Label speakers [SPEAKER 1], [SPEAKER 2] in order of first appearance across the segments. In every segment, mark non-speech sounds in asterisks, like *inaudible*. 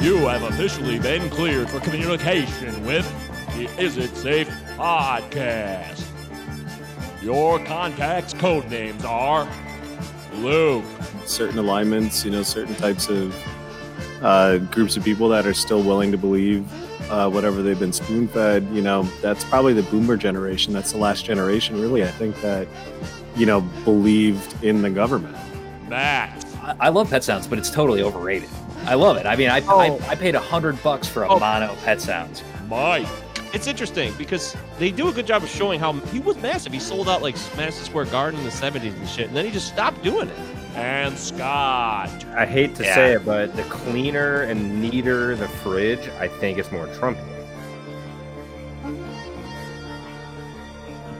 [SPEAKER 1] You have officially been cleared for communication with the Is It Safe podcast. Your contact's code names are Luke,
[SPEAKER 2] certain alignments, you know, certain types of uh, groups of people that are still willing to believe uh, whatever they've been spoon fed. You know, that's probably the boomer generation. That's the last generation, really, I think, that, you know, believed in the government.
[SPEAKER 1] Matt,
[SPEAKER 3] I I love pet sounds, but it's totally overrated. I love it. I mean, I
[SPEAKER 4] Oh.
[SPEAKER 3] I, I paid a hundred bucks for a
[SPEAKER 4] Oh.
[SPEAKER 3] mono pet sounds.
[SPEAKER 1] Mike,
[SPEAKER 4] It's interesting because they do a good job of showing how he was massive. He sold out like Madison Square Garden in the 70s and shit, and then he just stopped doing it.
[SPEAKER 1] and Scott.
[SPEAKER 5] I hate to
[SPEAKER 3] Yeah.
[SPEAKER 5] say it, but the cleaner and neater the fridge, I think it's more Trumpian.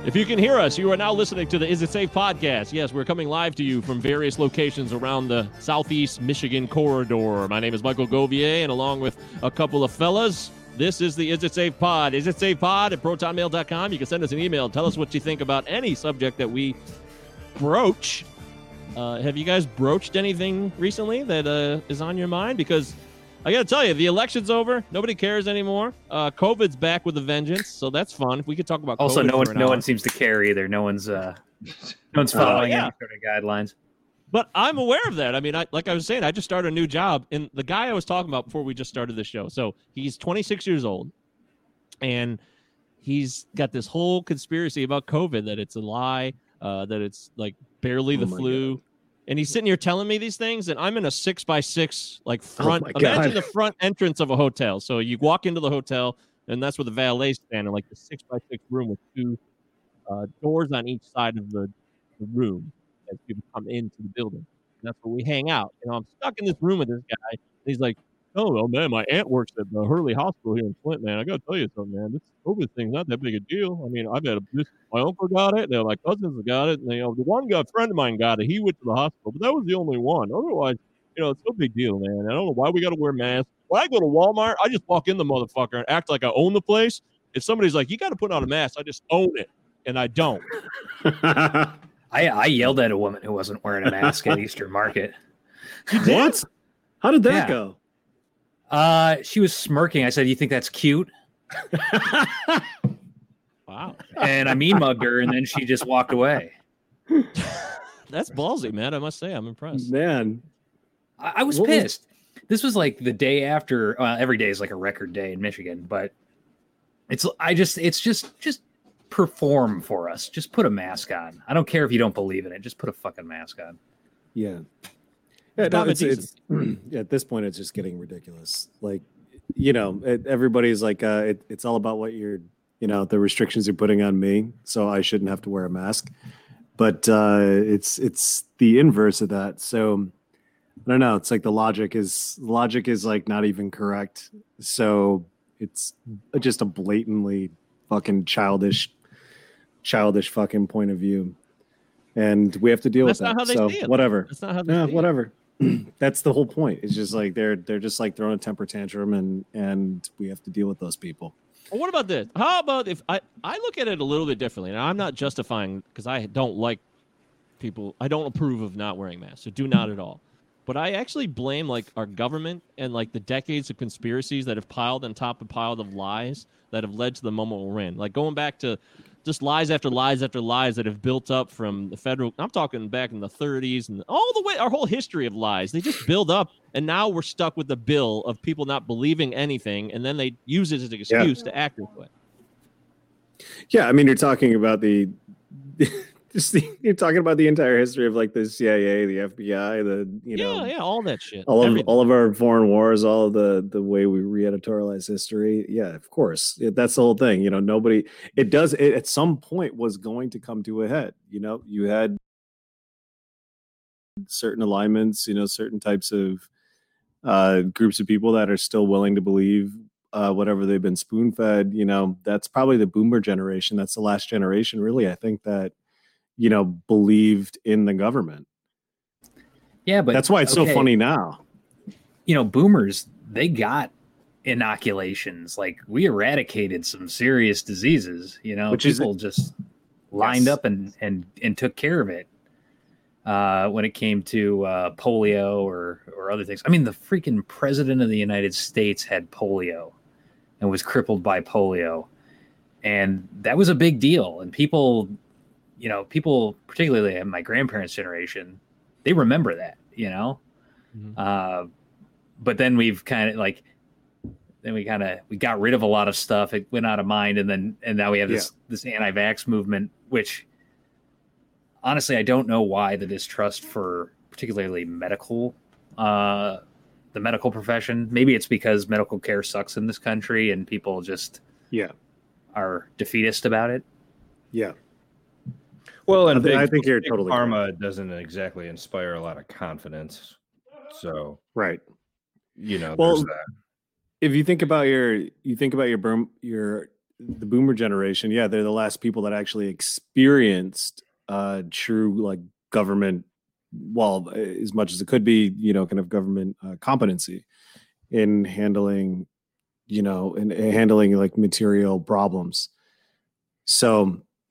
[SPEAKER 4] If you can hear us, you are now listening to the Is It Safe podcast. Yes, we're coming live to you from various locations around the Southeast Michigan corridor. My name is Michael Govier, and along with a couple of fellas, this is the Is It Safe pod. Is It Safe pod at protonmail.com. You can send us an email. Tell us what you think about any subject that we broach. Uh, have you guys broached anything recently that uh, is on your mind? Because I got to tell you, the election's over. Nobody cares anymore. Uh, COVID's back with a vengeance, so that's fun. We could talk about
[SPEAKER 3] Also,
[SPEAKER 4] COVID
[SPEAKER 3] no
[SPEAKER 4] for
[SPEAKER 3] one
[SPEAKER 4] an
[SPEAKER 3] no
[SPEAKER 4] hour.
[SPEAKER 3] one seems to care either. No one's uh, no one's
[SPEAKER 2] Oh,
[SPEAKER 3] following
[SPEAKER 4] yeah.
[SPEAKER 3] any sort of guidelines.
[SPEAKER 4] But I'm aware of that. I mean, I, like I was saying, I just started a new job, and the guy I was talking about before we just started the show. So he's 26 years old, and he's got this whole conspiracy about COVID that it's a lie, uh, that it's like barely the
[SPEAKER 2] Oh my
[SPEAKER 4] flu. And he's sitting here telling me these things, and I'm in a six by six like front.
[SPEAKER 2] Oh my God.
[SPEAKER 4] imagine the front entrance of a hotel. So you walk into the hotel, and that's where the valet's standing, like the six by six room with two uh, doors on each side of the, the room as people come into the building. And that's where we hang out. You know, I'm stuck in this room with this guy. And he's like, "Oh, well, man, my aunt works at the Hurley Hospital here in Flint, man. I gotta tell you something, man. This COVID thing's not that big a deal. I mean, I've had a, this, my uncle got it. Now my cousins have got it. And, you know, the one guy, friend of mine got it. He went to the hospital, but that was the only one. Otherwise, you know, it's no big deal, man. I don't know why we gotta wear masks. When I go to Walmart, I just walk in the motherfucker and act like I own the place. If somebody's like, "You got to put on a mask," I just own it, and I don't.
[SPEAKER 2] what?
[SPEAKER 3] I, I yelled at a woman who wasn't wearing a mask at Eastern Market.
[SPEAKER 2] How did
[SPEAKER 3] Yeah.
[SPEAKER 2] that go?
[SPEAKER 3] Uh, she was smirking. I said, "You think that's cute?"
[SPEAKER 4] Wow.
[SPEAKER 3] And I mean mugged her, and then she just walked away.
[SPEAKER 4] That's ballsy, man. I must say, I'm impressed.
[SPEAKER 2] Man,
[SPEAKER 3] I, I was
[SPEAKER 2] What was-
[SPEAKER 3] pissed. This was like the day after. Well, every day is like a record day in Michigan, but it's I just it's just just perform for us. Just put a mask on. I don't care if you don't believe in it. Just put a fucking mask on.
[SPEAKER 2] Yeah. Yeah,
[SPEAKER 4] Common
[SPEAKER 2] no, it's, it's, *clears throat* at this point, it's just getting ridiculous. Like, you know, it, everybody's like, uh, it, it's all about what you're, you know, the restrictions you're putting on me, so I shouldn't have to wear a mask. But uh, it's it's the inverse of that. So I don't know. It's like the logic is logic is like not even correct. So it's just a blatantly fucking childish, childish fucking point of view, and we have to deal
[SPEAKER 4] That's
[SPEAKER 2] with
[SPEAKER 4] not
[SPEAKER 2] that.
[SPEAKER 4] how they
[SPEAKER 2] so
[SPEAKER 4] see it, though.
[SPEAKER 2] whatever.
[SPEAKER 4] That's not how. They
[SPEAKER 2] Yeah,
[SPEAKER 4] see it.
[SPEAKER 2] whatever. *clears throat* That's the whole point. It's just like they're they're just like throwing a temper tantrum, and and we have to deal with those people.
[SPEAKER 4] Well, What about this? How about if I I look at it a little bit differently, and I'm not justifying because I don't like people. I don't approve of not wearing masks. So do not at all. But I actually blame like our government and like the decades of conspiracies that have piled on top of piled of lies that have led to the moment we're in. Like going back to just lies after lies after lies that have built up from the federal. I'm talking back in the 30s and all the way our whole history of lies. They just build up, and now we're stuck with the bill of people not believing anything, and then they use it as an excuse to act this way.
[SPEAKER 2] Yeah, I mean, you're talking about the *laughs* just the, you're talking about the entire history of like the CIA, the FBI, the you
[SPEAKER 4] yeah,
[SPEAKER 2] know,
[SPEAKER 4] yeah, all that shit.
[SPEAKER 2] all of
[SPEAKER 4] Everything.
[SPEAKER 2] all of our foreign wars, all of the the way we re-editorialize history. Yeah, of course, It- that's the whole thing. You know, nobody. It does. It at some point was going to come to a head. You know, you had certain alignments. You know, certain types of uh, groups of people that are still willing to believe uh, whatever they've been spoon fed. You know, that's probably the boomer generation. That's the last generation, really. I think that you know believed in the government.
[SPEAKER 3] Yeah, but
[SPEAKER 2] that's why it's so
[SPEAKER 3] okay.
[SPEAKER 2] funny now.
[SPEAKER 3] you know, boomers, they got inoculations. Like we eradicated some serious diseases, you know,
[SPEAKER 2] Which is-
[SPEAKER 3] people just lined
[SPEAKER 2] Yes.
[SPEAKER 3] up and, and, and took care of it. uh, when it came to uh, polio or or other things. I mean, the freaking president of the United States had polio and was crippled by polio, and that was a big deal. And people, you know, people particularly in my grandparents' generation, they remember that, you know.
[SPEAKER 2] Mm-hmm.
[SPEAKER 4] Mhm.
[SPEAKER 3] Uh, but then we've kind of like. Then we kind of we got rid of a lot of stuff. It went out of mind, and then and now we have this this anti-vax movement, which honestly, I don't know why the distrust for particularly medical, uh, the medical profession. Maybe it's because medical care sucks in this country and people just
[SPEAKER 2] Yeah.
[SPEAKER 3] are defeatist about it.
[SPEAKER 2] Yeah.
[SPEAKER 5] Well,
[SPEAKER 2] I
[SPEAKER 5] and
[SPEAKER 2] thi-
[SPEAKER 5] big,
[SPEAKER 2] I think you're
[SPEAKER 5] big
[SPEAKER 2] totally
[SPEAKER 5] pharma doesn't exactly inspire a lot of confidence. So
[SPEAKER 2] Right.
[SPEAKER 5] you know,
[SPEAKER 2] Well,
[SPEAKER 5] there's that.
[SPEAKER 2] If you think about your, you think about your boom, your the boomer generation. Yeah, they're the last people that actually experienced uh, true like government, well, as much as it could be, you know, kind of government uh, competency in handling, you know, in, in handling like material problems. So *clears throat*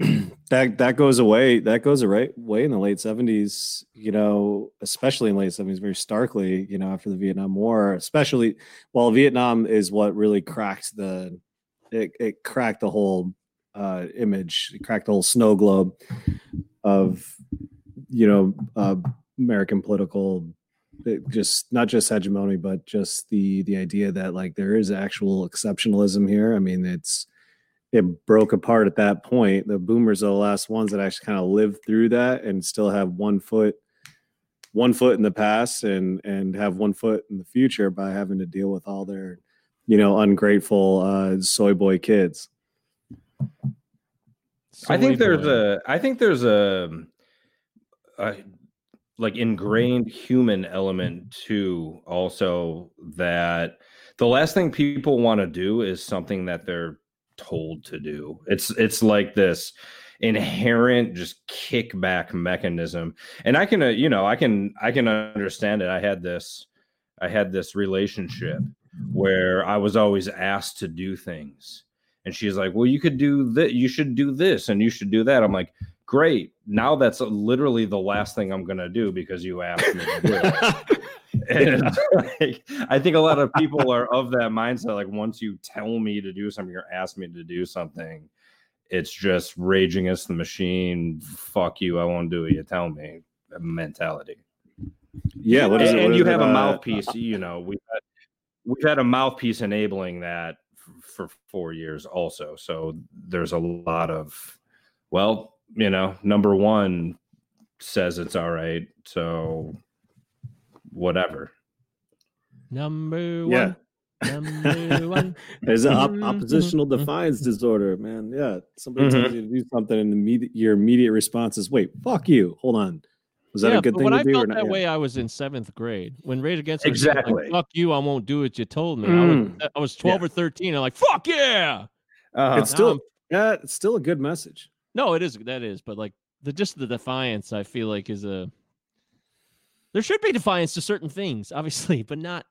[SPEAKER 2] that that goes away. That goes away way in the late seventies. You know, especially in late seventies, very starkly. You know, after the Vietnam War, especially well, Vietnam is what really cracked the it, it cracked the whole uh, image, it cracked the whole snow globe of you know uh, American political it just not just hegemony, but just the the idea that like there is actual exceptionalism here. I mean, it's it broke apart at that point. The boomers are the last ones that actually kind of lived through that and still have one foot one foot in the past and and have one foot in the future by having to deal with all their you know ungrateful uh soy boy kids
[SPEAKER 5] I think
[SPEAKER 4] Soy
[SPEAKER 5] there's
[SPEAKER 4] boy.
[SPEAKER 5] a I think there's a, a like ingrained human element
[SPEAKER 4] Mm-hmm.
[SPEAKER 5] too also that the last thing people want to do is something that they're told to do. It's it's like this inherent just kickback mechanism. And I can uh, you know, I can I can understand it. I had this I had this relationship
[SPEAKER 4] Mm-hmm.
[SPEAKER 5] where I was always asked to do things. And she's like, "Well, you could do that. You should do this, and you should do that." I'm like, "Great! Now that's literally the last thing I'm gonna do because you asked me to do it." and it's *laughs* like, I think a lot of people are of that mindset. Like, once you tell me to do something or ask me to do something, it's just raging against the machine. Fuck you! I won't do it. You tell me mentality
[SPEAKER 2] yeah what is
[SPEAKER 5] and,
[SPEAKER 2] it
[SPEAKER 5] and
[SPEAKER 2] what
[SPEAKER 5] you
[SPEAKER 2] is it,
[SPEAKER 5] have a
[SPEAKER 2] uh,
[SPEAKER 5] mouthpiece. You know, we've had, we've had a mouthpiece enabling that f- for four years, also. So there's a lot of, well, you know, number one says it's all right, so whatever.
[SPEAKER 4] number one.
[SPEAKER 2] yeah *laughs*
[SPEAKER 4] Number one.
[SPEAKER 2] there's an op-
[SPEAKER 4] Mhm,
[SPEAKER 2] oppositional
[SPEAKER 4] mhm, mhm.
[SPEAKER 2] defiance disorder man yeah somebody
[SPEAKER 5] Mhm.
[SPEAKER 4] Mm-hmm.
[SPEAKER 2] tells you to do something and immediate, your immediate response is wait fuck you hold on was that
[SPEAKER 4] yeah,
[SPEAKER 2] a good
[SPEAKER 4] but
[SPEAKER 2] thing
[SPEAKER 4] when
[SPEAKER 2] to
[SPEAKER 4] I
[SPEAKER 2] do
[SPEAKER 4] felt
[SPEAKER 2] or not
[SPEAKER 4] that
[SPEAKER 2] Yeah.
[SPEAKER 4] way, I was in seventh grade when Rage Against the Machine was
[SPEAKER 5] Exactly.
[SPEAKER 4] Like, Fuck you! I won't do what you told me. I
[SPEAKER 2] Mm.
[SPEAKER 4] was I was twelve or thirteen. I'm like, fuck yeah!
[SPEAKER 5] Uh-huh.
[SPEAKER 2] it's
[SPEAKER 4] Now
[SPEAKER 2] still
[SPEAKER 4] I'm-
[SPEAKER 2] yeah it's still a good message
[SPEAKER 4] No, it is that is, but like the just the defiance, I feel like is a. There should be defiance to certain things, obviously, *laughs* but not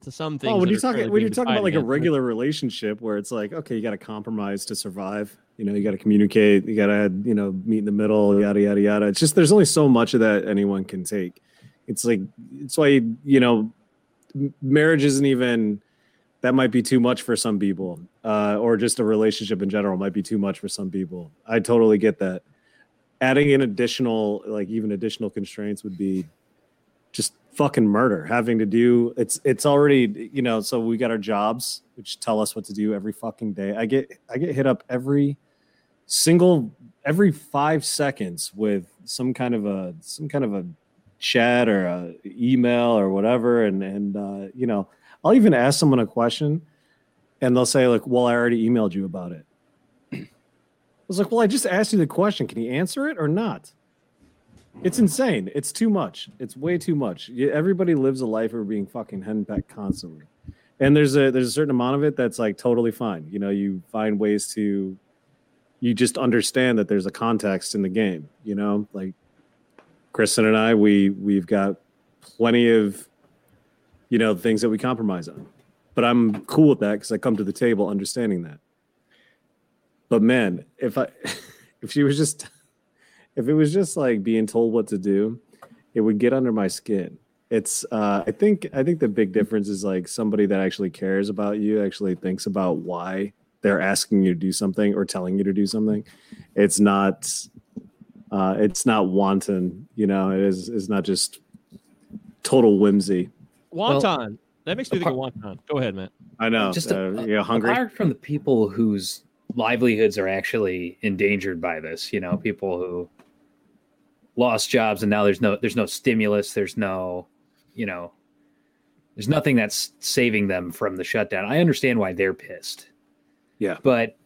[SPEAKER 4] to some things.
[SPEAKER 2] oh when
[SPEAKER 4] that
[SPEAKER 2] you're
[SPEAKER 4] are currently
[SPEAKER 2] talking when
[SPEAKER 4] being
[SPEAKER 2] you're talking
[SPEAKER 4] defied
[SPEAKER 2] about like a
[SPEAKER 4] against.
[SPEAKER 2] regular relationship where it's like okay you got to compromise to survive you know you got to communicate you got to you know meet in the middle yada yada yada it's just there's only so much of that anyone can take it's like it's why you know m- marriage isn't even that might be too much for some people uh, or just a relationship in general might be too much for some people i totally get that adding in additional like even additional constraints would be just fucking murder having to do it's it's already you know so we got our jobs which tell us what to do every fucking day i get i get hit up every single every five seconds with some kind of a some kind of a chat or a email or whatever and and uh, you know i'll even ask someone a question and they'll say like well i already emailed you about it *clears throat* i was like well i just asked you the question can you answer it or not it's insane it's too much it's way too much You- everybody lives a life of being fucking henpecked constantly and there's a there's a certain amount of it that's like totally fine you know you find ways to you just understand that there's a context in the game you know like Kristen and I, we we've got plenty of you know things that we compromise on, but I'm cool with that because I come to the table understanding that. But *laughs* man, if I if she was just if it was just like being told what to do, it would get under my skin. It's uh, I think I think the big difference is like somebody that actually cares about you actually thinks about why they're asking you to do something or telling you to do something. It's not uh, it's not wanton, you know. It is it's not just total whimsy.
[SPEAKER 6] Well-
[SPEAKER 4] Wonton. that makes me think of wonton. Go ahead, Matt.
[SPEAKER 2] I know. Just
[SPEAKER 6] Just a-
[SPEAKER 2] uh, you're hungry.
[SPEAKER 6] Apart from the people whose livelihoods are actually endangered by this, you know, people who lost jobs and now there's no there's no stimulus, there's no, you know, there's nothing that's saving them from the shutdown. I understand why they're pissed.
[SPEAKER 2] Yeah.
[SPEAKER 6] But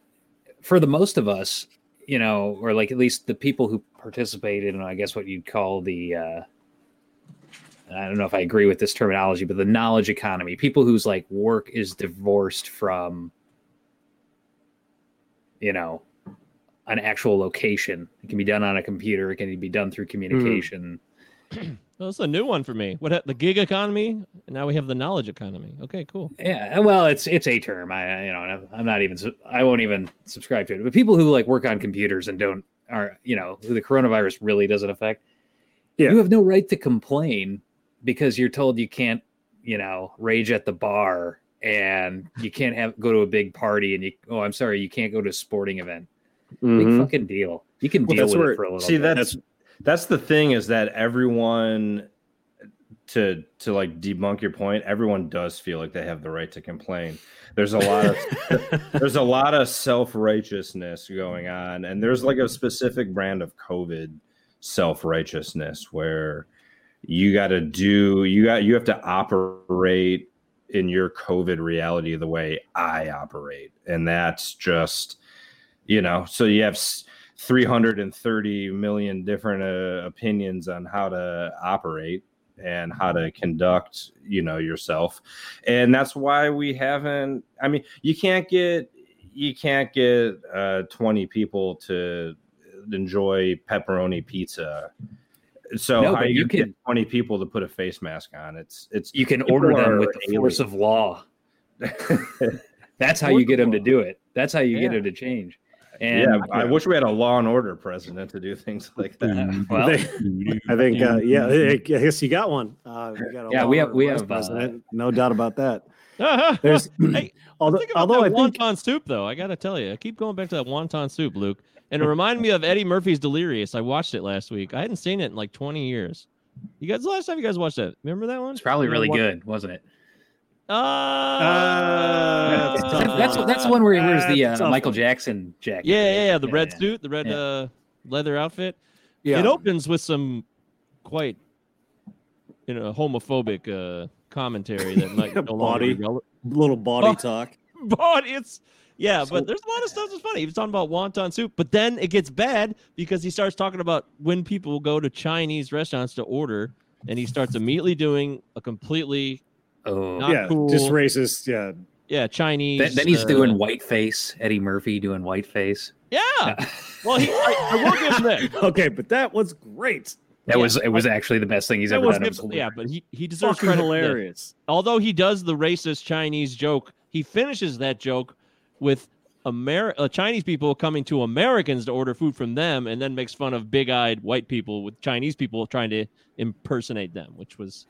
[SPEAKER 6] for the most of us, you know, or like at least the people who participated in I guess what you'd call the uh I don't know if I agree with this terminology, but the knowledge economy, people whose like work is divorced from, you know, an actual location. It can be done on a computer. It can be done through communication.
[SPEAKER 4] Well, that's a new one for me. What ha- the gig economy? And now we have the knowledge economy. Okay, cool. *laughs*
[SPEAKER 6] Yeah. Well, it's, it's a term. I, I- you know, and I'm- I'm not even, su- I won't even subscribe to it, but people who like work on computers and don't are, you know, who the coronavirus really doesn't affect.
[SPEAKER 2] Yeah.
[SPEAKER 6] You have no right to complain because you're told you can't, you know, rage at the bar and you can't have go to a big party and you oh I'm sorry, you can't go to a sporting event. Big
[SPEAKER 2] *laughs* Mhm.
[SPEAKER 6] fucking deal. You can
[SPEAKER 2] Well,
[SPEAKER 6] deal
[SPEAKER 2] that's
[SPEAKER 6] with
[SPEAKER 2] where-
[SPEAKER 6] it for a little
[SPEAKER 5] See,
[SPEAKER 6] bit.
[SPEAKER 5] that's that's the thing is that everyone to to like debunk your point, everyone does feel like they have the right to complain. There's a lot of
[SPEAKER 6] *laughs*
[SPEAKER 5] there's a lot of self-righteousness going on and there's like a specific brand of COVID self-righteousness where you got to do you got you have to operate in your COVID reality the way I operate and that's just you know, so you have s- 330 million different uh, opinions on how to operate and how to conduct you know yourself and that's why we haven't i mean you can't get you can't get uh 20 people to enjoy pepperoni pizza so
[SPEAKER 6] No,
[SPEAKER 5] how
[SPEAKER 6] but
[SPEAKER 5] you,
[SPEAKER 6] you
[SPEAKER 5] get
[SPEAKER 6] can-
[SPEAKER 5] 20 people to put a face mask on it's it's
[SPEAKER 6] you can
[SPEAKER 5] people
[SPEAKER 6] order them
[SPEAKER 5] are
[SPEAKER 6] with the force of
[SPEAKER 4] *laughs*
[SPEAKER 6] law. That's how
[SPEAKER 4] Force
[SPEAKER 6] you get
[SPEAKER 4] of
[SPEAKER 6] them to
[SPEAKER 4] law.
[SPEAKER 6] do it. That's how you get
[SPEAKER 4] Yeah.
[SPEAKER 6] them to change. And
[SPEAKER 5] yeah i wish we had a law and order president to do things *laughs* like
[SPEAKER 4] *laughs*
[SPEAKER 5] that
[SPEAKER 6] uh, well,
[SPEAKER 2] They- I think, uh, yeah, I I guess you got one. Uh, you got a
[SPEAKER 6] Yeah, we have-
[SPEAKER 2] Walmart
[SPEAKER 6] we
[SPEAKER 2] vice
[SPEAKER 6] have, uh,
[SPEAKER 2] president, no doubt about that.
[SPEAKER 4] Uh-huh.
[SPEAKER 2] There's,
[SPEAKER 4] *laughs* Hey,
[SPEAKER 2] *clears throat* although,
[SPEAKER 4] Think about
[SPEAKER 2] although I
[SPEAKER 4] that
[SPEAKER 2] think,
[SPEAKER 4] wonton soup, though. I gotta tell you, I keep going back to that wonton soup, Luke, and it reminded me of Eddie Murphy's Delirious. I watched it last week. I hadn't seen it in like 20 years. You guys, the last time you guys watched that, remember that one?
[SPEAKER 6] it's probably really
[SPEAKER 4] Wa-
[SPEAKER 6] good, wasn't it?
[SPEAKER 4] Uh,
[SPEAKER 2] Uh,
[SPEAKER 6] That's that's
[SPEAKER 2] Uh,
[SPEAKER 6] that's the one where he wears the
[SPEAKER 2] that's
[SPEAKER 6] uh,
[SPEAKER 2] awful.
[SPEAKER 6] Michael Jackson jacket.
[SPEAKER 4] yeah,
[SPEAKER 6] right?
[SPEAKER 4] yeah, yeah. The red
[SPEAKER 6] yeah.
[SPEAKER 4] suit, the red
[SPEAKER 6] Yeah.
[SPEAKER 4] uh, leather outfit.
[SPEAKER 2] yeah,
[SPEAKER 4] It opens with some quite, you know, homophobic uh, commentary that might no longer be
[SPEAKER 2] Body.
[SPEAKER 4] rele- *laughs*
[SPEAKER 2] little body
[SPEAKER 4] Oh.
[SPEAKER 2] talk.
[SPEAKER 4] but it's yeah,
[SPEAKER 6] So-
[SPEAKER 4] but there's a lot of stuff that's funny. He was talking about wonton soup, but then it gets bad because he starts talking about when people go to Chinese restaurants to order, and he starts immediately doing a completely
[SPEAKER 6] Oh,
[SPEAKER 4] Not
[SPEAKER 2] yeah,
[SPEAKER 4] cool.
[SPEAKER 2] just racist. Yeah, *laughs*
[SPEAKER 4] yeah Chinese.
[SPEAKER 6] Then, then he's
[SPEAKER 4] uh,
[SPEAKER 6] doing whiteface. Eddie Murphy doing whiteface.
[SPEAKER 4] yeah.
[SPEAKER 6] Yeah.
[SPEAKER 4] *laughs* Well, he I, I will give him that.
[SPEAKER 2] okay, but that was great.
[SPEAKER 6] That
[SPEAKER 4] Yeah.
[SPEAKER 6] was it. Was actually the best thing he's
[SPEAKER 4] That
[SPEAKER 6] ever
[SPEAKER 4] was
[SPEAKER 6] done.
[SPEAKER 4] good- yeah, but he he deserves
[SPEAKER 2] Fucking
[SPEAKER 4] credit. for that.
[SPEAKER 2] hilarious.
[SPEAKER 4] Although he does the racist Chinese joke, he finishes that joke with. Ameri- uh, Chinese people coming to Americans to order food from them, and then makes fun of big-eyed white people with Chinese people trying to impersonate them, which was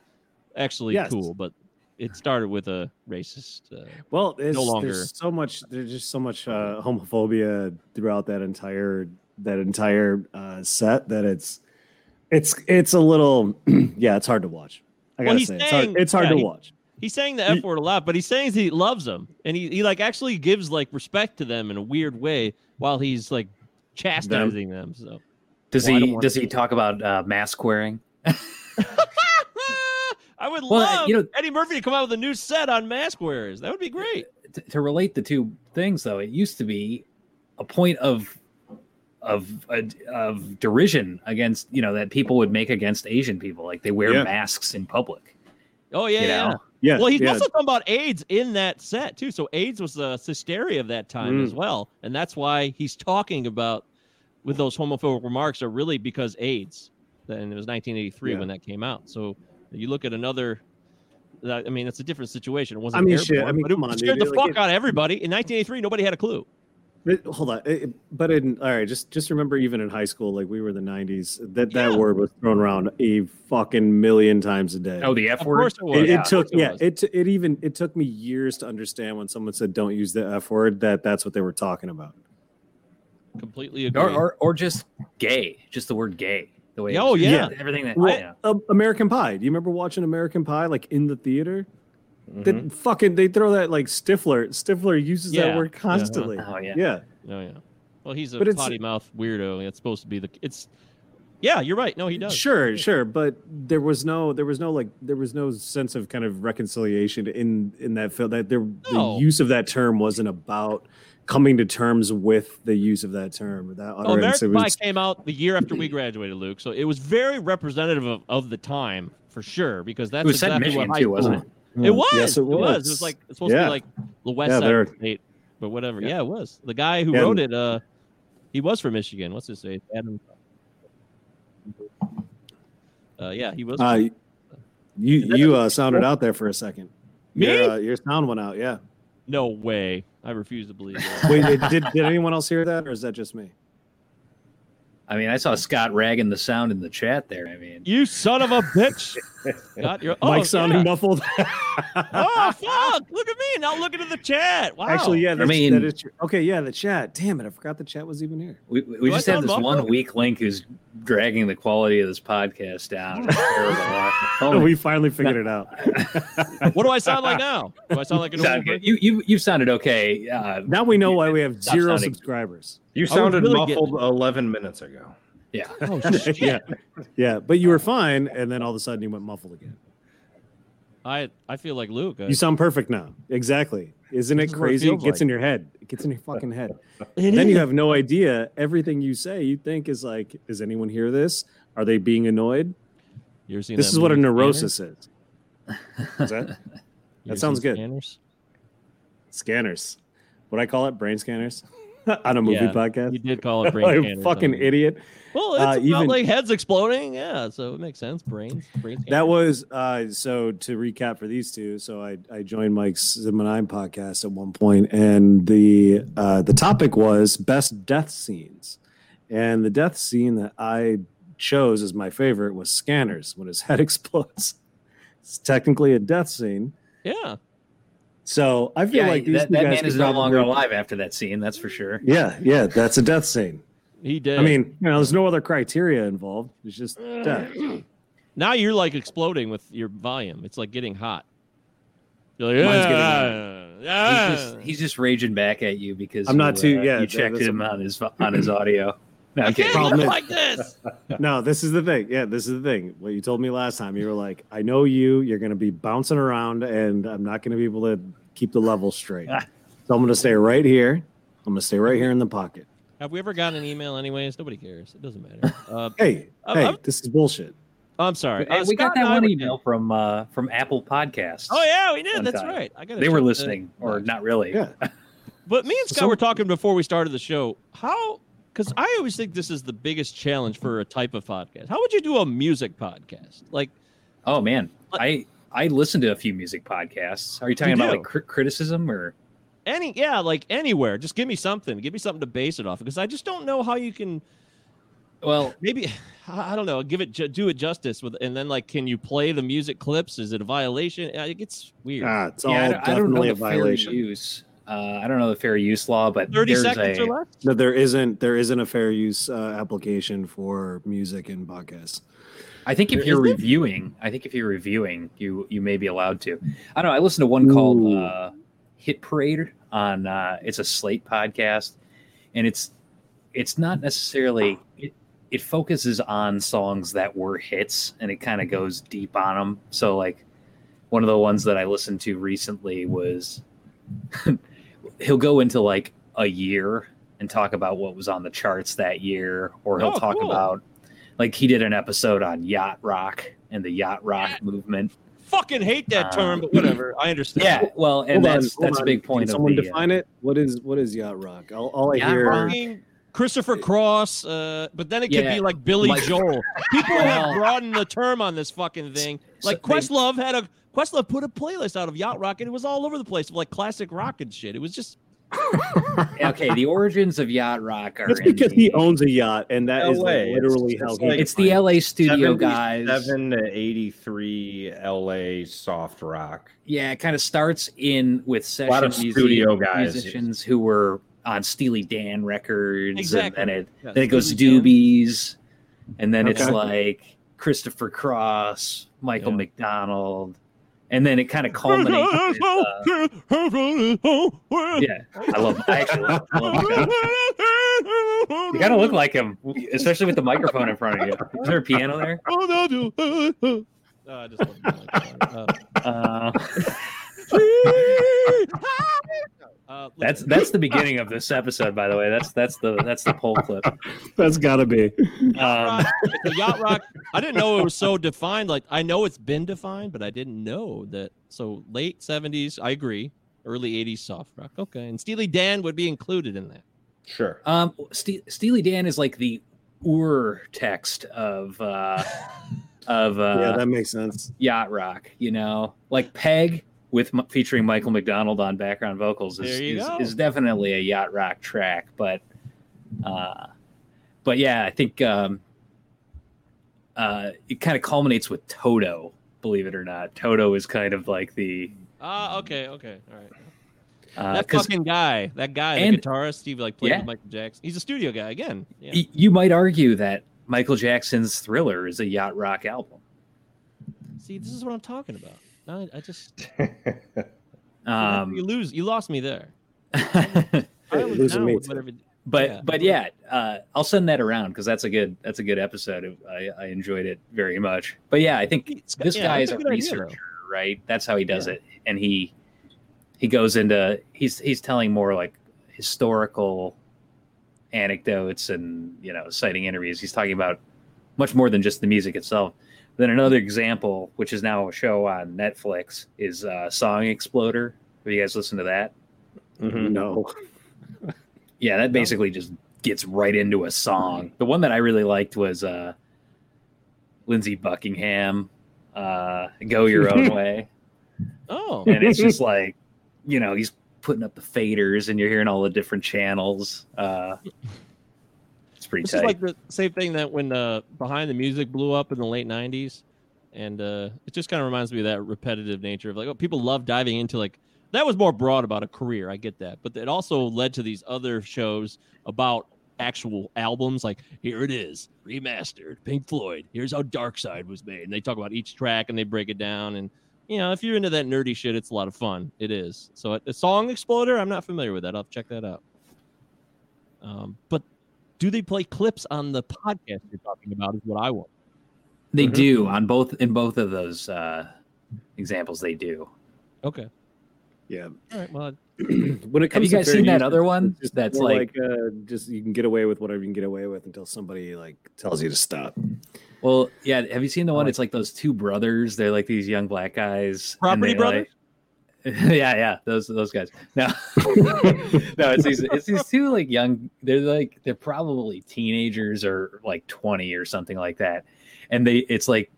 [SPEAKER 4] actually
[SPEAKER 2] Yes.
[SPEAKER 4] cool. But it started with a racist. Uh,
[SPEAKER 2] Well, there's,
[SPEAKER 4] longer.
[SPEAKER 2] there's so much. There's just so much uh, homophobia throughout that entire that entire uh, set that it's it's it's a little *clears throat* yeah, it's hard to watch. I
[SPEAKER 4] Well,
[SPEAKER 2] gotta
[SPEAKER 4] he's
[SPEAKER 2] say, it's
[SPEAKER 4] saying-
[SPEAKER 2] hard, it's hard
[SPEAKER 4] yeah,
[SPEAKER 2] to
[SPEAKER 4] he-
[SPEAKER 2] watch.
[SPEAKER 4] he's saying the F word a lot, but he's saying he loves them, and he, he like actually gives like respect to them in a weird way while he's like chastising them. so
[SPEAKER 6] does
[SPEAKER 4] Well, I don't
[SPEAKER 6] he
[SPEAKER 4] want
[SPEAKER 6] does
[SPEAKER 4] to-
[SPEAKER 6] he talk about uh, mask wearing?
[SPEAKER 4] Ah, I would
[SPEAKER 6] Well, uh,
[SPEAKER 4] love
[SPEAKER 6] you know-
[SPEAKER 4] Eddie Murphy to come out with a new set on mask wearers. That would be great.
[SPEAKER 6] T- to relate the two things, though, it used to be a point of of uh, of derision against you know that people would make against Asian people, like they wear
[SPEAKER 2] Yeah.
[SPEAKER 6] masks in public.
[SPEAKER 4] Oh yeah,
[SPEAKER 6] you
[SPEAKER 4] yeah.
[SPEAKER 6] know?
[SPEAKER 2] Yeah,
[SPEAKER 4] Well, he's
[SPEAKER 2] *laughs* yeah.
[SPEAKER 4] also talking about AIDS in that set too. So AIDS was the hysteria of that time
[SPEAKER 2] Mm.
[SPEAKER 4] as well, and that's why he's talking about with those homophobic remarks are really because AIDS. And it was 1983
[SPEAKER 2] Yeah.
[SPEAKER 4] when that came out. So you look at another. that- I mean, it's a different situation. It
[SPEAKER 2] I
[SPEAKER 4] wasn't.
[SPEAKER 2] mean, shit. I
[SPEAKER 4] airborne,
[SPEAKER 2] mean,
[SPEAKER 4] but it
[SPEAKER 2] come on,
[SPEAKER 4] scared
[SPEAKER 2] dude.
[SPEAKER 4] the
[SPEAKER 2] Like,
[SPEAKER 4] fuck out of everybody in 1983. Nobody had a clue.
[SPEAKER 2] It- hold on, it- it- but in all right, just just remember, even in high school, like we were the '90s, that
[SPEAKER 4] Yeah.
[SPEAKER 2] that word was thrown around a fucking million times a day.
[SPEAKER 6] Oh, the F
[SPEAKER 4] Of
[SPEAKER 6] word.
[SPEAKER 4] course it was.
[SPEAKER 2] it,
[SPEAKER 6] yeah,
[SPEAKER 2] it took
[SPEAKER 4] it
[SPEAKER 2] yeah
[SPEAKER 4] was.
[SPEAKER 2] it t- it even it took me years to understand when someone said don't use the f word that that's what they were talking about
[SPEAKER 4] Completely agree.
[SPEAKER 6] Or, or or just gay. Just the word gay. The way. it
[SPEAKER 4] Oh,
[SPEAKER 6] was-
[SPEAKER 4] yeah.
[SPEAKER 6] Everything that.
[SPEAKER 2] well,
[SPEAKER 6] yeah.
[SPEAKER 2] um, american pie do you remember watching american pie like in the theater
[SPEAKER 5] Mhm.
[SPEAKER 2] they fucking they throw that like stifler stifler uses
[SPEAKER 4] Mm-hmm. Yeah. Uh-huh.
[SPEAKER 2] that word constantly
[SPEAKER 6] Oh yeah.
[SPEAKER 2] yeah
[SPEAKER 4] oh yeah. Well, he's a
[SPEAKER 2] But it's-
[SPEAKER 4] potty mouth weirdo. It's supposed to be the. It's. Yeah, you're right. No, he does.
[SPEAKER 2] sure sure but there was no there was no like there was no sense of kind of reconciliation in in that film that there
[SPEAKER 4] No.
[SPEAKER 2] the use of that term wasn't about coming to terms with the use of that term or that
[SPEAKER 4] So
[SPEAKER 2] utterance. It
[SPEAKER 4] Oh, American Pie
[SPEAKER 2] was-
[SPEAKER 4] came out the year after we graduated, Luke. So it was very representative of, of the time for sure, because
[SPEAKER 6] It
[SPEAKER 4] that's
[SPEAKER 6] was set in
[SPEAKER 4] exactly
[SPEAKER 6] Michigan
[SPEAKER 4] what high
[SPEAKER 6] too, wasn't
[SPEAKER 4] school-
[SPEAKER 6] it?
[SPEAKER 4] It was.
[SPEAKER 2] Mm-hmm. Yes, it
[SPEAKER 4] It was. It was
[SPEAKER 2] was.
[SPEAKER 4] like it's supposed to
[SPEAKER 2] Yeah.
[SPEAKER 4] be like the West
[SPEAKER 2] Yeah,
[SPEAKER 4] Side
[SPEAKER 2] they're-
[SPEAKER 4] of the State, but whatever. Yeah.
[SPEAKER 2] Yeah.
[SPEAKER 4] it was. The guy who
[SPEAKER 2] Yeah.
[SPEAKER 4] wrote it, uh, he was from Michigan. What's his name? Adam. Uh, yeah, he was.
[SPEAKER 2] Uh, you you uh, sounded out there for a second.
[SPEAKER 4] Me?
[SPEAKER 2] Your, uh, your sound went out. Yeah.
[SPEAKER 4] no way. I refuse to believe. That.
[SPEAKER 2] Wait, it- did did anyone else hear that, or is that just me?
[SPEAKER 6] I mean, I saw Scott ragging the sound in the chat there. I mean,
[SPEAKER 4] you son of a bitch!
[SPEAKER 2] *laughs*
[SPEAKER 4] Got your oh,
[SPEAKER 2] Mike sounding
[SPEAKER 4] yeah.
[SPEAKER 2] muffled. *laughs*
[SPEAKER 4] Oh fuck! Look at me now. Looking at the chat. Wow.
[SPEAKER 2] Actually, yeah. That's,
[SPEAKER 6] mean-
[SPEAKER 2] that is true. okay. Yeah, the chat. Damn it, I forgot the chat was even here.
[SPEAKER 6] we, we
[SPEAKER 4] Do I
[SPEAKER 6] just have
[SPEAKER 4] sound
[SPEAKER 6] this
[SPEAKER 4] muffled?
[SPEAKER 6] one weak link who's dragging the quality of this podcast down. It's terrible.
[SPEAKER 2] Oh, *laughs* we finally figured it out.
[SPEAKER 4] What do I sound like now? Do I
[SPEAKER 2] *laughs*
[SPEAKER 4] sound like an
[SPEAKER 6] Sound
[SPEAKER 4] old
[SPEAKER 6] good. You you you sounded okay. Uh,
[SPEAKER 2] Now we know why we have
[SPEAKER 6] Stop
[SPEAKER 2] zero
[SPEAKER 6] sounding-
[SPEAKER 2] subscribers.
[SPEAKER 5] You sounded
[SPEAKER 4] really
[SPEAKER 5] muffled 11 minutes ago.
[SPEAKER 4] Oh, *laughs*
[SPEAKER 2] *laughs* yeah, yeah. But you were fine, and then all of a sudden you went muffled again.
[SPEAKER 4] I I feel like Luke. I-
[SPEAKER 2] You sound perfect now. Exactly. Isn't it
[SPEAKER 4] This is what it
[SPEAKER 2] crazy? It
[SPEAKER 4] feels
[SPEAKER 2] gets
[SPEAKER 4] like.
[SPEAKER 2] in your head. It gets in your fucking head.
[SPEAKER 4] *laughs* It
[SPEAKER 2] then
[SPEAKER 4] is.
[SPEAKER 2] you have no idea. Everything you say, you think is like, does anyone hear this? Are they being annoyed?
[SPEAKER 4] You ever seen
[SPEAKER 2] This
[SPEAKER 4] that
[SPEAKER 2] is what a
[SPEAKER 4] movie,
[SPEAKER 2] neurosis
[SPEAKER 4] Scanners?
[SPEAKER 2] is. Is that
[SPEAKER 4] You ever
[SPEAKER 2] sounds
[SPEAKER 4] seen
[SPEAKER 2] good.
[SPEAKER 4] Scanners?
[SPEAKER 2] scanners? What I call it, brain scanners, *laughs* on a movie
[SPEAKER 4] Yeah, You
[SPEAKER 2] podcast.
[SPEAKER 4] did call
[SPEAKER 2] *laughs*
[SPEAKER 4] it brain
[SPEAKER 2] Like,
[SPEAKER 4] scanners,
[SPEAKER 2] Oh, fucking
[SPEAKER 4] I mean.
[SPEAKER 2] idiot.
[SPEAKER 4] Well,
[SPEAKER 2] Uh,
[SPEAKER 4] it's about
[SPEAKER 2] even-
[SPEAKER 4] like heads exploding. Yeah, so it makes sense. Brains, brains.
[SPEAKER 2] That was uh, so. To recap for these two, so I, I joined Mike's Zimanine podcast at one point, and the uh, the topic was best death scenes, and the death scene that I chose as my favorite was Scanners when his *laughs* head explodes. It's technically a death scene,
[SPEAKER 4] yeah.
[SPEAKER 2] so I feel
[SPEAKER 6] yeah,
[SPEAKER 2] like these
[SPEAKER 6] that,
[SPEAKER 2] two
[SPEAKER 6] that
[SPEAKER 2] guys
[SPEAKER 6] man
[SPEAKER 2] could
[SPEAKER 6] is no longer
[SPEAKER 2] probably-
[SPEAKER 6] alive after that scene. That's for sure.
[SPEAKER 2] Yeah, yeah, that's a death scene.
[SPEAKER 4] He did.
[SPEAKER 2] I mean, you know, there's no other criteria involved. It's just death.
[SPEAKER 4] now you're like exploding with your volume. It's like getting hot. You're like,
[SPEAKER 2] Mine's getting
[SPEAKER 4] yeah, yeah.
[SPEAKER 6] He's just, he's just raging back at you because
[SPEAKER 2] I'm not
[SPEAKER 6] you,
[SPEAKER 2] too- yeah,
[SPEAKER 6] you
[SPEAKER 2] that-
[SPEAKER 6] checked
[SPEAKER 2] that's-
[SPEAKER 6] him on his on his audio. No,
[SPEAKER 4] I
[SPEAKER 6] I'm
[SPEAKER 4] can't
[SPEAKER 6] kidding.
[SPEAKER 2] Problem is-
[SPEAKER 4] look like this.
[SPEAKER 2] No, this is the thing. Yeah, this is the thing. What you told me last time, you were like, I know you, you're going to be bouncing around, and I'm not going to be able to keep the level
[SPEAKER 6] *laughs*
[SPEAKER 2] straight. so I'm going to stay right here. I'm going to stay right here in the pocket.
[SPEAKER 4] Have we ever gotten an email, anyways? Nobody cares. It doesn't
[SPEAKER 6] *laughs*
[SPEAKER 4] matter. Uh,
[SPEAKER 2] Hey,
[SPEAKER 4] I'm-
[SPEAKER 2] hey,
[SPEAKER 4] I'm-
[SPEAKER 2] this is bullshit.
[SPEAKER 4] I'm sorry.
[SPEAKER 6] Hey,
[SPEAKER 4] Uh,
[SPEAKER 6] we got
[SPEAKER 4] Scott
[SPEAKER 6] that
[SPEAKER 4] and I
[SPEAKER 6] one
[SPEAKER 4] were-
[SPEAKER 6] email from uh, from Apple Podcasts.
[SPEAKER 4] Oh yeah, we did.
[SPEAKER 6] one
[SPEAKER 4] That's
[SPEAKER 6] time.
[SPEAKER 4] right. I got.
[SPEAKER 6] they were listening, or not really.
[SPEAKER 2] Yeah.
[SPEAKER 4] But me and Scott
[SPEAKER 2] Some-
[SPEAKER 4] were talking before we started the show. How? Because I always think this is the biggest challenge for a type of podcast. How would you do a music podcast? Like,
[SPEAKER 6] Oh man, I I listened to a few music podcasts. Are you talking
[SPEAKER 4] You
[SPEAKER 6] about
[SPEAKER 4] do?
[SPEAKER 6] like cri- criticism or?
[SPEAKER 4] any yeah like anywhere just give me something give me something to base it off because i just don't know how you can
[SPEAKER 6] Well,
[SPEAKER 4] maybe *laughs* i I don't know give it ju- do it justice with and then like can you play the music clips is it a violation Uh, it gets weird
[SPEAKER 2] Ah, it's
[SPEAKER 6] yeah, I
[SPEAKER 2] all
[SPEAKER 6] don't- I don't know
[SPEAKER 2] definitely a
[SPEAKER 6] the fair
[SPEAKER 2] violation.
[SPEAKER 6] use. Uh, I don't know the fair use law, but
[SPEAKER 4] 30
[SPEAKER 6] there's
[SPEAKER 4] seconds
[SPEAKER 6] a,
[SPEAKER 4] or less
[SPEAKER 2] No, there isn't. There isn't a fair use uh, application for music in podcasts.
[SPEAKER 6] I think if
[SPEAKER 4] There
[SPEAKER 6] you're
[SPEAKER 4] isn't?
[SPEAKER 6] reviewing, I think if you're reviewing, you you may be allowed to. I don't know. I listened to one called
[SPEAKER 2] Ooh.
[SPEAKER 6] uh, Hit Parade on. Uh, it's a Slate podcast, and it's it's not necessarily it. It focuses on songs that were hits, and it kind
[SPEAKER 2] Mm-hmm.
[SPEAKER 6] of goes deep on them. So like one of the ones that I listened to recently was *laughs* he'll go into like a year and talk about what was on the charts that year, or he'll
[SPEAKER 4] Oh,
[SPEAKER 6] talk
[SPEAKER 4] cool.
[SPEAKER 6] about like he did an episode on yacht rock and the yacht rock
[SPEAKER 2] *laughs*
[SPEAKER 6] movement.
[SPEAKER 4] fucking hate that
[SPEAKER 6] Uh,
[SPEAKER 4] term but whatever i understand
[SPEAKER 6] Yeah, well, and
[SPEAKER 2] Hold on,
[SPEAKER 6] that's
[SPEAKER 2] hold
[SPEAKER 6] that's a
[SPEAKER 2] on.
[SPEAKER 6] big point.
[SPEAKER 2] Can
[SPEAKER 6] of
[SPEAKER 2] someone
[SPEAKER 6] the, uh,
[SPEAKER 2] define it. What is what is yacht rock? All, all I
[SPEAKER 6] Yacht
[SPEAKER 2] hear.
[SPEAKER 6] rock?
[SPEAKER 4] Fucking christopher cross uh but then it could
[SPEAKER 6] Yeah.
[SPEAKER 4] be like billy
[SPEAKER 6] Like-
[SPEAKER 4] joel people have
[SPEAKER 6] Well-
[SPEAKER 4] broadened the term on this fucking thing
[SPEAKER 6] So
[SPEAKER 4] like
[SPEAKER 6] they-
[SPEAKER 4] questlove had a questlove put a playlist out of yacht rock and it was all over the place of like classic rock and shit it was just
[SPEAKER 6] okay, the origins of yacht
[SPEAKER 2] *laughs*
[SPEAKER 6] rock are
[SPEAKER 2] That's
[SPEAKER 6] in
[SPEAKER 2] because
[SPEAKER 6] the-
[SPEAKER 2] he owns a yacht, and that
[SPEAKER 5] No
[SPEAKER 2] is like,
[SPEAKER 5] way. It's-
[SPEAKER 2] literally
[SPEAKER 5] it's
[SPEAKER 2] how
[SPEAKER 5] like-
[SPEAKER 2] he.
[SPEAKER 6] It's the LA studio
[SPEAKER 5] 77
[SPEAKER 6] guys.
[SPEAKER 5] to 83 LA soft rock.
[SPEAKER 6] Yeah, it kind of starts in with session
[SPEAKER 5] A lot of
[SPEAKER 6] musi-
[SPEAKER 5] studio guys.
[SPEAKER 6] musicians who were on Steely Dan records,
[SPEAKER 4] Exactly.
[SPEAKER 6] and then it
[SPEAKER 4] Yeah,
[SPEAKER 6] then it goes
[SPEAKER 4] Steely Dan.
[SPEAKER 6] Doobies, and then it's
[SPEAKER 2] Okay.
[SPEAKER 6] like Christopher Cross, Michael
[SPEAKER 4] Yeah.
[SPEAKER 6] McDonald, and then it kind of
[SPEAKER 4] *laughs*
[SPEAKER 6] culminates. with,
[SPEAKER 4] Oh.
[SPEAKER 6] uh, yeah, I love. I actually love.
[SPEAKER 4] *laughs*
[SPEAKER 6] love Michael. you kind of look like him, especially with the microphone in front of you. Is there a piano there?
[SPEAKER 4] No, Uh, I just love Miley Cyrus. Uh, *laughs*
[SPEAKER 6] Uh,
[SPEAKER 4] uh, listen,
[SPEAKER 6] that's that's the beginning of this episode, by the way. That's that's the that's the poll clip.
[SPEAKER 2] *laughs* That's gotta be.
[SPEAKER 6] Um,
[SPEAKER 4] *laughs* Yacht Rock- so yacht rock. I didn't know it was so defined. Like I know it's been defined, but I didn't know that. So late seventies, I agree. Early eighties soft rock. Okay, and Steely Dan would be included in that.
[SPEAKER 5] Sure.
[SPEAKER 6] Um, Ste- Steely Dan is like the ur text of uh,
[SPEAKER 4] *laughs*
[SPEAKER 6] of uh,
[SPEAKER 2] yeah, that makes sense.
[SPEAKER 6] yacht rock. You know, like Peg with m- featuring Michael McDonald on background vocals is
[SPEAKER 4] There you
[SPEAKER 6] is,
[SPEAKER 4] go.
[SPEAKER 6] is definitely a yacht rock track. But uh, but yeah, I think um, uh, it kind of culminates with Toto. Believe it or not, Toto is kind of like the
[SPEAKER 4] Ah, okay, okay, all right.
[SPEAKER 6] uh,
[SPEAKER 4] that
[SPEAKER 6] 'cause
[SPEAKER 4] fucking guy, that guy,
[SPEAKER 6] And-
[SPEAKER 4] the guitarist, Steve like played
[SPEAKER 6] Yeah.
[SPEAKER 4] with Michael Jackson. He's a studio guy again. Yeah.
[SPEAKER 6] y- you might argue that Michael Jackson's Thriller is a yacht rock album.
[SPEAKER 4] See, this is what I'm talking about. No, I, I just
[SPEAKER 6] Um,
[SPEAKER 4] you lose, you lost me there.
[SPEAKER 2] Hey,
[SPEAKER 4] I was
[SPEAKER 2] losing
[SPEAKER 4] down
[SPEAKER 2] me
[SPEAKER 4] with
[SPEAKER 2] too.
[SPEAKER 4] whatever-
[SPEAKER 6] but
[SPEAKER 4] Yeah.
[SPEAKER 6] but yeah, uh, I'll send that around because that's a good that's a good episode. I, I enjoyed it very much. But yeah, I think
[SPEAKER 4] It's-
[SPEAKER 6] this
[SPEAKER 4] yeah,
[SPEAKER 6] guy is
[SPEAKER 4] that's a
[SPEAKER 6] a
[SPEAKER 4] good idea, though.
[SPEAKER 6] researcher, right? That's how he does it, and he he goes into he's he's telling more like historical anecdotes and you know citing interviews. He's talking about much more than just the music itself. Then another example, which is now a show on Netflix, is uh, Song Exploder. Have you guys listened to that?
[SPEAKER 5] Mhm.
[SPEAKER 2] No, *clears throat*
[SPEAKER 6] Yeah, that basically just gets right into a song. The one that I really liked was uh Lindsey Buckingham, uh Go Your Own
[SPEAKER 4] *laughs*
[SPEAKER 6] Way.
[SPEAKER 4] Oh,
[SPEAKER 6] And it's just like, you know, he's putting up the faders and you're hearing all the different channels. Uh it's pretty
[SPEAKER 4] This
[SPEAKER 6] tight.
[SPEAKER 4] is like the same thing that when uh, Behind the Music blew up in the late '90s, and uh, it just kind of reminds me of that repetitive nature of like, oh, people love diving into like that was more broad about a career. I get that, but it also led to these other shows about actual albums. Like here it is, remastered, Pink Floyd. Here's how Dark Side was made, and they talk about each track and they break it down. And you know, if you're into that nerdy shit, it's a lot of fun. It is. So a- a Song Exploder, I'm not familiar with that. I'll check that out. Um, but do they play clips on the podcast you're talking about? Is what I want.
[SPEAKER 6] they
[SPEAKER 5] Mhm.
[SPEAKER 6] do on both in both of those uh examples they do.
[SPEAKER 4] Okay.
[SPEAKER 2] yeah.
[SPEAKER 4] All right. Well,
[SPEAKER 2] when it comes
[SPEAKER 6] Have you
[SPEAKER 2] to
[SPEAKER 6] guys
[SPEAKER 2] fair
[SPEAKER 6] seen that
[SPEAKER 2] use,
[SPEAKER 6] other one?
[SPEAKER 2] it's just
[SPEAKER 6] That's
[SPEAKER 2] more
[SPEAKER 6] like,
[SPEAKER 2] uh, just you can get away with whatever you can get away with until somebody like tells you to stop.
[SPEAKER 6] well, yeah. Have you seen the one?
[SPEAKER 4] like-
[SPEAKER 6] It's like those two brothers. They're like these young black guys. and
[SPEAKER 4] Property
[SPEAKER 6] they,
[SPEAKER 4] Brothers?
[SPEAKER 6] like- *laughs* yeah, yeah, those those guys. No, *laughs* no, it's these it's these two like young. They're like they're probably teenagers or like twenty or something like that, and they it's like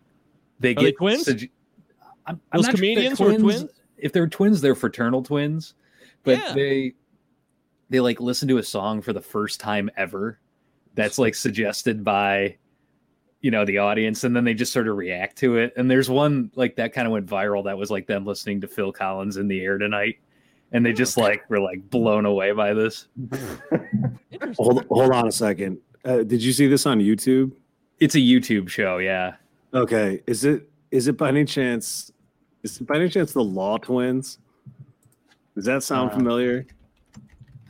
[SPEAKER 6] they
[SPEAKER 4] Are
[SPEAKER 6] get
[SPEAKER 4] they twins?
[SPEAKER 6] sugge- I'm, I'm
[SPEAKER 4] Those
[SPEAKER 6] not sure if they're
[SPEAKER 4] comedians were twins?
[SPEAKER 6] If they're twins, they're fraternal twins, but
[SPEAKER 4] Yeah.
[SPEAKER 6] they they like listen to a song for the first time ever. That's like suggested by you know the audience and then they just sort of react to it and there's one like that kind of went viral that was like them listening to phil collins in the air tonight and
[SPEAKER 4] Oh,
[SPEAKER 6] they just like were like blown away by this
[SPEAKER 4] interesting.
[SPEAKER 2] Hold hold on a second. Uh, did you see this on YouTube?
[SPEAKER 6] it's a youtube show yeah
[SPEAKER 2] Okay, is it is it by any chance? Is it by any chance the Law Twins? Does that sound
[SPEAKER 6] Uh,
[SPEAKER 2] familiar?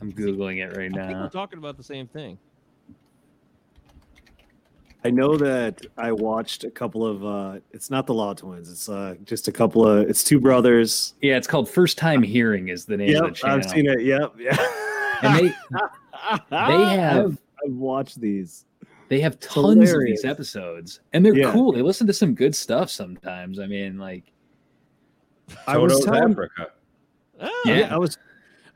[SPEAKER 6] i'm googling it right
[SPEAKER 4] I think we're
[SPEAKER 6] now
[SPEAKER 4] talking about the same thing.
[SPEAKER 2] I know that I watched a couple of. uh It's not the Law Twins. It's uh just a couple of. It's two brothers.
[SPEAKER 6] yeah it's called first time hearing is the name of the
[SPEAKER 2] Yep,
[SPEAKER 6] channel
[SPEAKER 2] I've seen it. Yep, yeah.
[SPEAKER 6] and they they
[SPEAKER 2] *laughs*
[SPEAKER 6] have
[SPEAKER 2] I've, I've watched these.
[SPEAKER 6] they have tons of
[SPEAKER 2] hilarious.
[SPEAKER 6] these episodes and they're
[SPEAKER 2] Yeah.
[SPEAKER 6] cool they listen to some good stuff sometimes i mean like
[SPEAKER 2] I was
[SPEAKER 5] Toto's
[SPEAKER 2] telling
[SPEAKER 5] Africa.
[SPEAKER 4] Ah,
[SPEAKER 6] Yeah.
[SPEAKER 2] I was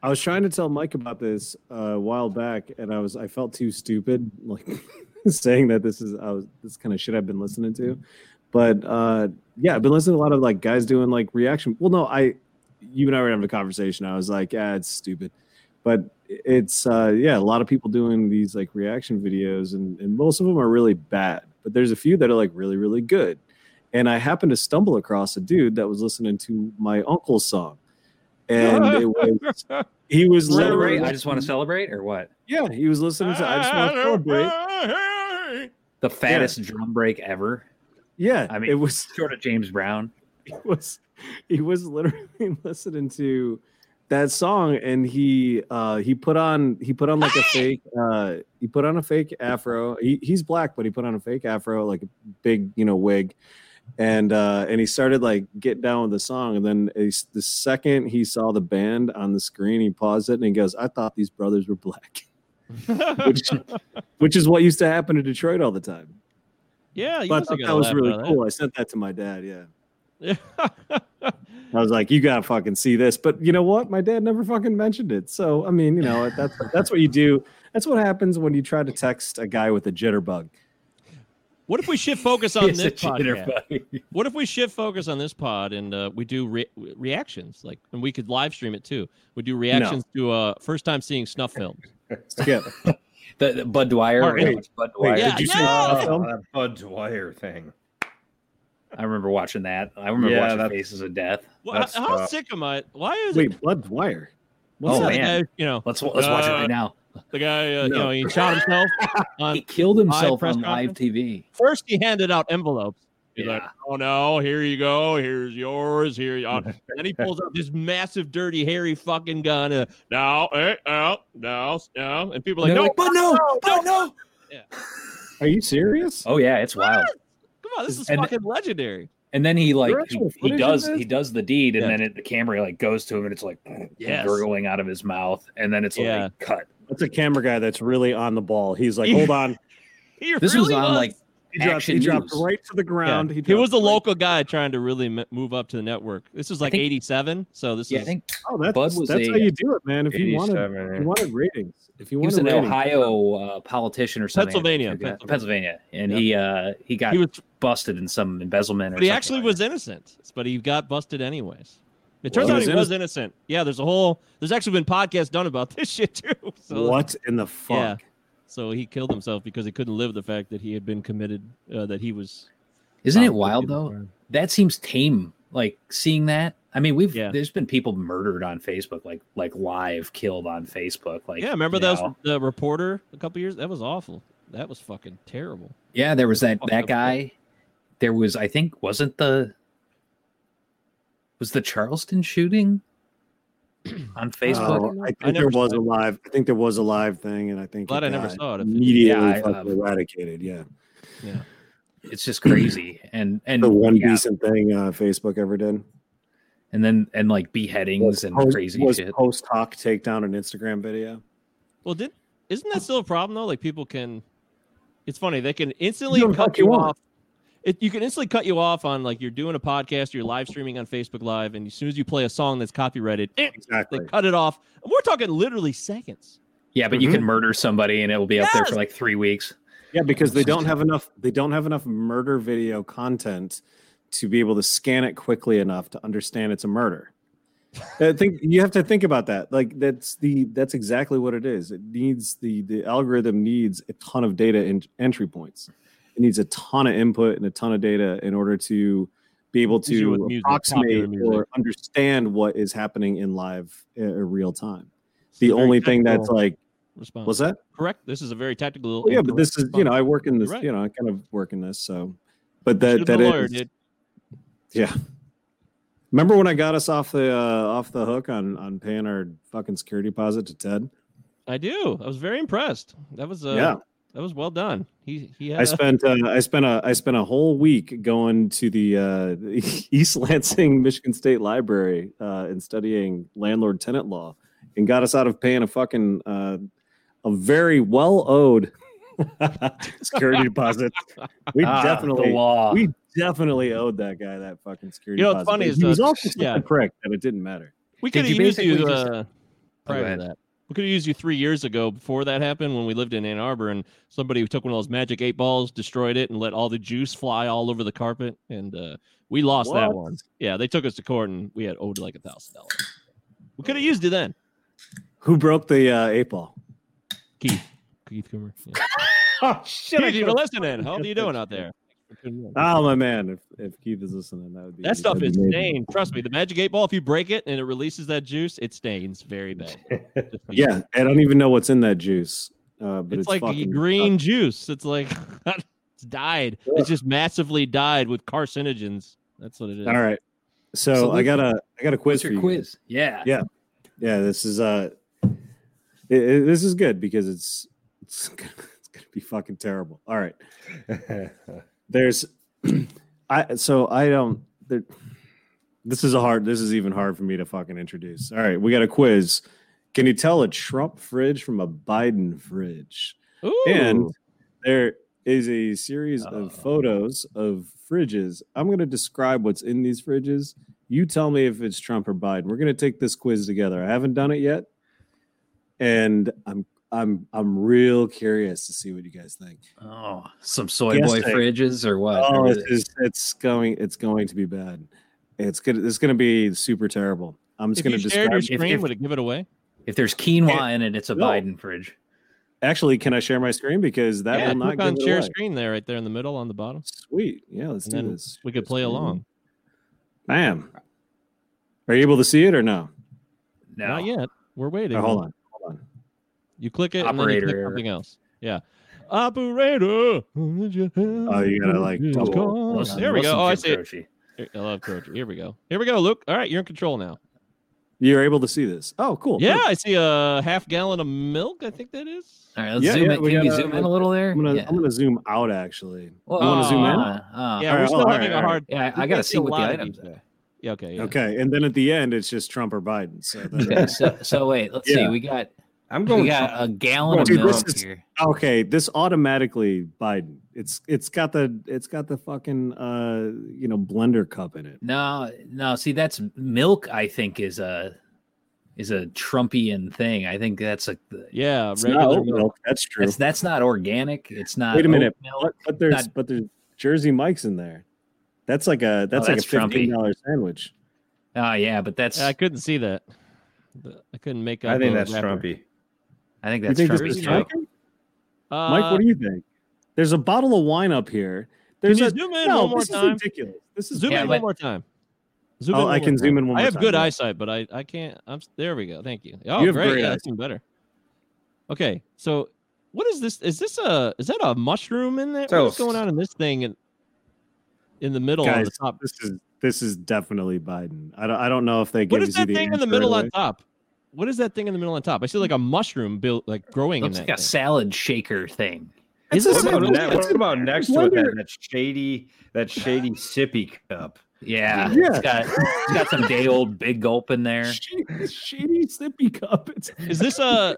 [SPEAKER 2] I was trying to tell Mike about this uh, a while back, and I was I felt too stupid like *laughs* saying that this is I was this kind of shit I've been listening to, but uh, yeah, I've been listening to a lot of like guys doing like reaction. Well, no, I you and I were having a conversation. I was like, yeah, it's "Ah, stupid, but it's uh, yeah, a lot of people doing these like reaction videos, and, and most of them are really bad, but there's a few that are like really really good. And I happened to stumble across a dude that was listening to my uncle's song, and it was he was
[SPEAKER 6] Celebrate.
[SPEAKER 2] literally
[SPEAKER 6] I just want to celebrate or what?
[SPEAKER 2] yeah he was listening to I just want to celebrate
[SPEAKER 6] The fattest drum break ever.
[SPEAKER 2] yeah
[SPEAKER 6] I mean-
[SPEAKER 2] it was
[SPEAKER 6] Short of James Brown.
[SPEAKER 2] he *laughs* was he was literally *laughs* listening to that song and he uh he put on he put on like a fake uh he put on a fake afro he, he's black but he put on a fake afro like a big you know wig and uh and he started like get down with the song and then he's- the second he saw the band on the screen he paused it and he goes i thought these brothers were black *laughs* which which is what used to happen in detroit all the time
[SPEAKER 4] yeah, you
[SPEAKER 2] but i
[SPEAKER 4] must have
[SPEAKER 2] thought
[SPEAKER 4] got
[SPEAKER 2] that
[SPEAKER 4] a
[SPEAKER 2] was
[SPEAKER 4] laugh
[SPEAKER 2] really
[SPEAKER 4] out of
[SPEAKER 2] cool i sent that to my dad yeah
[SPEAKER 4] that. *laughs*
[SPEAKER 2] I was like, you gotta fucking see this. But you know what? My dad never fucking mentioned it. So I mean, you know, that's that's what you do. That's what happens when you try to text a guy with a jitterbug.
[SPEAKER 4] what if we shift focus on
[SPEAKER 6] It's a
[SPEAKER 4] this podcast?
[SPEAKER 6] jitterbug.
[SPEAKER 4] What if we shift focus on this pod and uh, we do re- reactions, like, and we could live stream it too. We do reactions to uh, first time seeing snuff films.
[SPEAKER 2] Yeah.
[SPEAKER 6] *laughs* The, the Bud Dwyer.
[SPEAKER 4] Mark,
[SPEAKER 6] Wait, Bud Dwyer.
[SPEAKER 4] Yeah,
[SPEAKER 2] did you see
[SPEAKER 4] no!
[SPEAKER 2] that
[SPEAKER 5] Oh,
[SPEAKER 2] film?
[SPEAKER 5] that Bud Dwyer thing.
[SPEAKER 6] I remember watching that. I remember
[SPEAKER 5] Yeah,
[SPEAKER 6] watching
[SPEAKER 5] that's-
[SPEAKER 6] Faces of Death.
[SPEAKER 4] Well,
[SPEAKER 5] That's,
[SPEAKER 4] how
[SPEAKER 5] uh,
[SPEAKER 4] sick am I? Why is it?
[SPEAKER 2] Wait, Blood Dwyer. What's
[SPEAKER 6] Oh,
[SPEAKER 4] yeah,
[SPEAKER 2] that?
[SPEAKER 4] the
[SPEAKER 6] man.
[SPEAKER 4] guy, you know,
[SPEAKER 6] Let's let's watch it
[SPEAKER 4] Uh,
[SPEAKER 6] right now.
[SPEAKER 4] the guy, uh,
[SPEAKER 2] No.
[SPEAKER 4] you know, he shot
[SPEAKER 2] *laughs*
[SPEAKER 4] himself. on-
[SPEAKER 6] He killed himself
[SPEAKER 4] press
[SPEAKER 6] on live TV.
[SPEAKER 4] first, he handed out envelopes. He's like,
[SPEAKER 6] Yeah.
[SPEAKER 4] "Oh no, here you go. Here's yours. Here." You are. then he pulls out this massive, dirty, hairy fucking gun. Uh, no, eh, no, no, no. And people are like, "No,
[SPEAKER 6] but no, but no.
[SPEAKER 2] Are you serious?
[SPEAKER 6] Oh yeah, it's wild.
[SPEAKER 4] come on, this is
[SPEAKER 6] And-
[SPEAKER 4] fucking legendary."
[SPEAKER 6] And then he like
[SPEAKER 2] Your actual
[SPEAKER 6] he, he
[SPEAKER 2] footage of
[SPEAKER 6] does
[SPEAKER 2] this?
[SPEAKER 6] he does the deed, and
[SPEAKER 4] Yeah.
[SPEAKER 6] then it, the camera like goes to him, and it's like
[SPEAKER 4] Yes.
[SPEAKER 6] gurgling out of his mouth, and then it's like
[SPEAKER 4] Yeah.
[SPEAKER 6] cut.
[SPEAKER 2] That's a camera guy that's really on the ball. He's like, hold on.
[SPEAKER 4] He
[SPEAKER 6] This was
[SPEAKER 4] really
[SPEAKER 6] on like
[SPEAKER 2] He dropped, he
[SPEAKER 6] Action
[SPEAKER 2] dropped
[SPEAKER 6] news.
[SPEAKER 2] right to the
[SPEAKER 4] Yeah.
[SPEAKER 2] ground.
[SPEAKER 4] He,
[SPEAKER 2] dropped
[SPEAKER 4] was the
[SPEAKER 2] right-
[SPEAKER 4] local guy trying to really m- move up to the network. This was like
[SPEAKER 6] think-
[SPEAKER 4] '87, so this
[SPEAKER 6] yeah, I
[SPEAKER 4] is
[SPEAKER 6] think
[SPEAKER 2] Oh, that's
[SPEAKER 6] Bud was
[SPEAKER 2] that's
[SPEAKER 6] a-
[SPEAKER 2] how you do it, man. If you wanted,
[SPEAKER 5] 87,
[SPEAKER 2] if
[SPEAKER 5] *laughs*
[SPEAKER 2] you wanted ratings. If you
[SPEAKER 6] he was
[SPEAKER 2] wanted
[SPEAKER 6] an
[SPEAKER 2] ratings,
[SPEAKER 6] Ohio uh, politician or something.
[SPEAKER 4] Pennsylvania,
[SPEAKER 6] I forget.
[SPEAKER 4] Pennsylvania.
[SPEAKER 6] Pennsylvania, and he uh he got
[SPEAKER 4] he was
[SPEAKER 6] busted in some embezzlement. Or
[SPEAKER 4] But he
[SPEAKER 6] something
[SPEAKER 4] actually
[SPEAKER 6] like
[SPEAKER 4] was
[SPEAKER 6] that.
[SPEAKER 4] innocent, but he got busted anyways. It turns
[SPEAKER 2] He
[SPEAKER 4] out
[SPEAKER 2] was
[SPEAKER 4] he was innocent. Yeah, there's a whole there's actually been podcasts done about *laughs* this shit too. So
[SPEAKER 2] what in the fuck?
[SPEAKER 4] Yeah. so he killed himself because he couldn't live the fact that he had been committed uh, that he was
[SPEAKER 6] Isn't it
[SPEAKER 4] found
[SPEAKER 6] wild
[SPEAKER 4] guilty of
[SPEAKER 6] though?
[SPEAKER 4] the crime.
[SPEAKER 6] That seems tame. Like seeing that. I mean, we've
[SPEAKER 4] Yeah.
[SPEAKER 6] there's been people murdered on Facebook, like like live killed on Facebook. Like
[SPEAKER 4] yeah, remember
[SPEAKER 6] you
[SPEAKER 4] that was
[SPEAKER 6] know.
[SPEAKER 4] the reporter a couple years that was awful. That was fucking terrible.
[SPEAKER 6] Yeah, there was that
[SPEAKER 4] Fucked up
[SPEAKER 6] that
[SPEAKER 4] shit.
[SPEAKER 6] guy. There was, I think, wasn't the was the Charleston
[SPEAKER 4] *clears throat*
[SPEAKER 6] shooting on Facebook?
[SPEAKER 2] Oh, I think
[SPEAKER 4] I never
[SPEAKER 2] there was
[SPEAKER 4] saw
[SPEAKER 2] a live. I think there was a live thing, and I think
[SPEAKER 4] Glad
[SPEAKER 2] it
[SPEAKER 4] I never
[SPEAKER 2] got
[SPEAKER 4] saw it.
[SPEAKER 2] Immediately
[SPEAKER 6] Yeah, I,
[SPEAKER 2] fucking
[SPEAKER 6] um,
[SPEAKER 2] eradicated. Yeah,
[SPEAKER 6] It's just crazy, and and
[SPEAKER 2] the one
[SPEAKER 6] Mm, yeah,
[SPEAKER 2] decent thing uh, Facebook ever did
[SPEAKER 6] and then and like beheadings and
[SPEAKER 2] post,
[SPEAKER 6] crazy
[SPEAKER 2] was
[SPEAKER 6] shit.
[SPEAKER 2] post hoc takedown an Instagram video.
[SPEAKER 4] Well, did isn't that still a problem though? Like people can, it's funny they can instantly
[SPEAKER 2] You don't
[SPEAKER 4] cut
[SPEAKER 2] fuck you
[SPEAKER 4] you
[SPEAKER 2] want.
[SPEAKER 4] off. It, you can instantly cut you off on like you're doing a podcast, you're live streaming on Facebook Live, and as soon as you play a song that's copyrighted, eh, they
[SPEAKER 2] Exactly.
[SPEAKER 4] cut it off. And we're talking literally seconds.
[SPEAKER 6] Yeah, but you
[SPEAKER 2] Mhm.
[SPEAKER 6] can murder somebody, and it will be up there for
[SPEAKER 4] Yes!
[SPEAKER 6] like three weeks.
[SPEAKER 2] Yeah, because they don't have enough. They don't have enough murder video content to be able to scan it quickly enough to understand it's a murder. I think you have to think about that. Like that's the that's exactly what it is. It needs the the algorithm needs a ton of data and entry points. It needs a ton of input and a ton of data in order to be able
[SPEAKER 4] Easier with
[SPEAKER 2] to
[SPEAKER 4] music, popular
[SPEAKER 2] approximate
[SPEAKER 4] music.
[SPEAKER 2] or understand what is happening in live uh, real time.
[SPEAKER 4] It's
[SPEAKER 2] The
[SPEAKER 4] a very
[SPEAKER 2] only thing that's
[SPEAKER 4] tactical
[SPEAKER 2] like
[SPEAKER 4] response.
[SPEAKER 2] was that
[SPEAKER 4] correct. This is a very tactical.
[SPEAKER 2] well, yeah,
[SPEAKER 4] and
[SPEAKER 2] but
[SPEAKER 4] correct
[SPEAKER 2] this is you know I work in this
[SPEAKER 4] You're right.
[SPEAKER 2] you know I kind of work in this so, but
[SPEAKER 4] response.
[SPEAKER 2] that
[SPEAKER 4] Should've been
[SPEAKER 2] that
[SPEAKER 4] a lawyer,
[SPEAKER 2] is
[SPEAKER 4] dude.
[SPEAKER 2] remember when I got us off the uh, off the hook on on paying our fucking security deposit to Ted?
[SPEAKER 4] I do. I was very impressed. That was uh,
[SPEAKER 2] yeah,
[SPEAKER 4] that was well done. He he
[SPEAKER 2] I
[SPEAKER 4] had. a-
[SPEAKER 2] spent uh, I spent a I spent a whole week going to the uh, *laughs* East Lansing Michigan State Library uh, and studying landlord tenant law, and got us out of paying a fucking uh, a very well owed *laughs*
[SPEAKER 4] *laughs*
[SPEAKER 2] security deposit. We
[SPEAKER 6] Ah,
[SPEAKER 2] definitely
[SPEAKER 6] the law.
[SPEAKER 2] We definitely owed that guy that fucking security.
[SPEAKER 4] You know,
[SPEAKER 2] deposit,
[SPEAKER 4] what's funny
[SPEAKER 2] but
[SPEAKER 4] is
[SPEAKER 2] he was
[SPEAKER 4] that-
[SPEAKER 2] also such
[SPEAKER 4] yeah.
[SPEAKER 2] a prick that it didn't matter.
[SPEAKER 4] We
[SPEAKER 6] Did
[SPEAKER 4] could have
[SPEAKER 6] you
[SPEAKER 4] used you
[SPEAKER 6] basically
[SPEAKER 4] uh,
[SPEAKER 6] just- Oh, go
[SPEAKER 4] prior
[SPEAKER 6] ahead.
[SPEAKER 4] to that. We could have used you three years ago before that happened when we lived in Ann Arbor and somebody took one of those magic eight balls, destroyed it, and let all the juice fly all over the carpet. And uh, we lost that
[SPEAKER 2] What?
[SPEAKER 4] one. Yeah, they took us to court and we had owed like a thousand dollars. We could have used you then.
[SPEAKER 2] Who broke the uh, eight ball?
[SPEAKER 4] Keith. Keith Coomer. Yeah.
[SPEAKER 5] Oh shit!
[SPEAKER 4] Keith, you're listening. How are you doing out there?
[SPEAKER 2] Oh my man! If if Keith is listening, that would be
[SPEAKER 4] That stuff
[SPEAKER 2] that'd
[SPEAKER 4] is
[SPEAKER 2] be amazing.
[SPEAKER 4] stained. Trust me, the Magic Eight Ball. If you break it and it releases that juice, it stains
[SPEAKER 6] *laughs*
[SPEAKER 4] very bad. Just so you know.
[SPEAKER 2] Yeah, I don't even know what's in that juice. Uh, but
[SPEAKER 4] it's,
[SPEAKER 2] it's,
[SPEAKER 4] like
[SPEAKER 2] fucking-
[SPEAKER 4] green juice. It's like *laughs* it's dyed. It's just massively dyed with carcinogens. That's what it is.
[SPEAKER 2] All right. So,
[SPEAKER 6] So
[SPEAKER 2] I got a I got a quiz
[SPEAKER 6] What's
[SPEAKER 2] for
[SPEAKER 6] your
[SPEAKER 2] you.
[SPEAKER 6] quiz? Yeah.
[SPEAKER 2] Yeah. Yeah, this is uh, it, it- this is good because it's it's *laughs* gonna, it's gonna be fucking terrible. All right. There's *clears throat* I so I don't there, this is a hard this is even hard for me to fucking introduce. All right, we got a quiz. Can you tell a Trump fridge from a Biden fridge?
[SPEAKER 4] Ooh.
[SPEAKER 2] And there is a series
[SPEAKER 6] Oh.
[SPEAKER 2] of photos of fridges. I'm going to describe what's in these fridges. You tell me if it's Trump or Biden. We're going to take this quiz together. I haven't done it yet, and I'm I'm I'm real curious to see what you guys think.
[SPEAKER 6] Oh, some soy
[SPEAKER 2] Yes,
[SPEAKER 6] boy
[SPEAKER 2] I-
[SPEAKER 6] fridges or what?
[SPEAKER 2] Oh,
[SPEAKER 6] Or
[SPEAKER 2] it's,
[SPEAKER 6] is it-
[SPEAKER 2] it's going it's going to be bad. It's good. It's going to be super terrible. I'm just
[SPEAKER 4] if
[SPEAKER 2] going
[SPEAKER 4] you
[SPEAKER 2] to
[SPEAKER 4] shared
[SPEAKER 2] describe.
[SPEAKER 4] your
[SPEAKER 6] if-
[SPEAKER 4] screen,
[SPEAKER 6] if-
[SPEAKER 4] would it give it away?
[SPEAKER 6] if there's quinoa in it, it's a
[SPEAKER 2] No.
[SPEAKER 6] Biden fridge.
[SPEAKER 2] Actually, can I share my screen because that
[SPEAKER 4] yeah,
[SPEAKER 2] will not
[SPEAKER 4] click
[SPEAKER 2] give
[SPEAKER 4] on
[SPEAKER 2] it
[SPEAKER 4] share
[SPEAKER 2] away.
[SPEAKER 4] screen there, right there in the middle on the bottom.
[SPEAKER 2] Sweet. Yeah, let's
[SPEAKER 4] And
[SPEAKER 2] do
[SPEAKER 4] then
[SPEAKER 2] this.
[SPEAKER 4] We could play
[SPEAKER 2] Screen.
[SPEAKER 4] along.
[SPEAKER 2] Bam. Are you able to see it or no?
[SPEAKER 6] No.
[SPEAKER 4] Not yet. We're waiting.
[SPEAKER 2] Oh, hold on. Hold on.
[SPEAKER 4] You click it, and then you
[SPEAKER 6] Operator
[SPEAKER 4] click
[SPEAKER 6] error.
[SPEAKER 4] something else. Yeah. Operator. Oh,
[SPEAKER 2] you gotta, like, double-
[SPEAKER 6] Listen-
[SPEAKER 4] There we
[SPEAKER 6] listen,
[SPEAKER 4] go. Oh, I
[SPEAKER 6] Jim
[SPEAKER 4] see it.
[SPEAKER 6] Croce.
[SPEAKER 4] Here- I love Croce. Here we go. Here we go, Luke. All right, you're in control now.
[SPEAKER 2] You're able to see this. Oh, cool.
[SPEAKER 4] Yeah,
[SPEAKER 2] Perfect.
[SPEAKER 4] I see a half gallon of milk. I think that is.
[SPEAKER 6] All right, let's
[SPEAKER 2] Yeah,
[SPEAKER 6] zoom
[SPEAKER 2] yeah,
[SPEAKER 6] in.
[SPEAKER 2] we
[SPEAKER 6] Can we
[SPEAKER 2] gotta- uh,
[SPEAKER 6] zoom in a little there?
[SPEAKER 2] I'm gonna
[SPEAKER 6] yeah.
[SPEAKER 2] I'm gonna zoom out actually.
[SPEAKER 6] Well,
[SPEAKER 4] You wanna zoom in?
[SPEAKER 6] uh,
[SPEAKER 4] yeah,
[SPEAKER 2] all
[SPEAKER 4] we're
[SPEAKER 2] right,
[SPEAKER 4] still
[SPEAKER 2] all right,
[SPEAKER 4] having
[SPEAKER 2] all
[SPEAKER 4] a
[SPEAKER 2] right.
[SPEAKER 4] hard.
[SPEAKER 6] yeah, I, got
[SPEAKER 4] we
[SPEAKER 6] to
[SPEAKER 4] can't
[SPEAKER 6] see what
[SPEAKER 4] a
[SPEAKER 6] the
[SPEAKER 4] lot of
[SPEAKER 6] items
[SPEAKER 4] these.
[SPEAKER 6] are.
[SPEAKER 4] Yeah. Okay. Yeah.
[SPEAKER 2] Okay, and then at the end it's just Trump or Biden.
[SPEAKER 6] *laughs*
[SPEAKER 2] So that-
[SPEAKER 6] Okay, so, so wait, let's see.
[SPEAKER 2] Yeah.
[SPEAKER 6] We got
[SPEAKER 5] *laughs* I'm
[SPEAKER 6] we
[SPEAKER 5] going.
[SPEAKER 6] got a gallon of
[SPEAKER 2] Dude, this
[SPEAKER 6] milk
[SPEAKER 2] is-
[SPEAKER 6] here.
[SPEAKER 2] okay, this automatically Biden. It's it's got the it's got the fucking uh you know blender cup in it.
[SPEAKER 6] No, no, see that's milk. I think is a is a Trumpian thing. I think that's a
[SPEAKER 4] Yeah.
[SPEAKER 2] It's not
[SPEAKER 4] Regular
[SPEAKER 2] oat
[SPEAKER 4] milk.
[SPEAKER 2] milk. That's true.
[SPEAKER 6] that's that's not organic. It's not.
[SPEAKER 2] Wait a
[SPEAKER 6] oat
[SPEAKER 2] minute,
[SPEAKER 6] milk.
[SPEAKER 2] but, but there's
[SPEAKER 6] not-
[SPEAKER 2] but there's Jersey Mike's in there. That's like
[SPEAKER 4] Oh,
[SPEAKER 2] a that's like
[SPEAKER 6] that's
[SPEAKER 2] a
[SPEAKER 6] Trumpy.
[SPEAKER 2] fifteen dollar sandwich.
[SPEAKER 6] Oh yeah, but that's.
[SPEAKER 4] Yeah, I couldn't see that. The- I couldn't make out.
[SPEAKER 5] I think
[SPEAKER 4] the
[SPEAKER 5] that's
[SPEAKER 4] wrapper.
[SPEAKER 5] Trumpy.
[SPEAKER 6] I think
[SPEAKER 2] You
[SPEAKER 6] that's
[SPEAKER 2] think this
[SPEAKER 6] Trumpy.
[SPEAKER 2] is
[SPEAKER 4] Trumpy.
[SPEAKER 2] Mike? Mike,
[SPEAKER 4] Uh,
[SPEAKER 2] what do you think? There's a bottle of wine up here. There's
[SPEAKER 4] can
[SPEAKER 2] a
[SPEAKER 4] you zoom in
[SPEAKER 2] no,
[SPEAKER 4] one more
[SPEAKER 2] this
[SPEAKER 4] time?
[SPEAKER 2] is ridiculous. This is
[SPEAKER 4] Zoom
[SPEAKER 6] Yeah,
[SPEAKER 4] in one
[SPEAKER 6] but-
[SPEAKER 4] more time. Zoom
[SPEAKER 2] Oh,
[SPEAKER 4] one
[SPEAKER 2] I
[SPEAKER 4] more
[SPEAKER 2] can zoom
[SPEAKER 4] time.
[SPEAKER 2] in one
[SPEAKER 4] I
[SPEAKER 2] more
[SPEAKER 4] have
[SPEAKER 2] time,
[SPEAKER 4] good
[SPEAKER 2] yeah.
[SPEAKER 4] eyesight, but I I can't. I'm s- there. We go. Thank you. Oh,
[SPEAKER 2] have
[SPEAKER 4] great.
[SPEAKER 2] great
[SPEAKER 4] Yeah, that's even better. Okay, so what is this? Is this a is that a mushroom in there? What's
[SPEAKER 5] Toast.
[SPEAKER 4] going on in this thing? In, in the middle on the
[SPEAKER 2] Guys,
[SPEAKER 4] top.
[SPEAKER 2] This is this is definitely Biden. I don't I don't know if they
[SPEAKER 4] What
[SPEAKER 2] give
[SPEAKER 4] is
[SPEAKER 2] you
[SPEAKER 4] that
[SPEAKER 2] the
[SPEAKER 4] thing in
[SPEAKER 2] answer
[SPEAKER 4] the middle
[SPEAKER 2] right
[SPEAKER 4] on top? What is that thing in the middle on top? I see like a mushroom built like growing in
[SPEAKER 6] Looks
[SPEAKER 4] that.
[SPEAKER 6] like a
[SPEAKER 4] thing.
[SPEAKER 6] salad shaker thing.
[SPEAKER 2] away. It's
[SPEAKER 4] What
[SPEAKER 2] the
[SPEAKER 5] What about,
[SPEAKER 2] same- *laughs*
[SPEAKER 5] ne-
[SPEAKER 2] it's
[SPEAKER 5] what about next to it?
[SPEAKER 2] wonder-
[SPEAKER 5] That, that shady, that shady sippy cup.
[SPEAKER 6] Yeah,
[SPEAKER 2] Yeah.
[SPEAKER 6] it's
[SPEAKER 2] *laughs*
[SPEAKER 6] got it's got some day old big gulp in there.
[SPEAKER 2] Shady, shady sippy cup. It's,
[SPEAKER 4] Is this a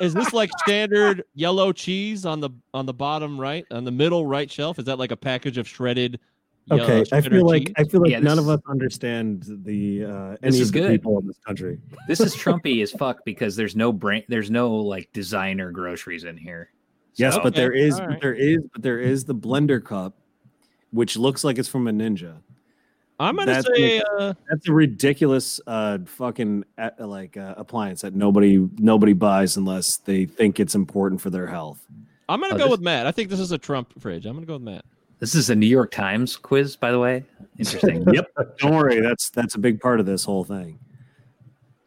[SPEAKER 4] is this like standard yellow cheese on the on the bottom right on the middle right shelf? Is that like a package of shredded? yellow
[SPEAKER 2] okay, I
[SPEAKER 4] cheddar
[SPEAKER 2] feel like
[SPEAKER 4] cheese?
[SPEAKER 2] I feel like
[SPEAKER 6] Yeah,
[SPEAKER 2] none
[SPEAKER 6] this
[SPEAKER 2] of us understand the uh, any
[SPEAKER 6] is
[SPEAKER 2] of the
[SPEAKER 6] good.
[SPEAKER 2] people in this country.
[SPEAKER 6] This is Trumpy as fuck because there's no brand, there's no like designer groceries in here.
[SPEAKER 2] Yes,
[SPEAKER 4] So-
[SPEAKER 2] but there
[SPEAKER 4] Okay,
[SPEAKER 2] is
[SPEAKER 4] all
[SPEAKER 2] but
[SPEAKER 4] right.
[SPEAKER 2] there is but there is the blender cup, which looks like it's from a ninja.
[SPEAKER 4] I'm gonna
[SPEAKER 2] That's
[SPEAKER 4] say uh,
[SPEAKER 2] That's a ridiculous uh fucking uh, like uh, appliance that nobody nobody buys unless they think it's important for their health.
[SPEAKER 4] I'm gonna
[SPEAKER 6] Oh,
[SPEAKER 4] go
[SPEAKER 6] this-
[SPEAKER 4] with Matt. I think this is a Trump fridge. I'm gonna go with Matt.
[SPEAKER 6] This is a New York Times quiz, by the way. Interesting.
[SPEAKER 2] Yep. Don't worry, that's that's a big part of this whole thing. *clears throat*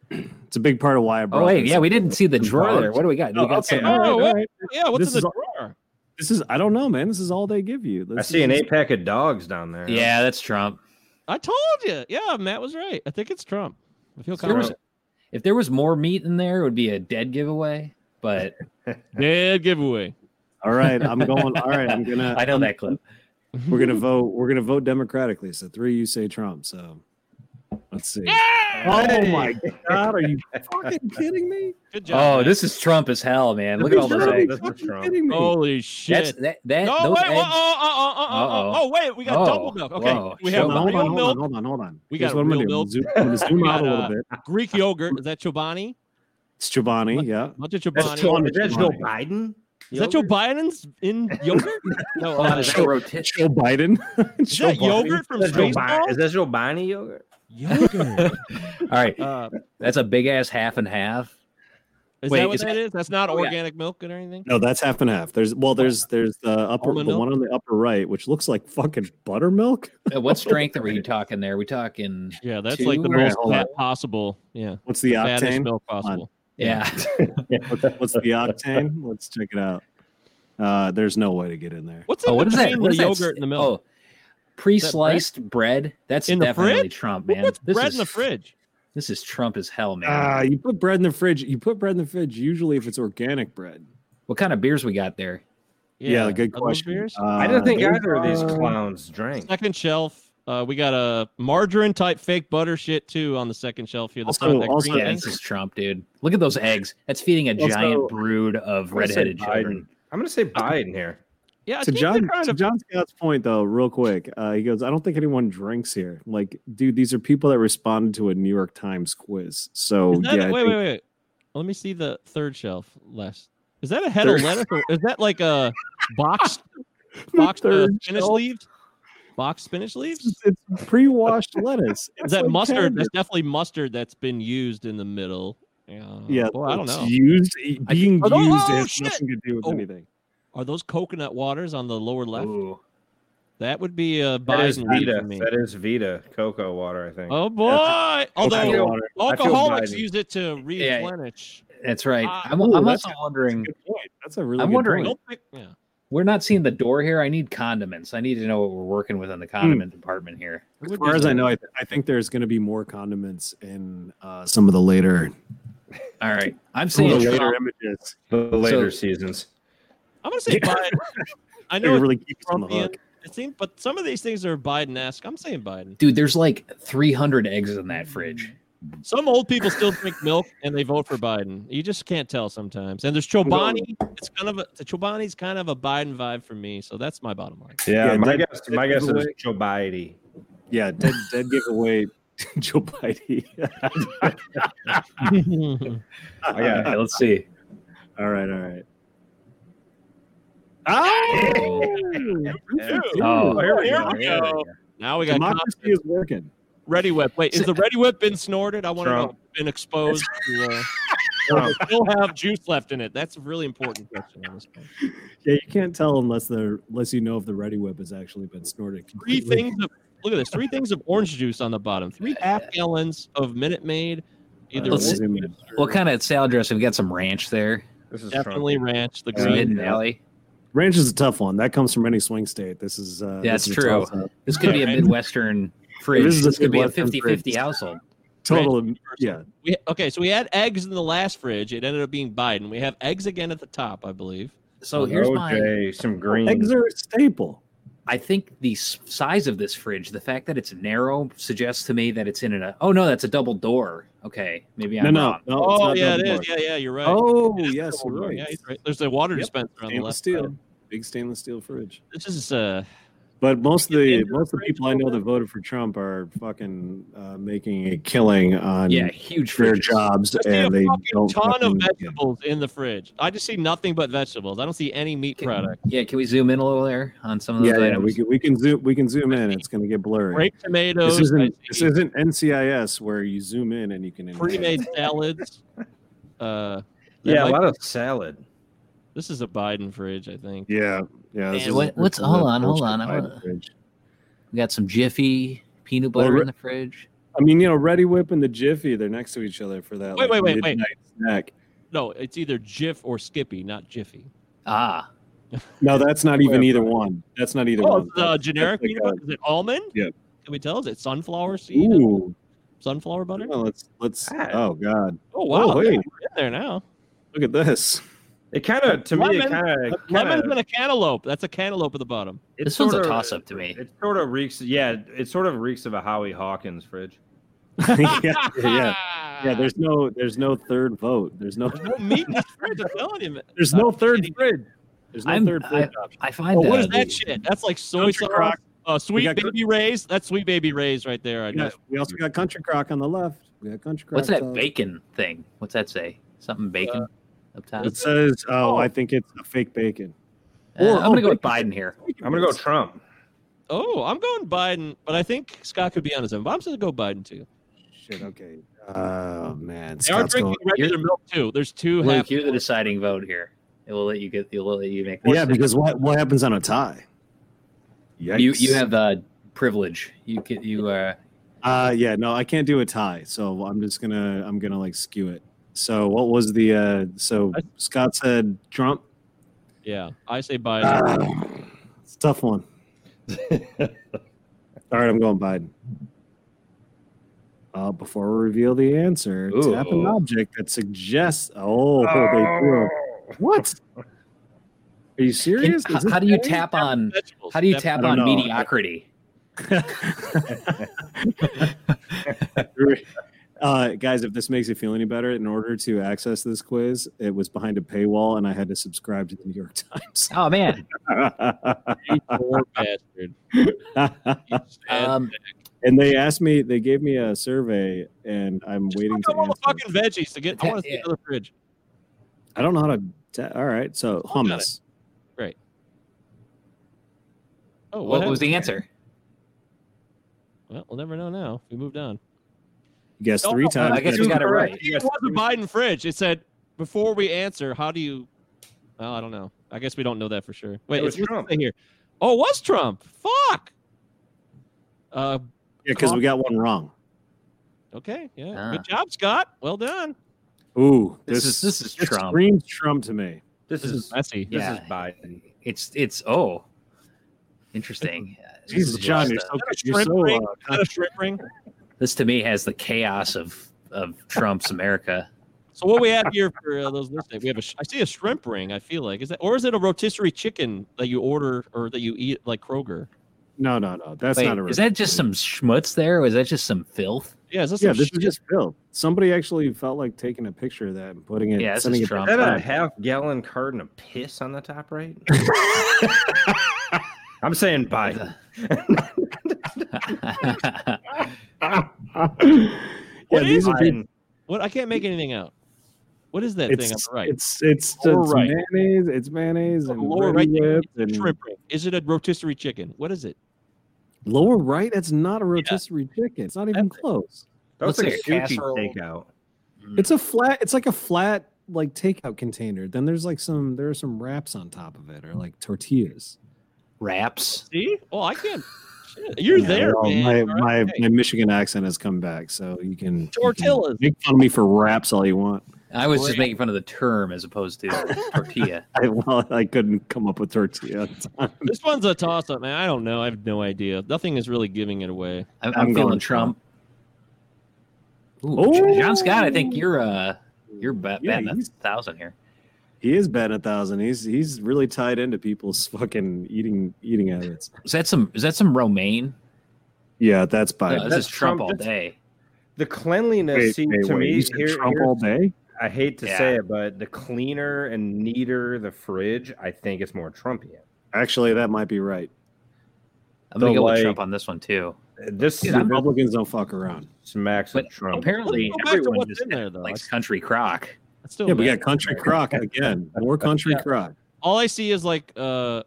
[SPEAKER 2] It's a big part of why I brought
[SPEAKER 6] Oh wait,
[SPEAKER 2] this
[SPEAKER 6] yeah,
[SPEAKER 2] up.
[SPEAKER 6] we didn't see the drawer
[SPEAKER 2] Some
[SPEAKER 6] there. What do we got?
[SPEAKER 2] Oh,
[SPEAKER 6] we got
[SPEAKER 2] okay,
[SPEAKER 6] some.
[SPEAKER 2] all right,
[SPEAKER 4] Oh,
[SPEAKER 2] all
[SPEAKER 4] what-
[SPEAKER 2] right.
[SPEAKER 4] Yeah, what's
[SPEAKER 2] This
[SPEAKER 4] in
[SPEAKER 2] is
[SPEAKER 4] the
[SPEAKER 2] all-
[SPEAKER 4] drawer?
[SPEAKER 2] This is I don't know, man. This is all they give you.
[SPEAKER 5] I
[SPEAKER 2] This
[SPEAKER 5] see an
[SPEAKER 2] is-
[SPEAKER 5] eight pack of dogs down there.
[SPEAKER 6] Yeah, that's Trump.
[SPEAKER 4] I told you. Yeah, Matt was right. I think it's Trump. I feel
[SPEAKER 6] There was,
[SPEAKER 4] confident.
[SPEAKER 6] if there was more meat in there, it would be a dead giveaway. But
[SPEAKER 4] Dead giveaway.
[SPEAKER 2] All right, I'm going. All right, I'm
[SPEAKER 6] *laughs*
[SPEAKER 2] gonna.
[SPEAKER 6] I know that clip.
[SPEAKER 2] We're gonna vote. We're gonna vote democratically. So three, you say Trump. So let's see. Oh my God! Are you fucking kidding me?
[SPEAKER 4] Good job.
[SPEAKER 6] Oh,
[SPEAKER 4] Matt.
[SPEAKER 6] this is Trump as hell, man. Look at all those
[SPEAKER 5] Trump.
[SPEAKER 6] eggs.
[SPEAKER 5] That's for
[SPEAKER 2] fucking
[SPEAKER 5] Trump.
[SPEAKER 2] kidding me.
[SPEAKER 4] Holy
[SPEAKER 6] That's
[SPEAKER 4] shit.
[SPEAKER 6] that that
[SPEAKER 4] No,
[SPEAKER 6] those
[SPEAKER 4] wait, wait, oh,
[SPEAKER 6] eggs.
[SPEAKER 4] oh, oh, oh, oh,
[SPEAKER 6] Uh-oh.
[SPEAKER 4] oh, wait, we got
[SPEAKER 6] Oh,
[SPEAKER 4] double milk. Okay,
[SPEAKER 6] whoa,
[SPEAKER 4] we
[SPEAKER 6] show
[SPEAKER 4] have
[SPEAKER 2] Hold on, hold
[SPEAKER 4] real
[SPEAKER 2] on, hold on,
[SPEAKER 4] milk,
[SPEAKER 2] hold on, hold on.
[SPEAKER 4] We
[SPEAKER 2] Here's
[SPEAKER 4] got
[SPEAKER 2] what I'm gonna
[SPEAKER 4] real
[SPEAKER 2] do.
[SPEAKER 4] milk.
[SPEAKER 2] Zoom, I'm gonna zoom
[SPEAKER 4] We
[SPEAKER 2] out a
[SPEAKER 4] got,
[SPEAKER 2] little
[SPEAKER 4] uh,
[SPEAKER 2] bit.
[SPEAKER 4] Greek yogurt. Is that Chobani?
[SPEAKER 2] It's Chobani. Yeah.
[SPEAKER 4] Bunch of
[SPEAKER 5] that's
[SPEAKER 4] Chobani.
[SPEAKER 5] Joe,
[SPEAKER 2] Chobani.
[SPEAKER 5] that's Joe Biden.
[SPEAKER 4] Is that Joe Biden's *laughs* in yogurt? no, uh,
[SPEAKER 6] is that
[SPEAKER 2] Joe- *laughs*
[SPEAKER 6] roti-
[SPEAKER 2] Joe Biden.
[SPEAKER 4] is that yogurt from
[SPEAKER 5] Is that Joe Biden? Is
[SPEAKER 4] Spaceballs?
[SPEAKER 5] that Joe Biden yogurt?
[SPEAKER 4] Yogurt.
[SPEAKER 6] All right, *laughs*
[SPEAKER 4] Uh,
[SPEAKER 6] that's a big ass half and half.
[SPEAKER 4] Is
[SPEAKER 5] Wait,
[SPEAKER 4] that what
[SPEAKER 5] is
[SPEAKER 4] that is? That's not
[SPEAKER 3] Oh, yeah.
[SPEAKER 4] organic milk and anything.
[SPEAKER 2] No, that's half and half. There's well, there's there's the upper
[SPEAKER 4] Almond
[SPEAKER 2] the
[SPEAKER 4] milk?
[SPEAKER 2] one on the upper right, which looks like fucking buttermilk.
[SPEAKER 6] Uh, What strength are we talking there? We talking?
[SPEAKER 4] Yeah, that's like the
[SPEAKER 6] Two?
[SPEAKER 4] most
[SPEAKER 2] Hold on.
[SPEAKER 4] fat possible. Yeah,
[SPEAKER 2] What's the
[SPEAKER 4] fattest
[SPEAKER 2] octane?
[SPEAKER 4] milk possible.
[SPEAKER 6] Yeah.
[SPEAKER 2] What's, what's the octane? Let's check it out. Uh, there's no way to get in there.
[SPEAKER 4] What's in
[SPEAKER 6] Oh, what is that?
[SPEAKER 4] between
[SPEAKER 6] What
[SPEAKER 4] the
[SPEAKER 6] is that?
[SPEAKER 4] yogurt and the milk?
[SPEAKER 6] Oh, pre-sliced bread? That's
[SPEAKER 4] In the
[SPEAKER 6] definitely
[SPEAKER 4] fridge?
[SPEAKER 6] Trump,
[SPEAKER 4] Who
[SPEAKER 6] man.
[SPEAKER 4] puts
[SPEAKER 6] This
[SPEAKER 4] bread
[SPEAKER 6] is,
[SPEAKER 4] in the fridge?
[SPEAKER 6] This is Trump as hell, man.
[SPEAKER 2] Ah, you put bread in the fridge. You put bread in the fridge usually if it's organic bread.
[SPEAKER 6] what kind of beers we got there?
[SPEAKER 2] Yeah,
[SPEAKER 4] Are
[SPEAKER 2] good
[SPEAKER 4] those
[SPEAKER 2] question.
[SPEAKER 4] beers?
[SPEAKER 2] Uh,
[SPEAKER 5] I don't think
[SPEAKER 2] there's,
[SPEAKER 5] either of these
[SPEAKER 2] uh,
[SPEAKER 5] clowns drank.
[SPEAKER 4] Second shelf. Uh, we got a margarine type fake butter shit too on the second shelf here. The
[SPEAKER 2] Also-
[SPEAKER 4] front, that
[SPEAKER 2] also-
[SPEAKER 4] green
[SPEAKER 6] Yeah,
[SPEAKER 4] thing.
[SPEAKER 6] this is Trump, dude. Look at those eggs. That's feeding a
[SPEAKER 2] Also-
[SPEAKER 6] giant brood of
[SPEAKER 5] I'm gonna say
[SPEAKER 6] redheaded
[SPEAKER 5] Biden.
[SPEAKER 6] children.
[SPEAKER 5] I'm going to say Biden here.
[SPEAKER 4] yeah, I
[SPEAKER 2] to
[SPEAKER 4] think
[SPEAKER 2] John,
[SPEAKER 4] they're trying
[SPEAKER 2] to
[SPEAKER 4] to-
[SPEAKER 2] John Scott's point, though, real quick, uh, he goes, "I don't think anyone drinks here." I'm Like, dude, these are people that responded to a New York Times quiz. So
[SPEAKER 4] Is that
[SPEAKER 2] yeah, I
[SPEAKER 4] a, wait,
[SPEAKER 2] think-
[SPEAKER 4] wait, wait. Let me see the third shelf last. Is that a head of
[SPEAKER 2] Third-
[SPEAKER 4] lettuce? Or is that
[SPEAKER 2] *laughs*
[SPEAKER 4] like a boxed,
[SPEAKER 2] The
[SPEAKER 4] boxed uh,
[SPEAKER 2] third
[SPEAKER 4] spinach
[SPEAKER 2] shelf.
[SPEAKER 4] leaves? Boxed spinach leaves?
[SPEAKER 2] It's, it's pre-washed lettuce.
[SPEAKER 4] *laughs* Is
[SPEAKER 2] It's
[SPEAKER 4] that
[SPEAKER 2] like
[SPEAKER 4] mustard?
[SPEAKER 2] candy.
[SPEAKER 4] That's definitely mustard that's been used in the middle. Yeah.
[SPEAKER 2] Yeah,
[SPEAKER 4] Boy, I don't
[SPEAKER 2] it's
[SPEAKER 4] know.
[SPEAKER 2] Used e,
[SPEAKER 4] I-
[SPEAKER 2] being
[SPEAKER 4] Oh, no,
[SPEAKER 2] used
[SPEAKER 4] oh,
[SPEAKER 2] has
[SPEAKER 4] shit!
[SPEAKER 2] nothing to do with
[SPEAKER 4] Oh.
[SPEAKER 2] anything.
[SPEAKER 4] Are those coconut waters on the lower left?
[SPEAKER 6] Ooh.
[SPEAKER 4] That would be a
[SPEAKER 5] That is
[SPEAKER 4] Biden lead
[SPEAKER 5] Vita.
[SPEAKER 4] for me.
[SPEAKER 5] That is Vita cocoa water, I think.
[SPEAKER 4] Oh boy!
[SPEAKER 5] I
[SPEAKER 4] Although
[SPEAKER 5] feel-
[SPEAKER 4] alcoholics
[SPEAKER 5] Biden.
[SPEAKER 4] use it to replenish.
[SPEAKER 6] That's right.
[SPEAKER 4] Ah,
[SPEAKER 6] I'm,
[SPEAKER 2] ooh,
[SPEAKER 6] I'm
[SPEAKER 2] that's-
[SPEAKER 6] also wondering.
[SPEAKER 2] Good point. That's a really.
[SPEAKER 6] I'm
[SPEAKER 2] good
[SPEAKER 6] wondering-
[SPEAKER 2] point.
[SPEAKER 4] Don't pick- yeah.
[SPEAKER 6] We're not seeing the door here. I need condiments. I need to know what we're working with in the condiment department here.
[SPEAKER 2] Hmm.
[SPEAKER 4] It
[SPEAKER 2] As
[SPEAKER 4] would be
[SPEAKER 2] far as I
[SPEAKER 4] good.
[SPEAKER 2] know, I, th- I think there's going to be more condiments in uh, some of the later,
[SPEAKER 6] All right. I'm
[SPEAKER 2] some
[SPEAKER 6] seeing
[SPEAKER 2] of the
[SPEAKER 6] Trump.
[SPEAKER 2] later images.
[SPEAKER 5] The later seasons.
[SPEAKER 4] I'm
[SPEAKER 2] *laughs*
[SPEAKER 4] gonna say Biden. I
[SPEAKER 2] They
[SPEAKER 4] know
[SPEAKER 2] really keep us on the
[SPEAKER 4] Trumpian.
[SPEAKER 2] hook.
[SPEAKER 4] It seems, but some of these things are Biden-esque. I'm saying Biden.
[SPEAKER 6] Dude, there's like 300 eggs in that fridge.
[SPEAKER 4] Some old people still drink milk and they vote for Biden. You just can't tell sometimes. And there's Chobani. It's kind of a the Chobani's kind of a Biden vibe for me. So that's my bottom
[SPEAKER 2] *laughs*
[SPEAKER 4] line.
[SPEAKER 5] Yeah,
[SPEAKER 2] Yeah,
[SPEAKER 5] my
[SPEAKER 2] dead-
[SPEAKER 5] guess,
[SPEAKER 2] dead
[SPEAKER 5] my guess is
[SPEAKER 2] giveaway.
[SPEAKER 5] Joe Biden.
[SPEAKER 2] Yeah, dead, dead giveaway. *laughs* Joe Biden. *laughs*
[SPEAKER 5] I got
[SPEAKER 6] right, let's see.
[SPEAKER 2] all right, all right.
[SPEAKER 6] Oh,
[SPEAKER 4] here we
[SPEAKER 2] Here
[SPEAKER 4] go. now we got
[SPEAKER 2] Democracy
[SPEAKER 4] confidence.
[SPEAKER 2] is working.
[SPEAKER 4] Ready Whip. Wait, is the Ready Whip been snorted? I want to know.
[SPEAKER 5] Trump.
[SPEAKER 4] if it's Been exposed. To,
[SPEAKER 2] *laughs*
[SPEAKER 4] uh,
[SPEAKER 5] Trump.
[SPEAKER 4] still have juice left in it. That's a really important question. On this one.
[SPEAKER 2] Yeah, you can't tell unless the unless you know if the Ready Whip has actually been snorted.
[SPEAKER 4] three
[SPEAKER 2] completely.
[SPEAKER 4] things of look at this three things of orange juice on the bottom three half gallons of minute maid either
[SPEAKER 2] Let's
[SPEAKER 4] orange
[SPEAKER 2] zoom
[SPEAKER 4] juice
[SPEAKER 2] in.
[SPEAKER 4] or
[SPEAKER 6] What kind of salad dressing? We got some ranch there.
[SPEAKER 5] This is
[SPEAKER 4] definitely ranch the
[SPEAKER 6] Some
[SPEAKER 2] Uh,
[SPEAKER 4] green
[SPEAKER 6] Hidden
[SPEAKER 2] yeah.
[SPEAKER 6] Valley.
[SPEAKER 2] Ranch is a tough one. That comes from any swing state. This is uh,
[SPEAKER 6] Yeah,
[SPEAKER 2] this
[SPEAKER 6] it's
[SPEAKER 2] is a
[SPEAKER 6] true.
[SPEAKER 2] toss-up.
[SPEAKER 6] This could be
[SPEAKER 2] *laughs*
[SPEAKER 6] a
[SPEAKER 4] Right.
[SPEAKER 6] Midwestern fridge.
[SPEAKER 2] This
[SPEAKER 6] This,
[SPEAKER 2] is a
[SPEAKER 6] could be a
[SPEAKER 2] Midwestern
[SPEAKER 6] 50
[SPEAKER 2] fridge.
[SPEAKER 6] 50 household.
[SPEAKER 2] Total, yeah.
[SPEAKER 4] we, okay so we had eggs in the last fridge it ended up being biden we have eggs again at the top i believe
[SPEAKER 2] Oh,
[SPEAKER 6] So here's my.
[SPEAKER 5] OJ, Uh, some green.
[SPEAKER 2] Eggs are a staple.
[SPEAKER 6] I think the s- size of this fridge, the fact that it's narrow, suggests to me that it's in a. Oh no, that's a double door. Okay, maybe I'm
[SPEAKER 2] No, no,
[SPEAKER 6] wrong.
[SPEAKER 2] no. it's
[SPEAKER 4] oh
[SPEAKER 2] not
[SPEAKER 4] yeah it
[SPEAKER 2] double
[SPEAKER 4] is
[SPEAKER 2] barrel.
[SPEAKER 4] yeah yeah you're right
[SPEAKER 2] Oh
[SPEAKER 4] It is
[SPEAKER 2] yes,
[SPEAKER 4] double
[SPEAKER 2] you're
[SPEAKER 4] barrel.
[SPEAKER 2] right.
[SPEAKER 4] Yeah, he's right. there's a water
[SPEAKER 2] Yep.
[SPEAKER 4] dispenser on the
[SPEAKER 2] Stainless
[SPEAKER 4] left
[SPEAKER 2] steel,
[SPEAKER 4] side.
[SPEAKER 2] big stainless steel fridge.
[SPEAKER 4] this is uh
[SPEAKER 2] But most of
[SPEAKER 4] Is
[SPEAKER 2] the
[SPEAKER 4] Andrew
[SPEAKER 2] most of the
[SPEAKER 4] French
[SPEAKER 2] people I know that
[SPEAKER 4] over?
[SPEAKER 2] voted for Trump are fucking uh, making a killing on
[SPEAKER 6] Yeah, huge
[SPEAKER 2] their
[SPEAKER 6] fridge.
[SPEAKER 2] jobs,
[SPEAKER 4] I see a
[SPEAKER 2] and they
[SPEAKER 4] fucking
[SPEAKER 2] don't.
[SPEAKER 4] ton of
[SPEAKER 2] fucking-
[SPEAKER 4] vegetables in the fridge. I just see nothing but vegetables. I don't see any meat
[SPEAKER 6] Okay.
[SPEAKER 4] products.
[SPEAKER 6] Yeah, can we zoom in a little there on some of those
[SPEAKER 2] Yeah, yeah,
[SPEAKER 6] items?
[SPEAKER 2] we can we can zoom we can zoom in. It's gonna get blurry.
[SPEAKER 4] Grape tomatoes.
[SPEAKER 2] This
[SPEAKER 4] I
[SPEAKER 2] isn't this
[SPEAKER 4] see-
[SPEAKER 2] isn't NCIS where you zoom in and you can
[SPEAKER 4] pre-made *laughs* salads. Uh, that
[SPEAKER 5] yeah, a
[SPEAKER 4] might-
[SPEAKER 5] lot of salad.
[SPEAKER 4] this is a Biden fridge, I think.
[SPEAKER 2] Yeah, yeah. this
[SPEAKER 4] And
[SPEAKER 2] is-
[SPEAKER 6] what-
[SPEAKER 2] this
[SPEAKER 6] what's-
[SPEAKER 2] is
[SPEAKER 6] hold
[SPEAKER 2] a
[SPEAKER 6] on, hold
[SPEAKER 2] culture
[SPEAKER 6] on, I
[SPEAKER 2] Biden
[SPEAKER 6] wanna-
[SPEAKER 2] fridge.
[SPEAKER 6] We got some Jiffy peanut
[SPEAKER 2] Well,
[SPEAKER 6] butter
[SPEAKER 2] re-
[SPEAKER 6] in the fridge.
[SPEAKER 2] I mean, you know, Ready Whip and the Jiffy, they're next to each other for that.
[SPEAKER 4] Wait,
[SPEAKER 2] like,
[SPEAKER 4] wait, wait, wait.
[SPEAKER 2] midnight Snack.
[SPEAKER 4] No, it's either Jif or Skippy, not Jiffy.
[SPEAKER 6] Ah,
[SPEAKER 2] No, that's not even either one. That's not either
[SPEAKER 4] Oh,
[SPEAKER 2] one.
[SPEAKER 4] it's the generic
[SPEAKER 2] like
[SPEAKER 4] peanut butter. Is it almond?
[SPEAKER 2] Yeah.
[SPEAKER 4] Can we tell? Is it sunflower seed? and
[SPEAKER 2] Ooh,
[SPEAKER 4] Sunflower butter?
[SPEAKER 2] well, let's let's.
[SPEAKER 5] Ah.
[SPEAKER 2] Oh God,
[SPEAKER 4] Oh, wow.
[SPEAKER 2] Oh,
[SPEAKER 4] yeah,
[SPEAKER 2] hey.
[SPEAKER 4] we're in there now.
[SPEAKER 2] look at
[SPEAKER 6] *laughs*
[SPEAKER 2] this. *laughs*
[SPEAKER 5] It kind of, to me,
[SPEAKER 4] Lemon-
[SPEAKER 5] it kind of,
[SPEAKER 4] Lemon's been a cantaloupe. That's a cantaloupe at the bottom.
[SPEAKER 6] this one's a toss up to me.
[SPEAKER 5] It sort of reeks, yeah, it sort of reeks of a Howie Hawkins fridge.
[SPEAKER 2] yeah, yeah,
[SPEAKER 4] *laughs*
[SPEAKER 2] yeah. There's no, there's no third vote. There's no, *laughs*
[SPEAKER 4] no meat in this fridge. I'm telling you. man.
[SPEAKER 2] there's no third fridge. There's no
[SPEAKER 6] I'm-
[SPEAKER 2] third fridge option.
[SPEAKER 6] I
[SPEAKER 4] Oh,
[SPEAKER 6] find
[SPEAKER 4] what is
[SPEAKER 6] uh,
[SPEAKER 4] that
[SPEAKER 6] the-
[SPEAKER 4] shit? That's like soy
[SPEAKER 2] Country
[SPEAKER 4] sauce.
[SPEAKER 2] Crock.
[SPEAKER 4] Uh, sweet
[SPEAKER 2] got-
[SPEAKER 4] baby rays. That's sweet baby rays right there. I
[SPEAKER 2] We got-
[SPEAKER 4] guess.
[SPEAKER 2] we also got Country Crock on the left. We got Country Crock.
[SPEAKER 6] What's that
[SPEAKER 2] on-
[SPEAKER 6] bacon thing? What's that say? Something bacon
[SPEAKER 4] Uh,
[SPEAKER 6] up top.
[SPEAKER 2] It says, oh, I think it's a fake bacon.
[SPEAKER 6] Uh,
[SPEAKER 2] or-
[SPEAKER 6] I'm gonna go
[SPEAKER 2] oh,
[SPEAKER 6] with
[SPEAKER 2] *laughs*
[SPEAKER 6] Biden here.
[SPEAKER 5] I'm gonna go Trump.
[SPEAKER 4] Oh, I'm going Biden, but I think Scott could be on his own. But I'm just gonna go Biden too.
[SPEAKER 2] Shit. Okay. Oh man. science.
[SPEAKER 4] They are
[SPEAKER 2] Scott's going-
[SPEAKER 4] drinking regular milk too. There's two
[SPEAKER 6] Luke,
[SPEAKER 4] half.
[SPEAKER 6] you're the deciding vote here. It will let you get. It will let you make.
[SPEAKER 2] yeah, because what what happens on a tie? Yikes.
[SPEAKER 6] you you have uh, privilege. You can you uh
[SPEAKER 2] Uh, yeah, no, I can't do a tie, so I'm just gonna I'm gonna like skew it. So what was the uh? So
[SPEAKER 4] I-
[SPEAKER 2] Scott said Trump.
[SPEAKER 4] Yeah, I say by
[SPEAKER 2] Ah, it's a tough one. All right, I'm going Biden. Uh, before we reveal the answer, tap an
[SPEAKER 5] Ooh.
[SPEAKER 2] object that suggests. Oh, they threw it. what? Are you
[SPEAKER 6] can-
[SPEAKER 2] serious?
[SPEAKER 6] how, how do you tap on
[SPEAKER 4] vegetables.
[SPEAKER 6] how do you
[SPEAKER 4] Def-
[SPEAKER 6] tap
[SPEAKER 2] I
[SPEAKER 6] on
[SPEAKER 2] don't know.
[SPEAKER 6] mediocrity?
[SPEAKER 2] *laughs* uh, guys, if this makes you feel any better, in order to access this quiz, it was behind a paywall, and I had to subscribe to the New York Times.
[SPEAKER 6] Oh man.
[SPEAKER 4] You poor bastard.
[SPEAKER 6] *laughs*
[SPEAKER 4] You sad
[SPEAKER 6] Um,
[SPEAKER 2] *laughs* *laughs* and they asked me, they gave me a survey, and I'm
[SPEAKER 4] Just
[SPEAKER 2] waiting
[SPEAKER 4] fuck
[SPEAKER 2] to
[SPEAKER 4] up all the
[SPEAKER 2] answer.
[SPEAKER 4] fucking veggies to get. I want to see
[SPEAKER 6] Yeah.
[SPEAKER 4] another fridge.
[SPEAKER 2] I don't know how to. ta- All right, so
[SPEAKER 4] got
[SPEAKER 2] hummus.
[SPEAKER 4] Oh,
[SPEAKER 6] what, was
[SPEAKER 4] happened?
[SPEAKER 6] the answer?
[SPEAKER 4] Well, we'll never know now. We moved on.
[SPEAKER 2] You guessed
[SPEAKER 4] Don't
[SPEAKER 2] three
[SPEAKER 4] know.
[SPEAKER 2] times.
[SPEAKER 6] I guess
[SPEAKER 2] but
[SPEAKER 6] we
[SPEAKER 2] it's
[SPEAKER 6] got it right.
[SPEAKER 4] It was a Biden fridge. It said before we answer, how do you? Well, I don't know. I guess we don't know that for sure. Wait,
[SPEAKER 5] It was
[SPEAKER 4] it's listed
[SPEAKER 5] Trump.
[SPEAKER 4] here. Oh, it was Trump? Fuck. Uh,
[SPEAKER 2] Yeah, because we got one wrong.
[SPEAKER 4] okay, yeah.
[SPEAKER 6] Ah.
[SPEAKER 4] Good job, Scott. Well done.
[SPEAKER 2] Ooh,
[SPEAKER 6] This is- this is Trump.
[SPEAKER 2] Screams Trump to me.
[SPEAKER 5] This is
[SPEAKER 4] messy.
[SPEAKER 5] this is
[SPEAKER 6] Yeah.
[SPEAKER 5] Biden.
[SPEAKER 6] It's it's oh, interesting.
[SPEAKER 2] *laughs*
[SPEAKER 6] This
[SPEAKER 2] Jesus,
[SPEAKER 6] is
[SPEAKER 2] John,
[SPEAKER 6] just,
[SPEAKER 2] you're
[SPEAKER 6] uh,
[SPEAKER 2] so
[SPEAKER 4] Is that a
[SPEAKER 2] you're
[SPEAKER 4] shrimp
[SPEAKER 2] so. uh,
[SPEAKER 4] ring? Is that a shrimp ring?
[SPEAKER 6] this to me has the chaos of of Trump's America.
[SPEAKER 4] So what we have here for uh, those listening, we have a. Sh- I see a shrimp ring. I feel like is that, or is it a rotisserie chicken that you order or that you eat like Kroger?
[SPEAKER 2] no, no, no. That's
[SPEAKER 6] Wait,
[SPEAKER 2] not a.
[SPEAKER 6] is that just some schmutz there, or is that just some filth?
[SPEAKER 4] Yeah, is this
[SPEAKER 2] Yeah,
[SPEAKER 4] some
[SPEAKER 2] this
[SPEAKER 4] shit?
[SPEAKER 2] is just filled. Somebody actually felt like taking a picture of that and putting it.
[SPEAKER 6] Yeah, this
[SPEAKER 2] sending
[SPEAKER 6] is
[SPEAKER 2] it
[SPEAKER 6] Trump.
[SPEAKER 5] Is that a
[SPEAKER 2] *laughs* back.
[SPEAKER 5] half gallon card and a piss on the top
[SPEAKER 6] *laughs*
[SPEAKER 5] right? I'm saying Biden.
[SPEAKER 6] *laughs*
[SPEAKER 2] yeah,
[SPEAKER 4] What
[SPEAKER 2] these are people-
[SPEAKER 5] Biden.
[SPEAKER 4] what I can't make anything out. What is that thing on
[SPEAKER 2] it's,
[SPEAKER 4] the right?
[SPEAKER 2] it's it's
[SPEAKER 4] Lower
[SPEAKER 2] it's
[SPEAKER 4] right.
[SPEAKER 2] mayonnaise. It's mayonnaise
[SPEAKER 4] The
[SPEAKER 2] and
[SPEAKER 4] lower
[SPEAKER 2] ready
[SPEAKER 4] right thing
[SPEAKER 2] whip
[SPEAKER 4] is
[SPEAKER 2] and
[SPEAKER 4] shrimp ring. Is it a rotisserie chicken? What is it?
[SPEAKER 2] lower right. That's not a rotisserie chicken. It's not even
[SPEAKER 4] That's it.
[SPEAKER 2] close.
[SPEAKER 5] That looks
[SPEAKER 6] Looks
[SPEAKER 5] like
[SPEAKER 6] like a
[SPEAKER 5] sushi
[SPEAKER 6] casserole.
[SPEAKER 5] takeout.
[SPEAKER 4] Mm.
[SPEAKER 2] It's a flat. It's like a flat like takeout container. Then there's like some there are some wraps on top of it or like tortillas.
[SPEAKER 6] Wraps.
[SPEAKER 4] See? Oh, I can't. Shit, You're
[SPEAKER 2] Yeah,
[SPEAKER 4] there,
[SPEAKER 2] well,
[SPEAKER 4] man.
[SPEAKER 2] My
[SPEAKER 4] All right,
[SPEAKER 2] my,
[SPEAKER 4] okay.
[SPEAKER 2] my Michigan accent has come back, so you can you can
[SPEAKER 4] Tortillas.
[SPEAKER 2] make fun of me for wraps all you want.
[SPEAKER 6] I was just making fun of the term as
[SPEAKER 2] *laughs*
[SPEAKER 6] opposed to tortilla.
[SPEAKER 2] I, well, I couldn't come up with tortilla. at the time.
[SPEAKER 4] This one's
[SPEAKER 2] *laughs*
[SPEAKER 4] a toss up, man. I don't know. I have no idea. Nothing is really giving it away.
[SPEAKER 6] I'm,
[SPEAKER 2] I'm
[SPEAKER 6] I'm,
[SPEAKER 2] going
[SPEAKER 6] feeling Trump. Ooh,
[SPEAKER 2] Oh.
[SPEAKER 6] John Scott, I think you're uh you're bet-
[SPEAKER 2] Yeah,
[SPEAKER 6] betting a
[SPEAKER 2] he's-
[SPEAKER 6] thousand here.
[SPEAKER 2] He is batting a thousand. He's he's really tied into people's fucking eating eating habits.
[SPEAKER 6] Is that some is that some romaine?
[SPEAKER 2] Yeah, Uh, that's by
[SPEAKER 6] No, this
[SPEAKER 5] That's
[SPEAKER 6] is Trump,
[SPEAKER 5] Trump.
[SPEAKER 6] all
[SPEAKER 5] That's-
[SPEAKER 6] day.
[SPEAKER 5] The cleanliness, see, to
[SPEAKER 2] you
[SPEAKER 5] me,
[SPEAKER 2] said
[SPEAKER 5] here,
[SPEAKER 2] Trump
[SPEAKER 5] here's-
[SPEAKER 2] all day.
[SPEAKER 5] I hate to
[SPEAKER 6] Yeah.
[SPEAKER 5] say it, but the cleaner and neater the fridge, I think it's more Trumpian.
[SPEAKER 2] Actually, that might be right.
[SPEAKER 6] I'm gonna
[SPEAKER 5] The,
[SPEAKER 6] go
[SPEAKER 5] like-
[SPEAKER 6] with Trump on this one too.
[SPEAKER 5] This
[SPEAKER 6] Dude, I'm-
[SPEAKER 2] Republicans don't fuck around.
[SPEAKER 5] smacks of
[SPEAKER 6] But
[SPEAKER 5] Trump.
[SPEAKER 6] Apparently,
[SPEAKER 4] Let's go back to
[SPEAKER 6] everyone
[SPEAKER 4] what's
[SPEAKER 6] just
[SPEAKER 4] in there, though.
[SPEAKER 6] likes country crock.
[SPEAKER 4] It's still
[SPEAKER 2] Yeah, we
[SPEAKER 4] mad.
[SPEAKER 2] got country crock again. More country crock.
[SPEAKER 4] All I see is like, uh,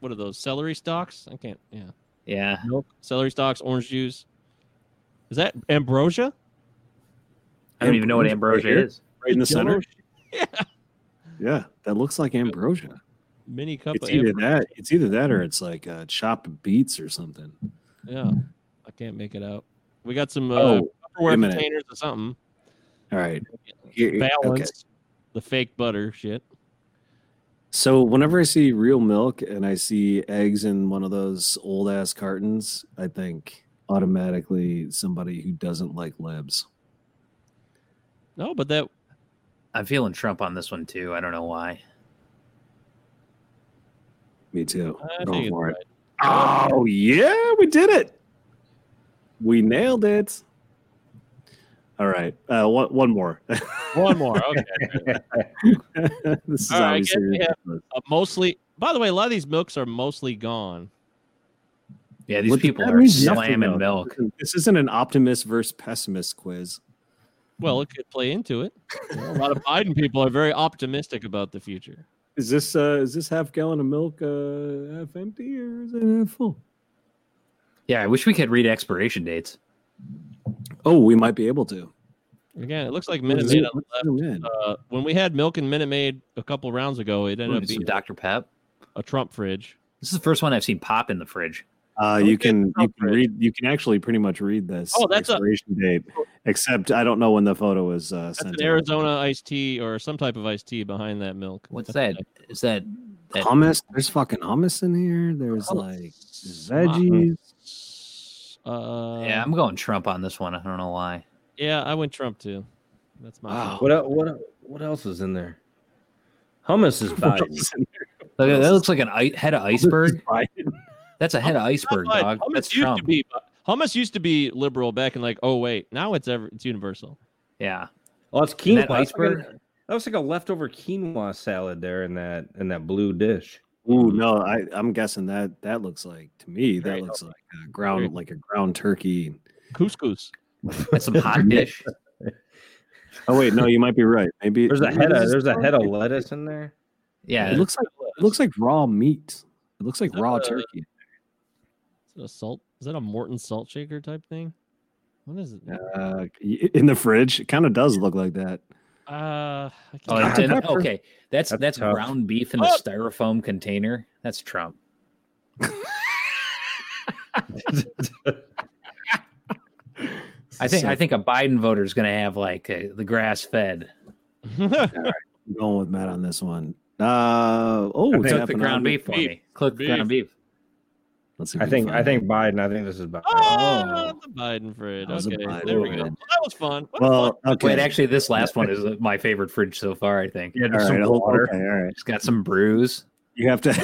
[SPEAKER 4] what are those celery stalks? I can't. Yeah,
[SPEAKER 6] Yeah,
[SPEAKER 4] milk, celery stalks, orange juice. Is that ambrosia?
[SPEAKER 6] I don't even know what ambrosia
[SPEAKER 2] Right here,
[SPEAKER 6] is.
[SPEAKER 2] Right in the center.
[SPEAKER 4] Yeah.
[SPEAKER 2] Yeah, that looks like ambrosia.
[SPEAKER 4] Mini cup
[SPEAKER 2] It's
[SPEAKER 4] of
[SPEAKER 2] either
[SPEAKER 4] ambro-
[SPEAKER 2] that. It's either that or it's like uh, chopped beets or something.
[SPEAKER 4] Yeah, I can't make it out. We got some uh,
[SPEAKER 2] Oh, wait a
[SPEAKER 4] Tupperware
[SPEAKER 2] minute.
[SPEAKER 4] containers or something.
[SPEAKER 2] All right. Here-
[SPEAKER 4] Balance
[SPEAKER 2] okay.
[SPEAKER 4] the fake butter shit.
[SPEAKER 2] So whenever I see real milk and I see eggs in one of those old ass cartons, I think automatically somebody who doesn't like libs.
[SPEAKER 4] No, but that
[SPEAKER 6] I'm feeling Trump on this one too. I don't know why.
[SPEAKER 2] Me too.
[SPEAKER 4] I
[SPEAKER 2] Go
[SPEAKER 4] think it's
[SPEAKER 2] for it.
[SPEAKER 4] right.
[SPEAKER 2] Oh yeah, we did it. We nailed it. All right. Uh, one, one more. *laughs* this
[SPEAKER 4] One more. Okay.
[SPEAKER 2] is
[SPEAKER 4] All right, I guess
[SPEAKER 2] obviously
[SPEAKER 4] we have-
[SPEAKER 2] ridiculous.
[SPEAKER 4] Uh, mostly. By the way, a lot of these milks are mostly gone.
[SPEAKER 6] Yeah, these
[SPEAKER 2] What does
[SPEAKER 6] people
[SPEAKER 2] that
[SPEAKER 6] are
[SPEAKER 2] mean? Nothing,
[SPEAKER 6] slamming
[SPEAKER 2] though.
[SPEAKER 6] milk.
[SPEAKER 2] This isn't an optimist versus pessimist quiz.
[SPEAKER 4] Well, it could play into it. You know, a
[SPEAKER 2] *laughs*
[SPEAKER 4] lot of Biden people are very optimistic about the future.
[SPEAKER 2] Is this uh, is this half gallon of milk uh, half empty or is it half full?
[SPEAKER 6] Yeah, I wish we could read expiration dates.
[SPEAKER 2] Oh, we might be able to.
[SPEAKER 4] Again, it looks like
[SPEAKER 2] Let's
[SPEAKER 4] Minute
[SPEAKER 2] zoom-
[SPEAKER 4] Maid.
[SPEAKER 2] let's zoom in.
[SPEAKER 4] Uh, when we had milk and Minute Maid a couple rounds ago, it ended
[SPEAKER 6] Ooh, some
[SPEAKER 4] up being
[SPEAKER 6] Dr. Pep.
[SPEAKER 4] a Trump fridge.
[SPEAKER 6] This is the first one I've seen pop in the fridge.
[SPEAKER 2] Uh,
[SPEAKER 4] Okay,
[SPEAKER 2] you can you can
[SPEAKER 4] Alfred.
[SPEAKER 2] read you can actually pretty much read this
[SPEAKER 4] Oh, that's a-
[SPEAKER 2] expiration date, except I don't know when the photo was uh,
[SPEAKER 4] That's
[SPEAKER 2] sent.
[SPEAKER 4] an
[SPEAKER 2] in.
[SPEAKER 4] Arizona iced tea or some type of iced tea behind that milk.
[SPEAKER 6] What's
[SPEAKER 4] That's
[SPEAKER 6] that? Is that that-
[SPEAKER 2] hummus. There's fucking hummus in here. There's like veggies.
[SPEAKER 4] what I- Uh,
[SPEAKER 6] yeah, I'm going Trump on this one. I don't know why.
[SPEAKER 4] yeah, I went Trump too. That's my.
[SPEAKER 6] Oh,
[SPEAKER 2] Wow.
[SPEAKER 5] What el- what el- what else is in there? Hummus is Biden.
[SPEAKER 6] Look, that looks like an i- head of
[SPEAKER 2] *laughs*
[SPEAKER 6] iceberg. That's a head of iceberg,
[SPEAKER 4] But
[SPEAKER 6] dog.
[SPEAKER 4] Hummus
[SPEAKER 6] That's
[SPEAKER 4] used
[SPEAKER 6] Trump.
[SPEAKER 4] to be hummus used to be liberal back in like oh wait now it's ever it's universal.
[SPEAKER 6] Yeah.
[SPEAKER 5] Oh, it's
[SPEAKER 6] And that
[SPEAKER 5] quinoa. That's like a-
[SPEAKER 6] iceberg.
[SPEAKER 5] that was like a leftover quinoa salad there in that in that blue dish.
[SPEAKER 2] Ooh, no, I I'm guessing that that looks like to me that
[SPEAKER 4] Very
[SPEAKER 2] looks like a ground like a ground turkey.
[SPEAKER 4] Couscous.
[SPEAKER 6] That's some
[SPEAKER 5] *laughs*
[SPEAKER 6] hot dish.
[SPEAKER 2] Oh wait, no, you might be right. Maybe
[SPEAKER 5] There's a
[SPEAKER 2] maybe
[SPEAKER 5] head
[SPEAKER 2] this
[SPEAKER 5] of
[SPEAKER 2] is-
[SPEAKER 5] there's a
[SPEAKER 6] *laughs*
[SPEAKER 5] head of lettuce in there.
[SPEAKER 6] Yeah.
[SPEAKER 2] *laughs* It looks like it looks like raw meat. It looks like
[SPEAKER 4] that
[SPEAKER 5] Uh,
[SPEAKER 2] raw
[SPEAKER 4] a-
[SPEAKER 2] turkey.
[SPEAKER 4] Is that a salt? Is that a Morton salt shaker type thing? What is it?
[SPEAKER 2] Uh, y- in the fridge, it kind of does look like that.
[SPEAKER 4] Uh, I can't.
[SPEAKER 6] Oh, that's
[SPEAKER 2] Dr.
[SPEAKER 6] in,
[SPEAKER 2] Pepper.
[SPEAKER 6] okay. That's
[SPEAKER 5] That's
[SPEAKER 6] that's,
[SPEAKER 5] tough.
[SPEAKER 6] ground beef in a
[SPEAKER 4] Oh.
[SPEAKER 6] styrofoam container. That's Trump. I think I think a Biden voter is going to have like uh the grass fed.
[SPEAKER 2] *laughs* I'm going with Matt on this one. Uh oh, it's
[SPEAKER 6] Took
[SPEAKER 2] up
[SPEAKER 6] the
[SPEAKER 2] and
[SPEAKER 6] ground
[SPEAKER 2] on.
[SPEAKER 6] beef for
[SPEAKER 4] Beef.
[SPEAKER 6] me. Click the
[SPEAKER 4] Beef.
[SPEAKER 6] ground beef.
[SPEAKER 2] Let's see if
[SPEAKER 5] I
[SPEAKER 2] we
[SPEAKER 5] think
[SPEAKER 2] can
[SPEAKER 5] I
[SPEAKER 2] find it.
[SPEAKER 5] think Biden. I think this is Biden.
[SPEAKER 4] Oh, the Biden fridge.
[SPEAKER 2] That was a
[SPEAKER 4] Okay,
[SPEAKER 2] Biden
[SPEAKER 4] there we go. Well,
[SPEAKER 2] fridge.
[SPEAKER 4] that was fun. What a
[SPEAKER 2] Well, okay.
[SPEAKER 6] Wait, actually, this last one is uh, my favorite fridge so far. I think.
[SPEAKER 5] Yeah,
[SPEAKER 2] all
[SPEAKER 5] there's
[SPEAKER 2] right,
[SPEAKER 5] some
[SPEAKER 2] hold-
[SPEAKER 5] water.
[SPEAKER 2] okay, all right.
[SPEAKER 6] It's got some brews,
[SPEAKER 2] You have to.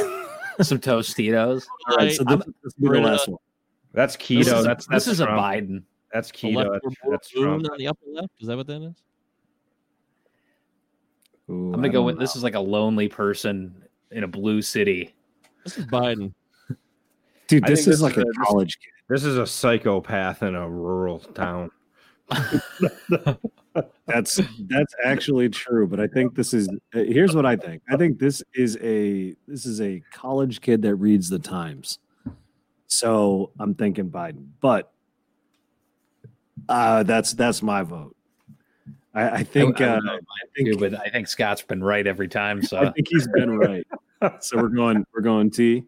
[SPEAKER 2] *laughs*
[SPEAKER 6] some Tostitos.
[SPEAKER 4] fun
[SPEAKER 2] all right, so
[SPEAKER 4] night.
[SPEAKER 2] this, this will be the
[SPEAKER 4] Britta.
[SPEAKER 2] last one.
[SPEAKER 5] That's
[SPEAKER 6] This
[SPEAKER 5] keto.
[SPEAKER 6] is,
[SPEAKER 5] that's that's
[SPEAKER 6] this is
[SPEAKER 5] Trump.
[SPEAKER 6] a Biden.
[SPEAKER 5] That's
[SPEAKER 4] The left
[SPEAKER 5] keto. That's,
[SPEAKER 4] remote
[SPEAKER 5] that's
[SPEAKER 4] balloon
[SPEAKER 5] Trump.
[SPEAKER 4] on the upper left. Is that what that is?
[SPEAKER 2] Ooh,
[SPEAKER 6] I'm
[SPEAKER 2] I
[SPEAKER 6] gonna go
[SPEAKER 2] don't
[SPEAKER 6] with this is like a lonely person in a blue city.
[SPEAKER 4] This is Biden.
[SPEAKER 2] know. Dude,
[SPEAKER 5] I think
[SPEAKER 2] this is
[SPEAKER 5] this
[SPEAKER 2] like
[SPEAKER 5] is
[SPEAKER 2] a
[SPEAKER 5] a- this-
[SPEAKER 2] college kid.
[SPEAKER 5] This is a psychopath in a rural town.
[SPEAKER 6] *laughs*
[SPEAKER 2] That's that's actually true, but I think this is. uh, Here's what I think. I think this is a this is a college kid that reads the Times. So I'm thinking Biden, but uh, that's that's my vote. I, I think
[SPEAKER 6] I
[SPEAKER 2] uh,
[SPEAKER 6] would vote
[SPEAKER 2] I
[SPEAKER 6] Dude,
[SPEAKER 2] think
[SPEAKER 6] but I think Scott's been right every time. So uh,
[SPEAKER 2] I think he's been right. So we're going we're going T.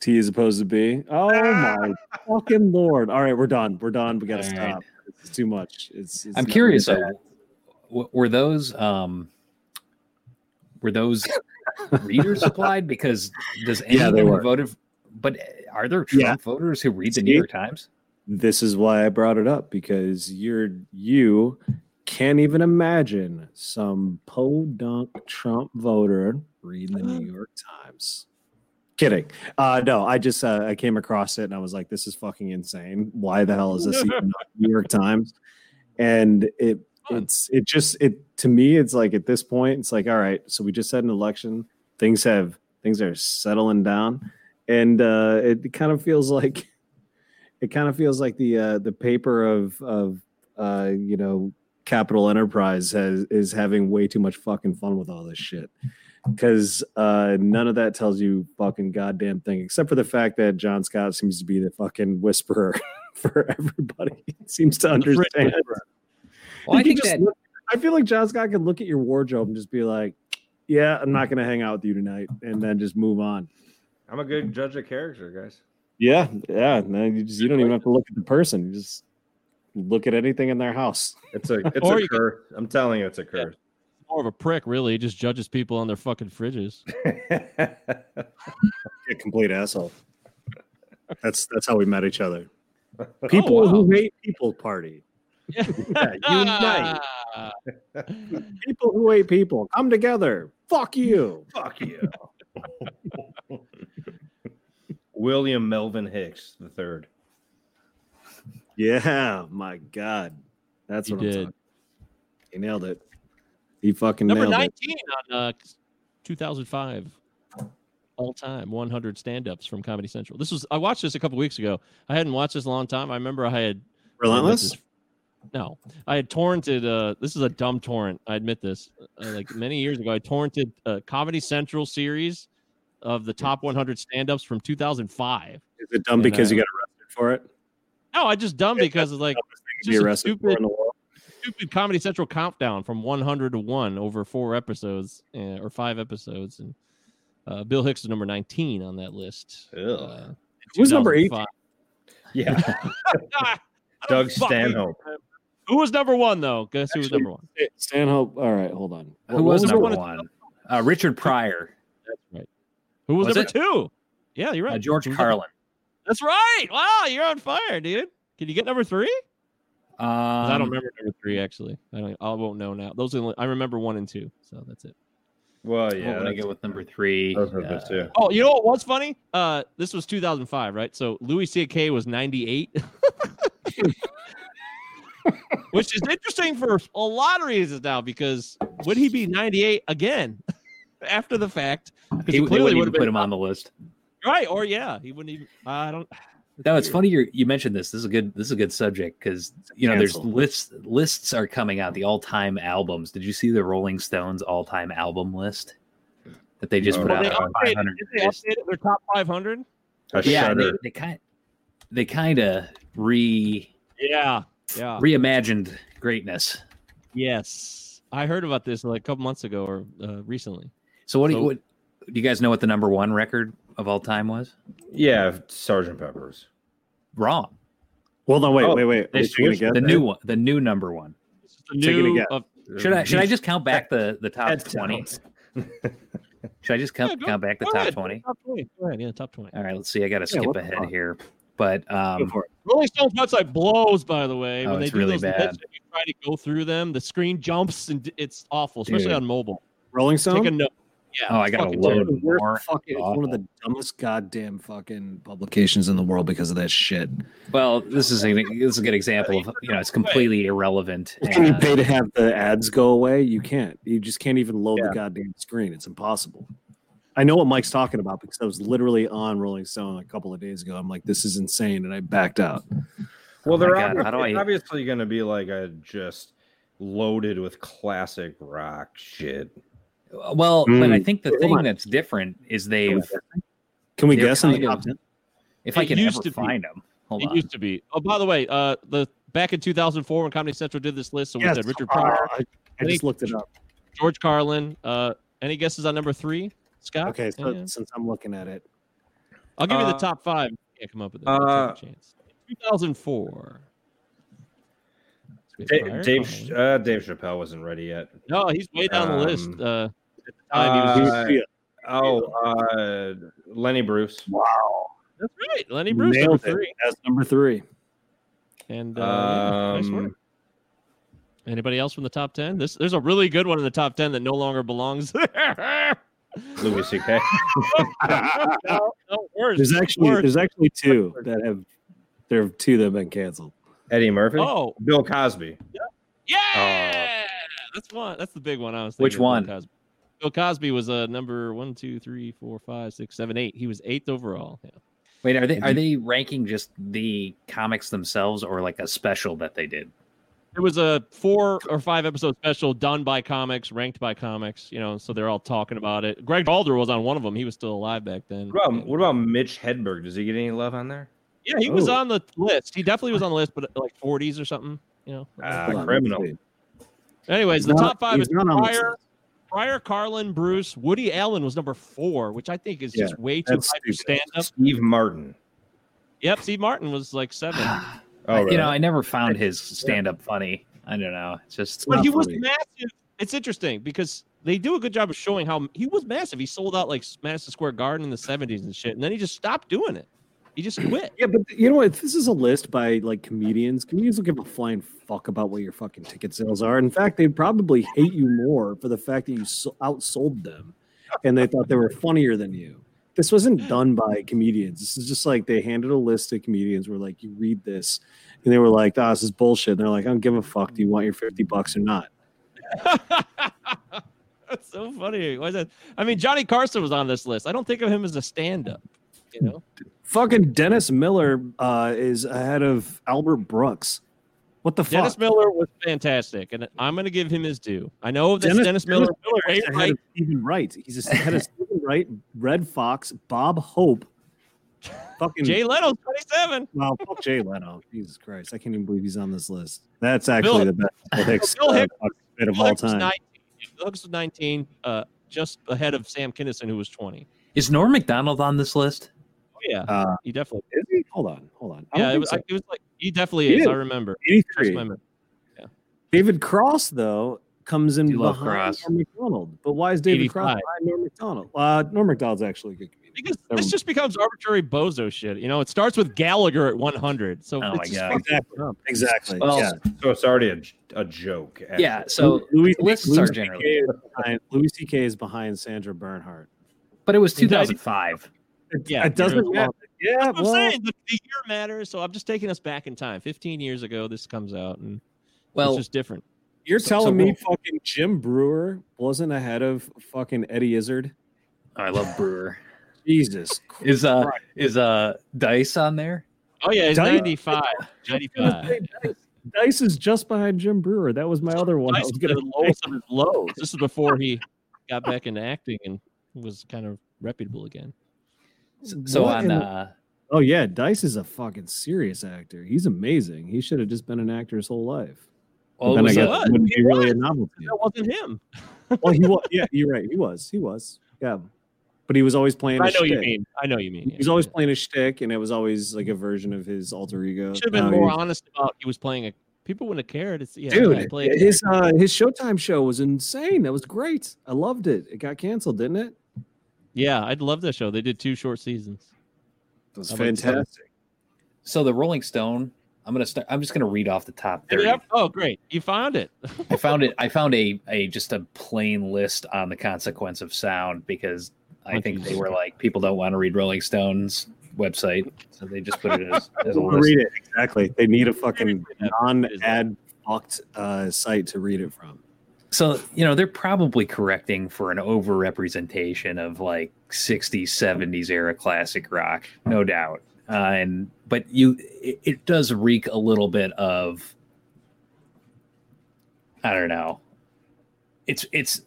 [SPEAKER 2] T as opposed to B. Oh
[SPEAKER 6] *laughs*
[SPEAKER 2] my fucking lord! All right, we're done. We're done. We got to
[SPEAKER 6] All
[SPEAKER 2] stop.
[SPEAKER 6] right.
[SPEAKER 2] It's too much. It's. it's
[SPEAKER 6] I'm
[SPEAKER 2] not
[SPEAKER 6] curious
[SPEAKER 2] really
[SPEAKER 6] though. w- Were those um were those
[SPEAKER 2] *laughs*
[SPEAKER 6] readers applied? Because does
[SPEAKER 2] Yeah,
[SPEAKER 6] anyone
[SPEAKER 2] they
[SPEAKER 6] who
[SPEAKER 2] were.
[SPEAKER 6] voted f- but eh, are there Trump
[SPEAKER 2] Yeah.
[SPEAKER 6] voters who read the
[SPEAKER 2] See?
[SPEAKER 6] New York Times?
[SPEAKER 2] this is why I brought it up because you're you can't even imagine some podunk Trump voter reading the New York Times. Kidding. Uh no, I just uh, I came across it and I was like, this is fucking insane. Why the hell is this even on the New York Times? And it it's it just it to me it's like at this point it's like all right so we just had an election things have things are settling down and uh it kind of feels like *laughs* it kind of feels like the uh the paper of of uh you know capital enterprise has is having way too much fucking fun with all this shit because uh none of that tells you fucking goddamn thing except for the fact that john scott seems to be the fucking whisperer *laughs* for everybody *laughs* he seems to
[SPEAKER 4] fridge
[SPEAKER 2] understand
[SPEAKER 6] Well,
[SPEAKER 2] You
[SPEAKER 6] I
[SPEAKER 2] can
[SPEAKER 6] think
[SPEAKER 2] just
[SPEAKER 6] that
[SPEAKER 2] look- I feel like John Scott could look at your wardrobe and just be like, "Yeah, I'm not going to hang out with you tonight," and then just move on.
[SPEAKER 5] I'm a good judge of character, guys.
[SPEAKER 2] Yeah, yeah. No, you just you don't even have to look at the person. You just look at anything in their house.
[SPEAKER 5] It's a it's
[SPEAKER 4] Or
[SPEAKER 5] a
[SPEAKER 4] you could-
[SPEAKER 5] curse. I'm telling you, it's a curse.
[SPEAKER 4] More of a prick, really. He just judges people on their fucking fridges.
[SPEAKER 6] *laughs*
[SPEAKER 2] A complete asshole. That's that's how we met each *laughs* other. People
[SPEAKER 4] wow.
[SPEAKER 2] who hate people party.
[SPEAKER 5] unite.
[SPEAKER 4] Ah.
[SPEAKER 2] People who hate people come together. Fuck you.
[SPEAKER 5] Fuck you. William Melvin Hicks the third.
[SPEAKER 2] Yeah, my god, that's
[SPEAKER 4] You
[SPEAKER 2] what I'm
[SPEAKER 4] did.
[SPEAKER 2] talking. He nailed it. He fucking
[SPEAKER 4] Number
[SPEAKER 2] nailed it.
[SPEAKER 4] 19 on uh, 2005 all time 100 stand ups from Comedy Central. This was, I watched this a couple weeks ago. I hadn't watched this in a long time. I remember I had
[SPEAKER 2] Relentless.
[SPEAKER 4] No, I had torrented. Uh, this is a dumb torrent. I admit this. Uh, like many years ago, I torrented a Comedy Central series of the top 100 stand-ups from 2005.
[SPEAKER 2] Is it dumb
[SPEAKER 4] And,
[SPEAKER 2] because
[SPEAKER 4] uh,
[SPEAKER 2] you got arrested for it?
[SPEAKER 4] No, I just dumb because it's like
[SPEAKER 2] be
[SPEAKER 4] just a
[SPEAKER 2] arrested for
[SPEAKER 4] stupid-
[SPEAKER 2] in the world.
[SPEAKER 4] stupid Comedy Central countdown from 100 to 1 over four episodes uh, or five episodes. And uh, Bill Hicks is number 19 on that list.
[SPEAKER 5] Ugh.
[SPEAKER 4] Uh,
[SPEAKER 2] Who's number eight?
[SPEAKER 4] 2005.
[SPEAKER 6] *laughs*
[SPEAKER 5] Yeah.
[SPEAKER 4] I don't
[SPEAKER 5] Doug
[SPEAKER 4] fucking-
[SPEAKER 5] Stanhope.
[SPEAKER 4] Who was number one, though? Guess who was
[SPEAKER 2] Actually-
[SPEAKER 4] number one?
[SPEAKER 2] Stanhope. All right, hold on.
[SPEAKER 6] Who was,
[SPEAKER 4] was the
[SPEAKER 6] number
[SPEAKER 4] one
[SPEAKER 6] one?
[SPEAKER 4] at the
[SPEAKER 6] Uh, Richard Pryor,
[SPEAKER 4] Who was,
[SPEAKER 6] Was
[SPEAKER 4] number two? Yeah, you're right.
[SPEAKER 6] uh, George
[SPEAKER 4] Who
[SPEAKER 2] Mm-hmm.
[SPEAKER 4] was number-
[SPEAKER 6] Carlin.
[SPEAKER 4] That's right. Wow, you're on fire, dude. Can you get number three?
[SPEAKER 6] Um,
[SPEAKER 4] 'Cause I don't remember number three actually. I don't. I won't know now. Those are the only, I remember one and two, so that's it.
[SPEAKER 5] Well, yeah.
[SPEAKER 6] I'm gonna
[SPEAKER 5] that's-
[SPEAKER 6] go with number three.
[SPEAKER 5] Those are the
[SPEAKER 6] Uh,
[SPEAKER 5] two.
[SPEAKER 4] Oh, you know what was funny? Uh, this was 2005, right? So Louis C.K. was 98, *laughs* which is interesting for a lot of reasons now because would he be 98 again *laughs* after the fact? 'Cause
[SPEAKER 6] he, they wouldn't even
[SPEAKER 4] would've been-
[SPEAKER 6] put him on the list.
[SPEAKER 4] right, or yeah, he wouldn't even. I don't.
[SPEAKER 6] No, it's funny you you mentioned this. This is a good this is a good subject because you know
[SPEAKER 2] Cancel.
[SPEAKER 6] there's lists lists are coming out the all time albums. Did you see the Rolling Stones all time album list that they just
[SPEAKER 5] No.
[SPEAKER 6] put
[SPEAKER 5] Well,
[SPEAKER 6] out?
[SPEAKER 4] They
[SPEAKER 6] there on
[SPEAKER 4] updated,
[SPEAKER 6] 500
[SPEAKER 4] did they
[SPEAKER 6] list?
[SPEAKER 4] updated their top 500.
[SPEAKER 5] I
[SPEAKER 6] yeah, and they,
[SPEAKER 5] shudder.
[SPEAKER 6] they kind they kind of re
[SPEAKER 4] Yeah, yeah.
[SPEAKER 6] reimagined greatness.
[SPEAKER 4] Yes, I heard about this like a couple months ago or uh, recently.
[SPEAKER 6] So what do
[SPEAKER 4] So-
[SPEAKER 6] you what, do you guys know what the number one record of all time was?
[SPEAKER 5] Yeah, Sergeant Peppers.
[SPEAKER 6] Wrong.
[SPEAKER 2] Well, no, wait,
[SPEAKER 5] Oh,
[SPEAKER 2] wait, wait.
[SPEAKER 5] they
[SPEAKER 2] Wait, you're gonna
[SPEAKER 5] switched
[SPEAKER 2] guess
[SPEAKER 6] The
[SPEAKER 2] that?
[SPEAKER 6] new one, the new number one.
[SPEAKER 4] This is the
[SPEAKER 2] Taking a
[SPEAKER 4] new.
[SPEAKER 2] guess.
[SPEAKER 4] of-
[SPEAKER 6] Should I should I just count back the the top
[SPEAKER 5] That
[SPEAKER 6] twenty?
[SPEAKER 5] sounds-
[SPEAKER 6] Should I just
[SPEAKER 4] Yeah,
[SPEAKER 6] count
[SPEAKER 4] go-
[SPEAKER 6] count back the
[SPEAKER 4] go
[SPEAKER 6] top
[SPEAKER 4] ahead.
[SPEAKER 6] twenty?
[SPEAKER 4] Top 20. Go ahead, yeah, top 20.
[SPEAKER 6] All right, let's see. I got to skip
[SPEAKER 2] what the
[SPEAKER 6] ahead
[SPEAKER 2] fuck?
[SPEAKER 6] here, but
[SPEAKER 2] Go
[SPEAKER 6] um,
[SPEAKER 2] for it.
[SPEAKER 4] Rolling Stones website blows, by the way.
[SPEAKER 6] Oh,
[SPEAKER 4] when they
[SPEAKER 6] it's
[SPEAKER 4] do
[SPEAKER 6] really
[SPEAKER 4] those
[SPEAKER 6] bad.
[SPEAKER 4] lists and you try to go through them, the screen jumps and d- it's awful, especially
[SPEAKER 6] Dude.
[SPEAKER 4] on mobile.
[SPEAKER 2] Rolling
[SPEAKER 4] Take a
[SPEAKER 2] Stone.
[SPEAKER 4] note. Yeah.
[SPEAKER 6] Oh, I
[SPEAKER 4] it's
[SPEAKER 6] gotta
[SPEAKER 4] fucking
[SPEAKER 6] load.
[SPEAKER 4] terrible.
[SPEAKER 2] The worst
[SPEAKER 6] More
[SPEAKER 2] fucking- it's one of the dumbest goddamn fucking publications in the world because of that shit.
[SPEAKER 6] well, this is a, this is a good example of you know it's completely irrelevant.
[SPEAKER 2] Can you
[SPEAKER 6] and-
[SPEAKER 2] pay to have the ads go away? You can't. You just can't even load the goddamn screen. It's impossible. I know what Mike's talking about because I was literally on Rolling Stone a couple of days ago. I'm like, this is insane, and I backed out.
[SPEAKER 5] Well,
[SPEAKER 6] Oh my
[SPEAKER 5] they're
[SPEAKER 6] God,
[SPEAKER 5] obvi-
[SPEAKER 6] how do I-
[SPEAKER 5] it's obviously going to be like a just loaded with classic rock shit.
[SPEAKER 6] uh, well, but I
[SPEAKER 2] Mm.
[SPEAKER 6] think the
[SPEAKER 2] Hold
[SPEAKER 6] thing
[SPEAKER 2] on.
[SPEAKER 6] that's different is they've
[SPEAKER 2] Can we
[SPEAKER 6] They're
[SPEAKER 2] guess on the
[SPEAKER 6] kind
[SPEAKER 2] top
[SPEAKER 6] of-
[SPEAKER 2] ten?
[SPEAKER 6] if I
[SPEAKER 4] It
[SPEAKER 6] can
[SPEAKER 4] used
[SPEAKER 6] ever
[SPEAKER 4] to be.
[SPEAKER 6] find them. Hold
[SPEAKER 4] It
[SPEAKER 6] on.
[SPEAKER 4] used to be. Oh, by the way, uh, the back in 2004 when Comedy Central did this list, so we
[SPEAKER 2] Yes.
[SPEAKER 4] said Richard
[SPEAKER 2] Uh,
[SPEAKER 4] Pryor,
[SPEAKER 2] I, I just looked it up.
[SPEAKER 4] George Carlin. Uh, any guesses on number three, Scott?
[SPEAKER 2] Okay, so
[SPEAKER 4] Yeah.
[SPEAKER 2] since I'm looking at it,
[SPEAKER 4] I'll give you the
[SPEAKER 5] Uh,
[SPEAKER 4] top five. if You can't come up with it.
[SPEAKER 5] uh,
[SPEAKER 4] Let's take a chance. 2004. Space
[SPEAKER 5] Da-
[SPEAKER 4] Pirate,
[SPEAKER 5] Dave
[SPEAKER 4] probably.
[SPEAKER 5] Ch- uh, Dave Chappelle wasn't ready yet.
[SPEAKER 4] No, he's way down the list.
[SPEAKER 5] Um,
[SPEAKER 4] Uh, at the time, he was,
[SPEAKER 5] Uh, oh, uh, Lenny Bruce.
[SPEAKER 2] wow,
[SPEAKER 4] that's right. Lenny Bruce, number
[SPEAKER 2] nailed it.
[SPEAKER 4] three.
[SPEAKER 2] That's number three.
[SPEAKER 4] And uh, yeah, nice work.
[SPEAKER 5] Um,
[SPEAKER 4] Anybody else from the top ten? This there's a really good one in the top ten that no longer belongs *laughs* there.
[SPEAKER 5] Louis C.K.
[SPEAKER 4] no, no, worse.
[SPEAKER 2] There's actually
[SPEAKER 4] worse.
[SPEAKER 2] there's actually two that have there are two that have been canceled.
[SPEAKER 5] Eddie Murphy.
[SPEAKER 4] oh
[SPEAKER 5] Bill Cosby.
[SPEAKER 4] yeah, that's one. That's the big one. I was
[SPEAKER 6] Which
[SPEAKER 4] thinking of
[SPEAKER 6] one?
[SPEAKER 4] Bill Cosby. Bill Cosby was uh, number one, two, three, four, five, six, seven, eight. He was eighth overall. Yeah.
[SPEAKER 6] Wait, are they are they ranking just the comics themselves or like a special that they did?
[SPEAKER 4] It was a four or five episode special done by comics, ranked by comics. You know, so they're all talking about it. Greg Balder was on one of them. He was still alive back then.
[SPEAKER 5] What about, what about Mitch Hedberg? Does he get any love on there?
[SPEAKER 4] Yeah, he was
[SPEAKER 2] Oh.
[SPEAKER 4] on the list. He definitely was on the list, but like 40s or something. You know.
[SPEAKER 5] Ah,
[SPEAKER 2] Hold on,
[SPEAKER 5] criminal.
[SPEAKER 2] let's see.
[SPEAKER 4] Anyways, the
[SPEAKER 2] Not-
[SPEAKER 4] top five
[SPEAKER 2] he's
[SPEAKER 4] is
[SPEAKER 2] not on this
[SPEAKER 4] Pryor,
[SPEAKER 2] list.
[SPEAKER 4] Pryor, Carlin, Bruce, Woody Allen was number four, which I think is
[SPEAKER 2] Yeah,
[SPEAKER 4] just way too
[SPEAKER 2] that's
[SPEAKER 4] high for
[SPEAKER 2] stupid.
[SPEAKER 4] stand up.
[SPEAKER 5] Steve Martin.
[SPEAKER 4] Yep, Steve Martin was like seven,
[SPEAKER 2] Ah,
[SPEAKER 5] Oh, really?
[SPEAKER 6] You know, I never found his stand up funny. I don't know. It's just
[SPEAKER 4] but
[SPEAKER 2] not
[SPEAKER 4] he was
[SPEAKER 2] funny.
[SPEAKER 4] massive. It's interesting because they do a good job of showing how he was massive. He sold out like Madison Square Garden in the '70s and shit, and then he just stopped doing it. He just
[SPEAKER 2] *laughs*
[SPEAKER 4] quit.
[SPEAKER 2] Yeah, but you know what? If this is a list by like comedians, comedians will give a flying fuck about what your fucking ticket sales are. In fact, they'd probably hate you more for the fact that you so- outsold them and they thought they were funnier than you. This wasn't done by comedians. This is just like they handed a list to comedians where like you read this and they were like, ah, this is bullshit. And they're like, I don't give a fuck. Do you want your 50 bucks or not?
[SPEAKER 4] That's so funny. Why is that? I mean, Johnny Carson was on this list. I don't think of him as a stand-up. You know,
[SPEAKER 2] Fucking Dennis Miller uh, is ahead of Albert Brooks. What the fuck?
[SPEAKER 4] Dennis Miller was fantastic, and I'm going to give him his due. I know that Dennis,
[SPEAKER 2] Dennis-
[SPEAKER 4] Miller,
[SPEAKER 2] Dennis
[SPEAKER 4] Ray
[SPEAKER 2] ahead
[SPEAKER 4] Wright,
[SPEAKER 2] of Stephen Wright. He's ahead of Stephen Wright, Red Fox, Bob Hope, Fucking
[SPEAKER 4] Jay Leno's 27.
[SPEAKER 2] Well, fuck Jay Leno. Jesus Christ. I can't even believe he's on this list. That's actually the
[SPEAKER 4] Bill-
[SPEAKER 2] best Bill Hicks,
[SPEAKER 4] Bill
[SPEAKER 2] uh,
[SPEAKER 4] Hicks-
[SPEAKER 2] fucking bit of
[SPEAKER 4] Bill
[SPEAKER 2] all
[SPEAKER 4] Hicks was
[SPEAKER 2] time.
[SPEAKER 4] 19. Bill Hicks was 19, uh, just ahead of Sam Kinison, who was 20.
[SPEAKER 6] Is Norm McDonald on this list?
[SPEAKER 4] Oh, yeah.
[SPEAKER 2] Uh,
[SPEAKER 4] He definitely.
[SPEAKER 2] is he? Hold on. Hold on. I don't
[SPEAKER 4] Yeah, it
[SPEAKER 2] think
[SPEAKER 4] was,
[SPEAKER 2] so.
[SPEAKER 4] I, it was like, he definitely
[SPEAKER 2] He
[SPEAKER 4] is.
[SPEAKER 2] is.
[SPEAKER 4] I remember. That's
[SPEAKER 2] 83.
[SPEAKER 4] my memory.
[SPEAKER 2] David Cross, though, comes in
[SPEAKER 6] Do love
[SPEAKER 2] behind
[SPEAKER 6] Cross.
[SPEAKER 2] Norm McDonald. But why is David
[SPEAKER 4] 85.
[SPEAKER 2] Cross behind Norm McDonald? Uh, Norm McDonald's actually a good comedian.
[SPEAKER 4] Because
[SPEAKER 2] Never
[SPEAKER 4] this
[SPEAKER 2] mind.
[SPEAKER 4] just becomes arbitrary bozo shit. You know, it starts with Gallagher at 100. So
[SPEAKER 6] Oh,
[SPEAKER 4] it's
[SPEAKER 6] my
[SPEAKER 4] just
[SPEAKER 6] God.
[SPEAKER 4] fucking
[SPEAKER 2] Exactly.
[SPEAKER 4] dumb.
[SPEAKER 2] Exactly.
[SPEAKER 6] Well,
[SPEAKER 2] yeah.
[SPEAKER 5] So it's already a, j- a joke. actually.
[SPEAKER 6] Yeah. So
[SPEAKER 2] Louis,
[SPEAKER 6] lists
[SPEAKER 2] Louis
[SPEAKER 6] are
[SPEAKER 2] CK
[SPEAKER 6] generally
[SPEAKER 2] is behind, Louis C.K. is behind Sandra Bernhardt.
[SPEAKER 6] but it was
[SPEAKER 4] Did I-
[SPEAKER 6] 2005.
[SPEAKER 2] It,
[SPEAKER 4] Yeah,
[SPEAKER 2] it doesn't
[SPEAKER 4] well,
[SPEAKER 2] matter. Yeah,
[SPEAKER 4] That's what
[SPEAKER 2] well,
[SPEAKER 4] I'm saying. The, the year matters. So I'm just taking us back in time. 15 years ago, this comes out, and it's
[SPEAKER 6] Well,
[SPEAKER 4] just different.
[SPEAKER 2] you're
[SPEAKER 6] So-
[SPEAKER 2] telling
[SPEAKER 6] so
[SPEAKER 2] me
[SPEAKER 6] we'll-
[SPEAKER 2] fucking Jim Brewer wasn't ahead of fucking Eddie Izzard?
[SPEAKER 6] I love Brewer.
[SPEAKER 4] *laughs*
[SPEAKER 2] Jesus
[SPEAKER 6] Is uh
[SPEAKER 2] Christ.
[SPEAKER 6] is uh Dice on there?
[SPEAKER 4] Oh yeah, it's
[SPEAKER 2] Dice- *laughs*
[SPEAKER 4] 95.
[SPEAKER 2] I was gonna
[SPEAKER 4] 95.
[SPEAKER 2] say Dice. Dice is just behind Jim Brewer. That was my other one. I
[SPEAKER 4] Dice
[SPEAKER 2] was
[SPEAKER 4] is
[SPEAKER 2] gonna
[SPEAKER 4] the
[SPEAKER 2] *laughs*
[SPEAKER 4] lowest of his lows. This is before he got back into acting and was kind of reputable again.
[SPEAKER 6] S- So
[SPEAKER 2] What
[SPEAKER 6] on
[SPEAKER 2] in the-
[SPEAKER 6] uh
[SPEAKER 2] Oh yeah, Dice is a fucking serious actor. He's amazing. He should have just been an actor his whole life. But
[SPEAKER 6] oh,
[SPEAKER 2] then
[SPEAKER 6] it was
[SPEAKER 2] I
[SPEAKER 6] a-
[SPEAKER 2] guess
[SPEAKER 4] was.
[SPEAKER 2] it wouldn't
[SPEAKER 4] He
[SPEAKER 2] be really
[SPEAKER 4] was.
[SPEAKER 2] a novelty.
[SPEAKER 4] That wasn't him.
[SPEAKER 2] well, he was. Yeah, you're right. He was. He was. Yeah, but he was always playing.
[SPEAKER 4] I
[SPEAKER 2] his
[SPEAKER 4] know you
[SPEAKER 2] shtick.
[SPEAKER 4] mean. I know you mean.
[SPEAKER 2] He was always playing a shtick, and it was always like a version of his alter ego.
[SPEAKER 4] Should have been
[SPEAKER 2] No,
[SPEAKER 4] more
[SPEAKER 2] he-
[SPEAKER 4] honest about he was playing a. People wouldn't have cared. It's yeah, he
[SPEAKER 2] Dude,
[SPEAKER 4] played a-
[SPEAKER 2] his uh, his Showtime show was insane. That was great. I loved it. It got canceled, didn't it?
[SPEAKER 4] yeah, I'd love that show. They did two short seasons.
[SPEAKER 2] It was
[SPEAKER 4] I'd like to see it.
[SPEAKER 2] fantastic.
[SPEAKER 6] so the Rolling Stone. I'm gonna start. I'm just gonna read off the top
[SPEAKER 4] Have you
[SPEAKER 6] thirty.
[SPEAKER 4] ever- Oh, great! You found it.
[SPEAKER 6] I found it. I found a a just a plain list on the consequence of sound because I
[SPEAKER 4] Oh,
[SPEAKER 6] think they
[SPEAKER 4] Jesus.
[SPEAKER 6] were like people don't want to read Rolling Stone's website, so they just put it as, as a
[SPEAKER 2] I'll
[SPEAKER 6] list.
[SPEAKER 2] read it exactly. They need a fucking
[SPEAKER 4] Yeah.
[SPEAKER 2] non-ad fucked uh, site to read it from.
[SPEAKER 6] So you know they're probably correcting for an overrepresentation of like 60s, 70s era classic rock, no doubt. Uh, and but you, it, it does reek a little bit of I don't know. It's it's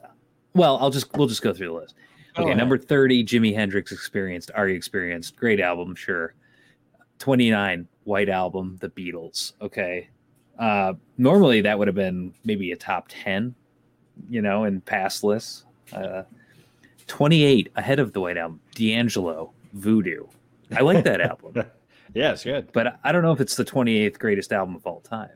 [SPEAKER 6] well, I'll just we'll just go through the list.
[SPEAKER 4] Go
[SPEAKER 2] Oh.
[SPEAKER 6] Okay,
[SPEAKER 4] ahead.
[SPEAKER 6] number 30, Jimi Hendrix Experienced, Are You Experienced? Great album, sure. 29, White Album, The Beatles. Okay. Uh, normally that would have been maybe a top 10, you know, in past lists. Uh, 28, ahead of the White Album, D'Angelo, Voodoo. I
[SPEAKER 2] *laughs*
[SPEAKER 6] like that album,
[SPEAKER 5] Yeah, it's good.
[SPEAKER 6] but I don't know if it's the 28th greatest album of all time.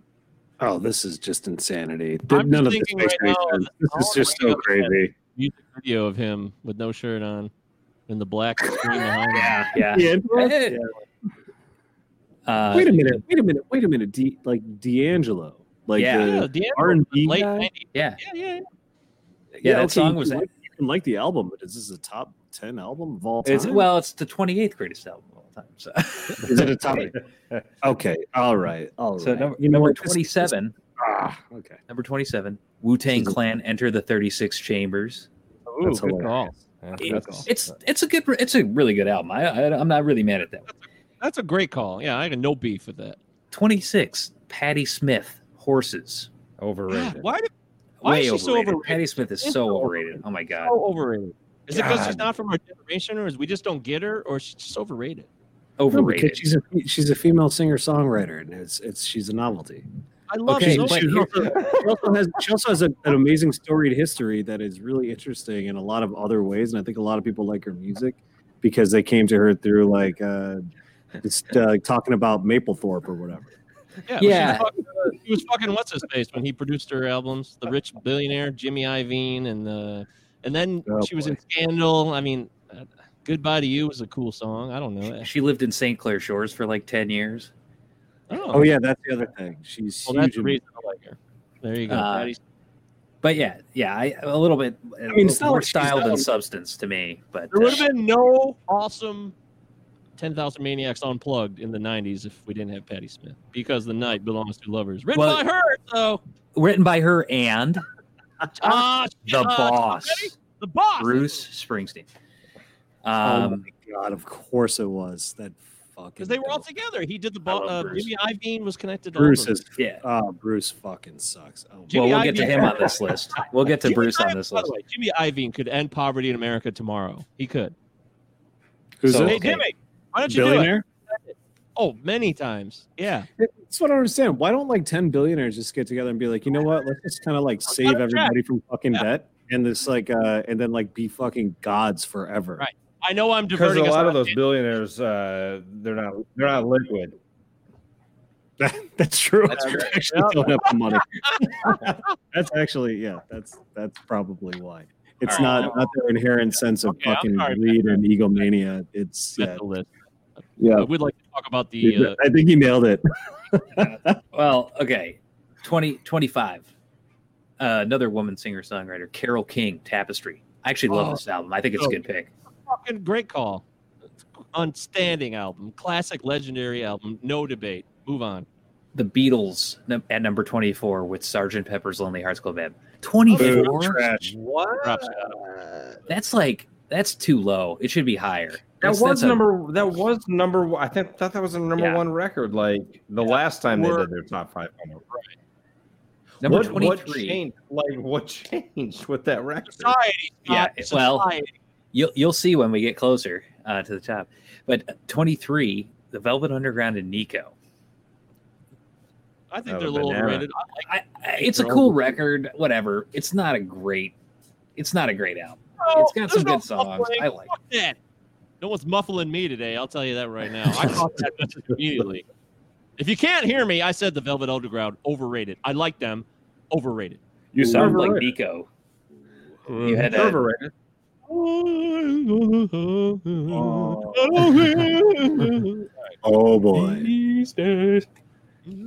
[SPEAKER 2] Oh, this is just insanity.
[SPEAKER 4] I'm
[SPEAKER 2] None
[SPEAKER 4] just
[SPEAKER 2] of this
[SPEAKER 4] thinking
[SPEAKER 2] makes
[SPEAKER 4] right
[SPEAKER 2] any
[SPEAKER 4] now,
[SPEAKER 2] sense. This
[SPEAKER 4] all
[SPEAKER 2] is just
[SPEAKER 4] the way
[SPEAKER 2] so
[SPEAKER 4] up there.
[SPEAKER 2] crazy.
[SPEAKER 4] music video of him with no shirt on in
[SPEAKER 2] *laughs*
[SPEAKER 4] the black screen behind him.
[SPEAKER 6] Yeah, yeah.
[SPEAKER 2] Yeah.
[SPEAKER 6] Uh,
[SPEAKER 2] Wait a minute. Wait a minute. Wait a minute. D, like D'Angelo. Like
[SPEAKER 6] Yeah.
[SPEAKER 2] the,
[SPEAKER 4] Yeah, D'Angelo,
[SPEAKER 2] R&B
[SPEAKER 4] late
[SPEAKER 2] guy?
[SPEAKER 4] 90s.
[SPEAKER 6] Yeah.
[SPEAKER 4] Yeah, yeah, yeah.
[SPEAKER 6] Yeah, that song
[SPEAKER 2] you
[SPEAKER 6] was-
[SPEAKER 2] can Like, you can like the album, but is this a top ten album of all time?
[SPEAKER 6] It's, well, it's the 28th greatest album of all time. So. *laughs*
[SPEAKER 2] is it a *laughs* top? okay. All right. All right.
[SPEAKER 6] So number,
[SPEAKER 2] You know
[SPEAKER 6] number
[SPEAKER 2] what, this-
[SPEAKER 6] 27,
[SPEAKER 2] Ah, okay.
[SPEAKER 6] number 27, Wu-Tang
[SPEAKER 2] This is-
[SPEAKER 6] Clan enter the 36 chambers.
[SPEAKER 4] Ooh,
[SPEAKER 2] That's
[SPEAKER 4] good
[SPEAKER 2] hilarious.
[SPEAKER 4] call.
[SPEAKER 5] That's-
[SPEAKER 6] It's it's a good it's a really good album. I, I I'm not really mad at that. one.
[SPEAKER 4] That's a great call. Yeah, I had no beef with that.
[SPEAKER 6] 26, Patti Smith, Horses.
[SPEAKER 4] Yeah,
[SPEAKER 5] Overrated.
[SPEAKER 4] Ah, why did Why
[SPEAKER 6] Way
[SPEAKER 4] is she
[SPEAKER 6] overrated.
[SPEAKER 4] so overrated?
[SPEAKER 6] Patti Smith is
[SPEAKER 4] She's
[SPEAKER 6] so
[SPEAKER 4] so
[SPEAKER 6] overrated. Oh my god.
[SPEAKER 4] so overrated? Is it because she's
[SPEAKER 5] God.
[SPEAKER 4] not from our generation, or is we just don't get her, or she's just overrated?
[SPEAKER 2] No, because
[SPEAKER 6] Overrated.
[SPEAKER 2] she's a she's a female singer songwriter, and it's it's she's a novelty.
[SPEAKER 4] I love
[SPEAKER 6] Okay,
[SPEAKER 4] okay, so
[SPEAKER 6] but
[SPEAKER 4] much.
[SPEAKER 2] She also, she also has she also has a- an amazing storied history that is really interesting in a lot of other ways, and I think a lot of people like her music because they came to her through like uh, just uh, talking about Maplethorpe or whatever.
[SPEAKER 4] Yeah,
[SPEAKER 6] Yeah.
[SPEAKER 4] She, was fucking, uh, she was fucking what's his face when he produced her albums, The Rich Billionaire, Jimmy Iovine, and uh, and then
[SPEAKER 2] Oh,
[SPEAKER 4] she was
[SPEAKER 2] boy.
[SPEAKER 4] in Scandal. I mean, uh, Goodbye to You was a cool song. I don't know.
[SPEAKER 6] she lived in St. Clair Shores for like 10 years.
[SPEAKER 4] Oh,
[SPEAKER 2] Oh yeah, that's the other thing. She's
[SPEAKER 4] well, that's
[SPEAKER 2] huge.
[SPEAKER 4] the
[SPEAKER 2] in-
[SPEAKER 4] reason I like her. There you go.
[SPEAKER 6] Uh,
[SPEAKER 4] Patty
[SPEAKER 6] But yeah, yeah, I a little bit I
[SPEAKER 2] mean, it's not
[SPEAKER 6] more
[SPEAKER 2] like she's
[SPEAKER 6] style
[SPEAKER 2] not
[SPEAKER 6] than
[SPEAKER 2] a-
[SPEAKER 6] substance to me, but
[SPEAKER 4] There would
[SPEAKER 6] uh,
[SPEAKER 4] have been no awesome 10,000 Maniacs Unplugged in the 90s if we didn't have Patti Smith because the night belongs to lovers. Written
[SPEAKER 6] Well-
[SPEAKER 4] by her, so.
[SPEAKER 6] written by her and
[SPEAKER 4] Ah,
[SPEAKER 6] the
[SPEAKER 4] uh,
[SPEAKER 6] boss.
[SPEAKER 4] the boss.
[SPEAKER 6] Bruce Springsteen.
[SPEAKER 2] oh
[SPEAKER 6] Um,
[SPEAKER 2] my god! Of course it was that fucking.
[SPEAKER 4] Because they were all
[SPEAKER 2] dope.
[SPEAKER 4] together. He did the boss.
[SPEAKER 6] love
[SPEAKER 4] Uh,
[SPEAKER 6] Bruce.
[SPEAKER 4] Jimmy Iovine was connected to all
[SPEAKER 2] Bruce
[SPEAKER 4] of
[SPEAKER 2] is
[SPEAKER 4] them.
[SPEAKER 6] yeah.
[SPEAKER 2] oh, Bruce fucking sucks. Oh,
[SPEAKER 4] Jimmy
[SPEAKER 6] well, we'll get to
[SPEAKER 4] Iovine-
[SPEAKER 6] him on this list. We'll get to
[SPEAKER 4] Jimmy
[SPEAKER 6] Bruce on
[SPEAKER 4] Iovine-
[SPEAKER 6] this
[SPEAKER 4] by the
[SPEAKER 6] list.
[SPEAKER 4] way, Jimmy Iovine could end poverty in America tomorrow. He could.
[SPEAKER 2] who's
[SPEAKER 6] so-
[SPEAKER 2] it?
[SPEAKER 4] Hey,
[SPEAKER 6] Okay.
[SPEAKER 4] Jimmy, Why don't you do it?
[SPEAKER 2] billionaire?
[SPEAKER 4] Oh, many times. Yeah.
[SPEAKER 2] That's what I don't understand. Why don't like 10 billionaires just get together and be like, you know what? Let's just kind of like save
[SPEAKER 4] a check.
[SPEAKER 2] everybody from fucking
[SPEAKER 4] Yeah.
[SPEAKER 2] debt and this like uh and then like be fucking gods forever. *laughs*
[SPEAKER 4] Right. I know I'm
[SPEAKER 5] Because a
[SPEAKER 4] diverting us
[SPEAKER 5] lot
[SPEAKER 4] off
[SPEAKER 5] of those
[SPEAKER 4] it.
[SPEAKER 5] billionaires, uh, they're not they're not liquid.
[SPEAKER 2] That's true.
[SPEAKER 6] That's
[SPEAKER 2] They
[SPEAKER 6] true.
[SPEAKER 2] actually don't have the money.
[SPEAKER 4] *laughs*
[SPEAKER 2] that's actually yeah, that's that's probably why. It's
[SPEAKER 6] All right.
[SPEAKER 2] not not their inherent sense of
[SPEAKER 4] Okay, I'm
[SPEAKER 2] fucking
[SPEAKER 4] sorry.
[SPEAKER 2] greed and egomania. It's
[SPEAKER 4] That's
[SPEAKER 2] yeah.
[SPEAKER 4] the list.
[SPEAKER 2] Yeah.
[SPEAKER 4] But we'd like to talk about the uh,
[SPEAKER 2] *laughs* I think he nailed it.
[SPEAKER 6] Well, okay. 20, 25. Uh, another woman singer songwriter, Carol King, Tapestry. I actually love
[SPEAKER 4] Oh.
[SPEAKER 6] this album. I think it's a good pick.
[SPEAKER 4] fucking great call. Unstanding album, classic, legendary album. No debate. Move on.
[SPEAKER 6] The Beatles num- at number 24 with Sgt. Pepper's Lonely Hearts Club Band.
[SPEAKER 4] Oh,
[SPEAKER 6] 24?
[SPEAKER 2] Trash.
[SPEAKER 5] What?
[SPEAKER 4] Props.
[SPEAKER 6] That's like, that's too low. It should be higher.
[SPEAKER 5] That
[SPEAKER 6] That's,
[SPEAKER 5] was
[SPEAKER 6] that's a-
[SPEAKER 5] number. that was number. one- I think thought that was a number
[SPEAKER 6] Yeah.
[SPEAKER 5] one record. Like the last time they
[SPEAKER 4] We're-
[SPEAKER 5] did their top five. on it.
[SPEAKER 6] number
[SPEAKER 5] what,
[SPEAKER 6] 23.
[SPEAKER 5] What changed? Like what *laughs* changed with that record?
[SPEAKER 4] Society.
[SPEAKER 6] Yeah,
[SPEAKER 4] Scott,
[SPEAKER 6] well-
[SPEAKER 4] society.
[SPEAKER 6] You'll you'll see when we get closer uh, to the top. But 23, The Velvet Underground and Nico.
[SPEAKER 4] I think
[SPEAKER 5] Oh,
[SPEAKER 4] they're a little
[SPEAKER 5] banana.
[SPEAKER 4] overrated. I
[SPEAKER 6] I, I, it's a cool record, whatever. It's not a great, it's not a great album.
[SPEAKER 4] like,
[SPEAKER 6] It's
[SPEAKER 4] no,
[SPEAKER 6] got some
[SPEAKER 4] Oh, there's no
[SPEAKER 6] good songs.
[SPEAKER 4] muffling.
[SPEAKER 6] I like.
[SPEAKER 4] Fuck that. No one's muffling me today. I'll tell you that right now. I caught that message immediately. If you can't hear me, I said the Velvet Underground overrated. I like them, overrated.
[SPEAKER 6] You sound like
[SPEAKER 5] Overrated.
[SPEAKER 6] Nico. You had
[SPEAKER 5] It's
[SPEAKER 6] a-
[SPEAKER 5] overrated.
[SPEAKER 2] Oh boy.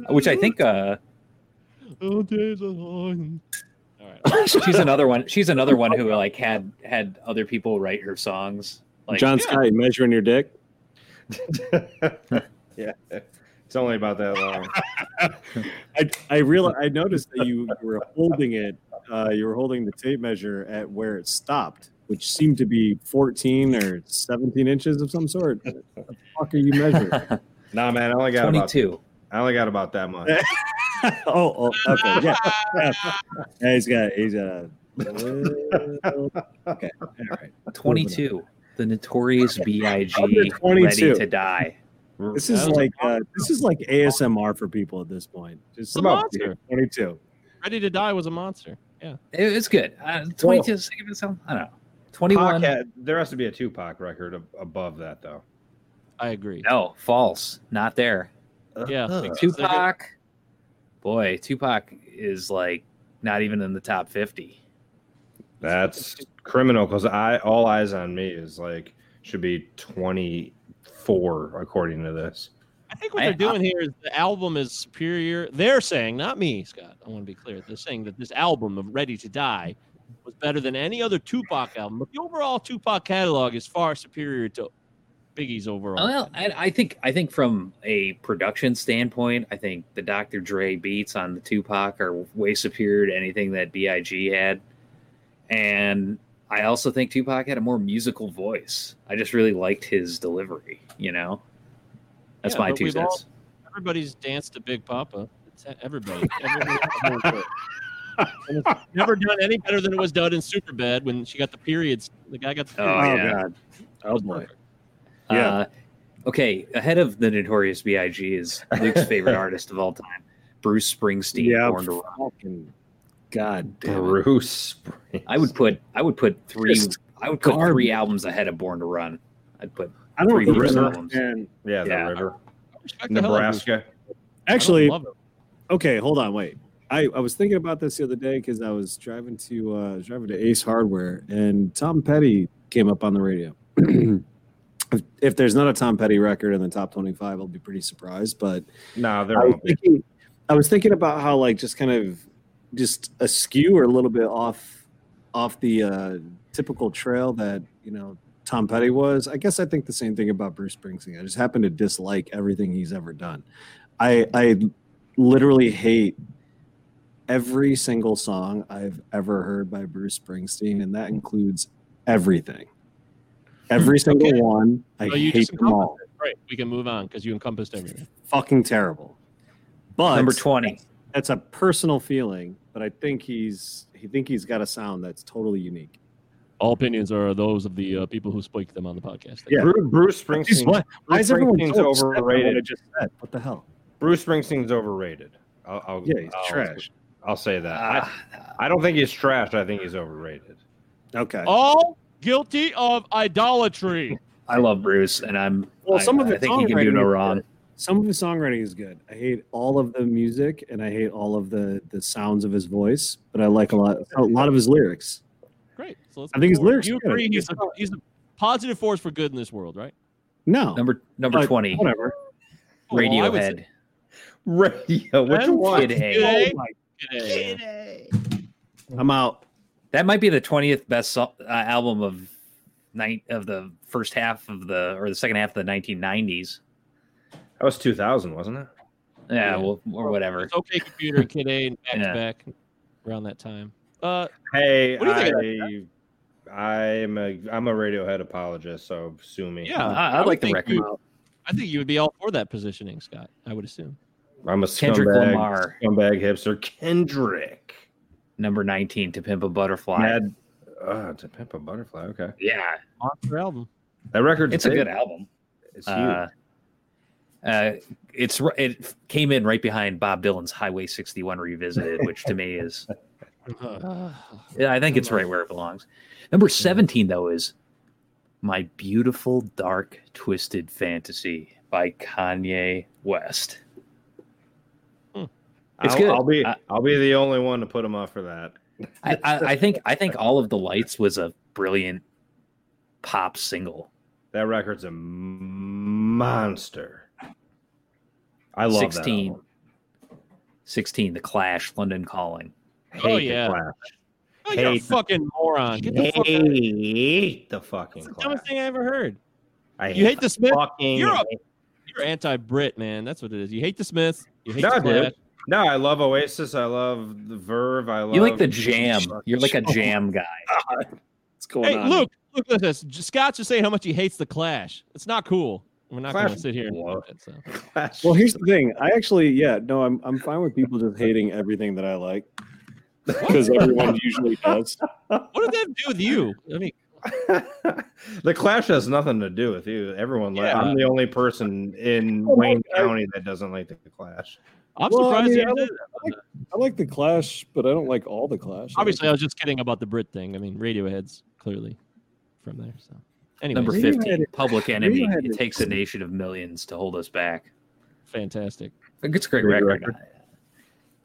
[SPEAKER 6] which I think uh,
[SPEAKER 4] All days are long. All right.
[SPEAKER 6] she's another one. She's another one who like had had other people write her songs. Like
[SPEAKER 2] John Scott, you measuring your dick?
[SPEAKER 5] yeah, it's only about that long.
[SPEAKER 2] I I *laughs* realized I noticed that you, you were holding it. Uh, you were holding the tape measure at where it stopped, which seemed to be 14 or 17 inches of some sort. What the fuck are you measuring?
[SPEAKER 5] nah, man, I only got about.
[SPEAKER 6] 22.
[SPEAKER 5] I only got about that much.
[SPEAKER 2] *laughs* oh, oh, okay, *laughs* yeah. yeah. Yeah, he's got he's got. A, okay, all right.
[SPEAKER 6] 22. The Notorious B.I.G.
[SPEAKER 2] Under 22.
[SPEAKER 6] Ready to Die.
[SPEAKER 2] This is like uh, this is like ASMR for people at this point. Just
[SPEAKER 4] The
[SPEAKER 2] about
[SPEAKER 4] monster.
[SPEAKER 2] 22.
[SPEAKER 4] Ready to Die was a monster. Yeah.
[SPEAKER 6] It- it's good. Uh, 22 is the second best album. I don't know. 21.
[SPEAKER 5] Pocket, there has to be a Tupac record ab- above that, though.
[SPEAKER 4] I agree.
[SPEAKER 6] No, false. Not there.
[SPEAKER 4] Yeah.
[SPEAKER 5] Ugh.
[SPEAKER 6] Tupac. Boy, Tupac is like not even in the top 50.
[SPEAKER 5] That's criminal because I all eyes on me is like should be twenty four according to this.
[SPEAKER 4] I think what
[SPEAKER 6] I-
[SPEAKER 4] they're doing here is the album is superior. They're saying, not me, Scott. I want to be clear. They're saying that this album of Ready to Die was better than any other Tupac album. But the overall Tupac catalog is far superior to Biggie's overall.
[SPEAKER 6] Well, I, I think I think from a production standpoint, I think the Dr. Dre beats on the Tupac are way superior to anything that Big had, and I also think Tupac had a more musical voice. I just really liked his delivery. You know, that's
[SPEAKER 4] Yeah,
[SPEAKER 6] my
[SPEAKER 4] but
[SPEAKER 6] two
[SPEAKER 4] we've all-
[SPEAKER 6] cents.
[SPEAKER 4] Everybody's danced to Big Papa. It's e, everybody. Everybody- And it's never done any better than it was done in Superbad when she got the periods. The guy got the
[SPEAKER 6] Oh,
[SPEAKER 4] periods.
[SPEAKER 2] Oh
[SPEAKER 6] yeah.
[SPEAKER 2] god. Oh boy. Yeah.
[SPEAKER 6] Uh, okay, ahead of the Notorious B.I.G. is Luke's favorite artist of all time, Bruce Springsteen.
[SPEAKER 2] Yeah.
[SPEAKER 6] Born to Run.
[SPEAKER 2] Fucking god damn. it.
[SPEAKER 5] Bruce,
[SPEAKER 6] I would put I would put three
[SPEAKER 2] Just
[SPEAKER 6] I would put
[SPEAKER 2] garbage.
[SPEAKER 6] three albums ahead of Born to Run. I'd put
[SPEAKER 2] I don't
[SPEAKER 6] three
[SPEAKER 2] even
[SPEAKER 6] Bruce
[SPEAKER 2] understand.
[SPEAKER 6] albums.
[SPEAKER 5] yeah, the
[SPEAKER 6] Yeah.
[SPEAKER 5] river,
[SPEAKER 4] I respect the hell out of Bruce.
[SPEAKER 5] Nebraska.
[SPEAKER 4] I don't
[SPEAKER 2] Actually,
[SPEAKER 4] love it.
[SPEAKER 2] okay hold on wait i, I was thinking about this the other day because i was driving to uh driving to ace hardware and tom petty came up on the radio if, if there's not a tom petty record in the top 25 i'll be pretty surprised but
[SPEAKER 5] No, there
[SPEAKER 2] I was,
[SPEAKER 5] won't be.
[SPEAKER 2] thinking, I was thinking about how like just kind of just askew or a little bit off off the uh, typical trail that you know Tom Petty was. I guess I think the same thing about Bruce Springsteen. I just happen to dislike everything he's ever done. I I literally hate every single song I've ever heard by Bruce Springsteen, and that includes everything. Every single
[SPEAKER 4] okay.
[SPEAKER 2] one. I
[SPEAKER 4] So you
[SPEAKER 2] hate
[SPEAKER 4] just
[SPEAKER 2] them all.
[SPEAKER 4] Right. We can move on because you encompassed everything.
[SPEAKER 2] Fucking terrible. But
[SPEAKER 6] Number twenty.
[SPEAKER 2] that's a personal feeling, but I think he's he think he's got a sound that's totally unique.
[SPEAKER 4] All opinions are those of the uh, people who speak them on the podcast.
[SPEAKER 2] Yeah.
[SPEAKER 5] Bruce, Bruce Springsteen.
[SPEAKER 2] Why, why is everyone
[SPEAKER 5] Springsteen's
[SPEAKER 2] so upset by What, I
[SPEAKER 5] overrated.
[SPEAKER 2] just said? what the hell?
[SPEAKER 5] Bruce Springsteen's overrated. I'll, I'll,
[SPEAKER 2] Yeah, he's
[SPEAKER 5] I'll-
[SPEAKER 2] trash.
[SPEAKER 5] I'll say that.
[SPEAKER 6] Ah,
[SPEAKER 5] I, I don't think he's trash. I think he's overrated.
[SPEAKER 2] Okay.
[SPEAKER 4] All guilty of
[SPEAKER 6] *laughs*
[SPEAKER 4] idolatry.
[SPEAKER 6] I love Bruce, and I'm.
[SPEAKER 2] Well, some
[SPEAKER 6] I,
[SPEAKER 2] of
[SPEAKER 6] I
[SPEAKER 2] his
[SPEAKER 6] think he can do
[SPEAKER 2] songwriting
[SPEAKER 6] no
[SPEAKER 2] is
[SPEAKER 6] wrong.
[SPEAKER 2] good. Some of his songwriting is good. I hate all of the music and I hate all of the the sounds of his voice, but I like a lot a lot of his lyrics.
[SPEAKER 4] Great. So let's
[SPEAKER 2] I think his
[SPEAKER 4] move forward.
[SPEAKER 2] lyrics
[SPEAKER 4] You
[SPEAKER 2] are good.
[SPEAKER 4] agree he's a, he's a positive force for good in this world, right?
[SPEAKER 2] No,
[SPEAKER 6] Number number
[SPEAKER 2] But
[SPEAKER 6] twenty,
[SPEAKER 2] whatever.
[SPEAKER 4] Well, I would say-
[SPEAKER 6] Radiohead.
[SPEAKER 5] *laughs* Radio. Which
[SPEAKER 4] And
[SPEAKER 5] one?
[SPEAKER 6] Kid A.
[SPEAKER 4] Today,
[SPEAKER 2] Oh my-
[SPEAKER 4] today.
[SPEAKER 2] I'm out.
[SPEAKER 6] That might be the twentieth best so- uh, album of night of the first half of the or the second half of the nineteen nineties.
[SPEAKER 5] That was 2000, wasn't it?
[SPEAKER 6] Yeah,
[SPEAKER 4] Yeah.
[SPEAKER 6] Well, or whatever.
[SPEAKER 4] It's okay, computer and kid A and back
[SPEAKER 6] Yeah.
[SPEAKER 4] to back around that time. Uh,
[SPEAKER 5] Hey,
[SPEAKER 4] What do you think
[SPEAKER 5] I, I'm a I'm a Radiohead apologist, so sue me.
[SPEAKER 4] yeah,
[SPEAKER 6] I, I
[SPEAKER 4] would
[SPEAKER 6] like the
[SPEAKER 4] think
[SPEAKER 6] record.
[SPEAKER 4] you- I think you would be all for that positioning, Scott. I would assume.
[SPEAKER 5] I'm a
[SPEAKER 6] Kendrick
[SPEAKER 5] scumbag,
[SPEAKER 6] Lamar.
[SPEAKER 5] scumbag hipster. Kendrick.
[SPEAKER 6] Number nineteen, To Pimp a Butterfly.
[SPEAKER 5] Mad, uh, to pimp a butterfly. Okay,
[SPEAKER 6] yeah,
[SPEAKER 4] Monster album.
[SPEAKER 5] that record's
[SPEAKER 6] it's a
[SPEAKER 5] big.
[SPEAKER 6] good album.
[SPEAKER 5] It's huge.
[SPEAKER 6] Uh, uh, it's r- it came in right behind Bob Dylan's Highway 61 Revisited, which to me
[SPEAKER 5] *laughs*
[SPEAKER 6] is yeah, I think it's right where it belongs. Number 17 though is My Beautiful Dark Twisted Fantasy by Kanye West. it's
[SPEAKER 5] I'll,
[SPEAKER 6] good.
[SPEAKER 5] I'll be
[SPEAKER 4] Uh,
[SPEAKER 6] I-
[SPEAKER 5] I'll be the only one to put him up for that.
[SPEAKER 6] I, I, I think I think All of the Lights was a brilliant pop single.
[SPEAKER 5] That record's a monster. I love
[SPEAKER 6] 16.
[SPEAKER 5] That album.
[SPEAKER 6] 16 The Clash London Calling.
[SPEAKER 5] Hate
[SPEAKER 4] Oh,
[SPEAKER 5] the
[SPEAKER 4] yeah.
[SPEAKER 5] Clash.
[SPEAKER 4] Oh, you're a
[SPEAKER 5] Hate the-
[SPEAKER 4] fucking moron. Get the fuck out of here.
[SPEAKER 5] hate the fucking
[SPEAKER 4] That's the
[SPEAKER 5] Clash.
[SPEAKER 4] dumbest thing I ever heard.
[SPEAKER 5] I
[SPEAKER 4] You hate the Smiths?
[SPEAKER 5] fucking.
[SPEAKER 4] You're a- You're anti-Brit, man. That's what it is. You hate the Smiths. You hate
[SPEAKER 5] No,
[SPEAKER 4] the
[SPEAKER 5] dude.
[SPEAKER 4] Clash.
[SPEAKER 5] No, I love Oasis. I love the Verve. I love
[SPEAKER 6] You like the jam. You're like a jam guy.
[SPEAKER 2] What's going
[SPEAKER 4] Hey,
[SPEAKER 2] on?
[SPEAKER 4] look, look at this. J- Scott's just saying how much he hates the Clash. It's not cool. We're not going
[SPEAKER 5] Clash
[SPEAKER 4] to sit here and
[SPEAKER 5] war.
[SPEAKER 4] watch it. So.
[SPEAKER 5] Clash.
[SPEAKER 2] Well, here's the thing. I actually, yeah, no, I'm I'm fine with people just hating everything that I like *laughs* because everyone usually does.
[SPEAKER 4] What did that do with you? I mean,
[SPEAKER 5] *laughs* the Clash has nothing to do with you. Everyone, li-
[SPEAKER 4] Yeah.
[SPEAKER 5] I'm the only person
[SPEAKER 6] *laughs*
[SPEAKER 5] in
[SPEAKER 2] Oh,
[SPEAKER 5] Wayne
[SPEAKER 2] I-
[SPEAKER 5] County that doesn't like the Clash.
[SPEAKER 4] I'm
[SPEAKER 2] Well, I
[SPEAKER 4] surprised.
[SPEAKER 2] mean,
[SPEAKER 4] you
[SPEAKER 2] I
[SPEAKER 4] did.
[SPEAKER 2] I like the Clash, but I don't like all the Clash. I
[SPEAKER 4] Obviously, I
[SPEAKER 2] like-
[SPEAKER 4] was just kidding about the Brit thing. I mean, Radiohead's clearly from there. So, anyway,
[SPEAKER 6] Number
[SPEAKER 2] Radiohead-
[SPEAKER 6] 15, Public Enemy.
[SPEAKER 2] Radiohead
[SPEAKER 6] It
[SPEAKER 2] is-
[SPEAKER 6] takes a nation of millions to hold us back.
[SPEAKER 4] fantastic.
[SPEAKER 6] I think It's a great
[SPEAKER 5] Great
[SPEAKER 6] record.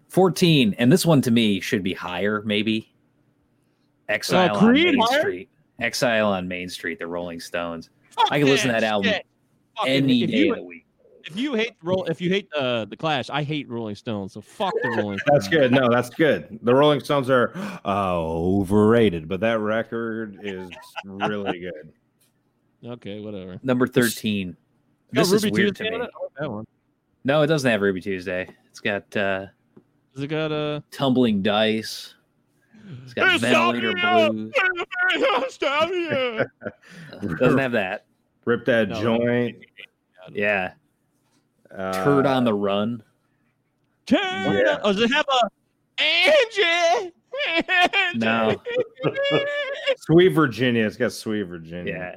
[SPEAKER 6] 14, and this one to me should be higher, maybe. Exile on
[SPEAKER 4] Creed
[SPEAKER 6] Main
[SPEAKER 4] higher?
[SPEAKER 6] Street. Exile on Main Street, the Rolling Stones.
[SPEAKER 4] Fuck
[SPEAKER 6] I can listen to that album
[SPEAKER 4] shit. Fucking-
[SPEAKER 6] Any
[SPEAKER 4] if
[SPEAKER 6] day
[SPEAKER 4] you,
[SPEAKER 6] of the week.
[SPEAKER 4] If you hate roll, if you hate uh, the Clash, I hate Rolling Stones. So fuck the
[SPEAKER 6] *laughs*
[SPEAKER 4] Rolling.
[SPEAKER 5] That's
[SPEAKER 4] Stones.
[SPEAKER 5] good. Uh, No, that's good. The Rolling Stones are uh, overrated, but that record is
[SPEAKER 6] *laughs*
[SPEAKER 5] really good.
[SPEAKER 4] Okay, whatever.
[SPEAKER 6] Number 13.
[SPEAKER 4] Got
[SPEAKER 6] This is
[SPEAKER 4] Ruby
[SPEAKER 6] weird
[SPEAKER 4] Tuesday
[SPEAKER 6] to
[SPEAKER 4] on
[SPEAKER 6] me.
[SPEAKER 4] it? I like That one.
[SPEAKER 6] No, it doesn't have Ruby Tuesday. It's got uh,
[SPEAKER 4] Has it got uh, a?
[SPEAKER 6] Tumbling Dice. It's got
[SPEAKER 4] It's
[SPEAKER 6] Ventilator
[SPEAKER 4] not
[SPEAKER 6] Blues.
[SPEAKER 4] Uh,
[SPEAKER 6] Uh, Doesn't have that.
[SPEAKER 5] Rip that
[SPEAKER 4] No.
[SPEAKER 5] joint.
[SPEAKER 6] Yeah.
[SPEAKER 5] Uh,
[SPEAKER 6] Turd on the Run.
[SPEAKER 4] Turn it up. Oh, does it have a Angie?
[SPEAKER 6] No.
[SPEAKER 5] Sweet Virginia. It's got Sweet Virginia.
[SPEAKER 6] Yeah.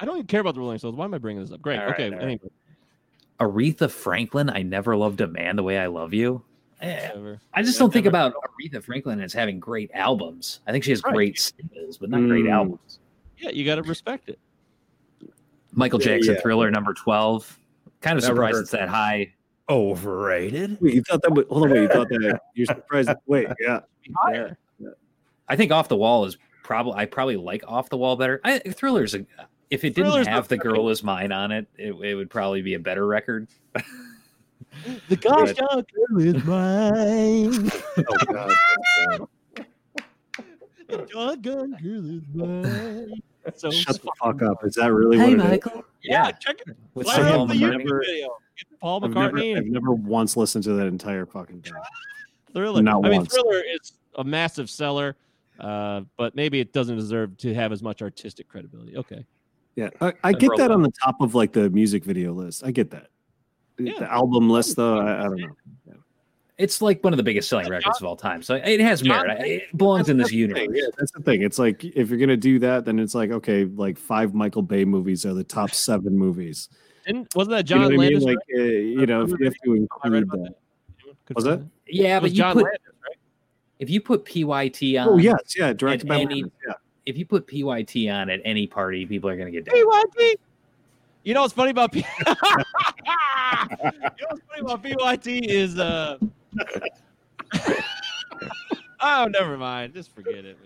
[SPEAKER 4] I don't even care about the Rolling Stones. Why am I bringing this up? Great.
[SPEAKER 6] All right,
[SPEAKER 4] okay.
[SPEAKER 6] all right.
[SPEAKER 4] Anyway,
[SPEAKER 6] Aretha Franklin, I never loved a man the way I love you. Eh,
[SPEAKER 4] whatever.
[SPEAKER 6] I just
[SPEAKER 4] Yeah,
[SPEAKER 6] don't think
[SPEAKER 4] never-
[SPEAKER 6] about Aretha Franklin as having great albums. I think she has
[SPEAKER 4] Right.
[SPEAKER 6] great singles, but not great
[SPEAKER 4] Hmm.
[SPEAKER 2] Mm.
[SPEAKER 6] albums.
[SPEAKER 4] Yeah, you got to respect it.
[SPEAKER 6] Michael
[SPEAKER 2] Yeah,
[SPEAKER 6] Jackson
[SPEAKER 2] yeah.
[SPEAKER 6] Thriller number 12. Kind of
[SPEAKER 5] That
[SPEAKER 6] surprised
[SPEAKER 5] record-
[SPEAKER 6] it's that high.
[SPEAKER 5] Overrated.
[SPEAKER 2] Wait, you thought that was hold on, wait, you thought *laughs* that you're surprised. Wait, yeah.
[SPEAKER 4] Higher.
[SPEAKER 6] I think Off the Wall is probably I probably like Off the Wall better. I Thriller's a, if it didn't
[SPEAKER 4] Thriller's
[SPEAKER 6] have
[SPEAKER 4] not
[SPEAKER 6] The
[SPEAKER 4] bad.
[SPEAKER 6] Girl Is Mine on it, it, it would probably be a better record.
[SPEAKER 4] The gosh darn girl
[SPEAKER 2] *laughs*
[SPEAKER 4] is mine.
[SPEAKER 2] Oh god. Oh,
[SPEAKER 4] The darn girl is mine. So
[SPEAKER 2] Shut the fuck up. Is that really what it is?
[SPEAKER 4] yeah,
[SPEAKER 6] Yeah.
[SPEAKER 4] check it.
[SPEAKER 6] With
[SPEAKER 4] Fire
[SPEAKER 2] I've
[SPEAKER 6] Paul
[SPEAKER 4] up the
[SPEAKER 2] never-
[SPEAKER 4] YouTube
[SPEAKER 6] McCartney.
[SPEAKER 4] video. Get Paul
[SPEAKER 2] I've never,
[SPEAKER 4] McCartney.
[SPEAKER 2] I've never once listened to that entire fucking thing.
[SPEAKER 4] Thriller.
[SPEAKER 2] Not
[SPEAKER 4] I mean,
[SPEAKER 2] once.
[SPEAKER 4] Thriller is a massive seller, uh, but maybe it doesn't deserve to have as much artistic credibility. Okay.
[SPEAKER 2] Yeah, I, I get
[SPEAKER 6] Umbrella.
[SPEAKER 2] that on the top of like the music video list. I get that.
[SPEAKER 4] Yeah.
[SPEAKER 2] The album list, though, I, I don't know.
[SPEAKER 6] It's like one of the biggest selling records of all time. So it has merit. It belongs in this universe.
[SPEAKER 2] Yeah, that's the thing. It's like if you're gonna do that, then it's like okay, like five Michael Bay movies are the top seven movies.
[SPEAKER 4] Didn't, wasn't that
[SPEAKER 2] You
[SPEAKER 4] John
[SPEAKER 2] know what I mean?
[SPEAKER 4] Landis?
[SPEAKER 2] Like
[SPEAKER 4] right?
[SPEAKER 2] uh, you know, if you have to
[SPEAKER 4] Am I right
[SPEAKER 2] include
[SPEAKER 4] about
[SPEAKER 2] that. Was it?
[SPEAKER 6] Yeah,
[SPEAKER 4] It was
[SPEAKER 6] but you
[SPEAKER 4] John
[SPEAKER 6] put,
[SPEAKER 4] Landis, right?
[SPEAKER 6] if you put PYT on,
[SPEAKER 2] Oh yes, yeah, directed by
[SPEAKER 6] any-
[SPEAKER 2] Landis, yeah.
[SPEAKER 6] if you put PYT on at any party, people are going to get down.
[SPEAKER 4] BYT. You know what's funny
[SPEAKER 2] *laughs*
[SPEAKER 4] about P- *laughs* you know what's funny about BYT is uh *laughs* oh never mind just forget it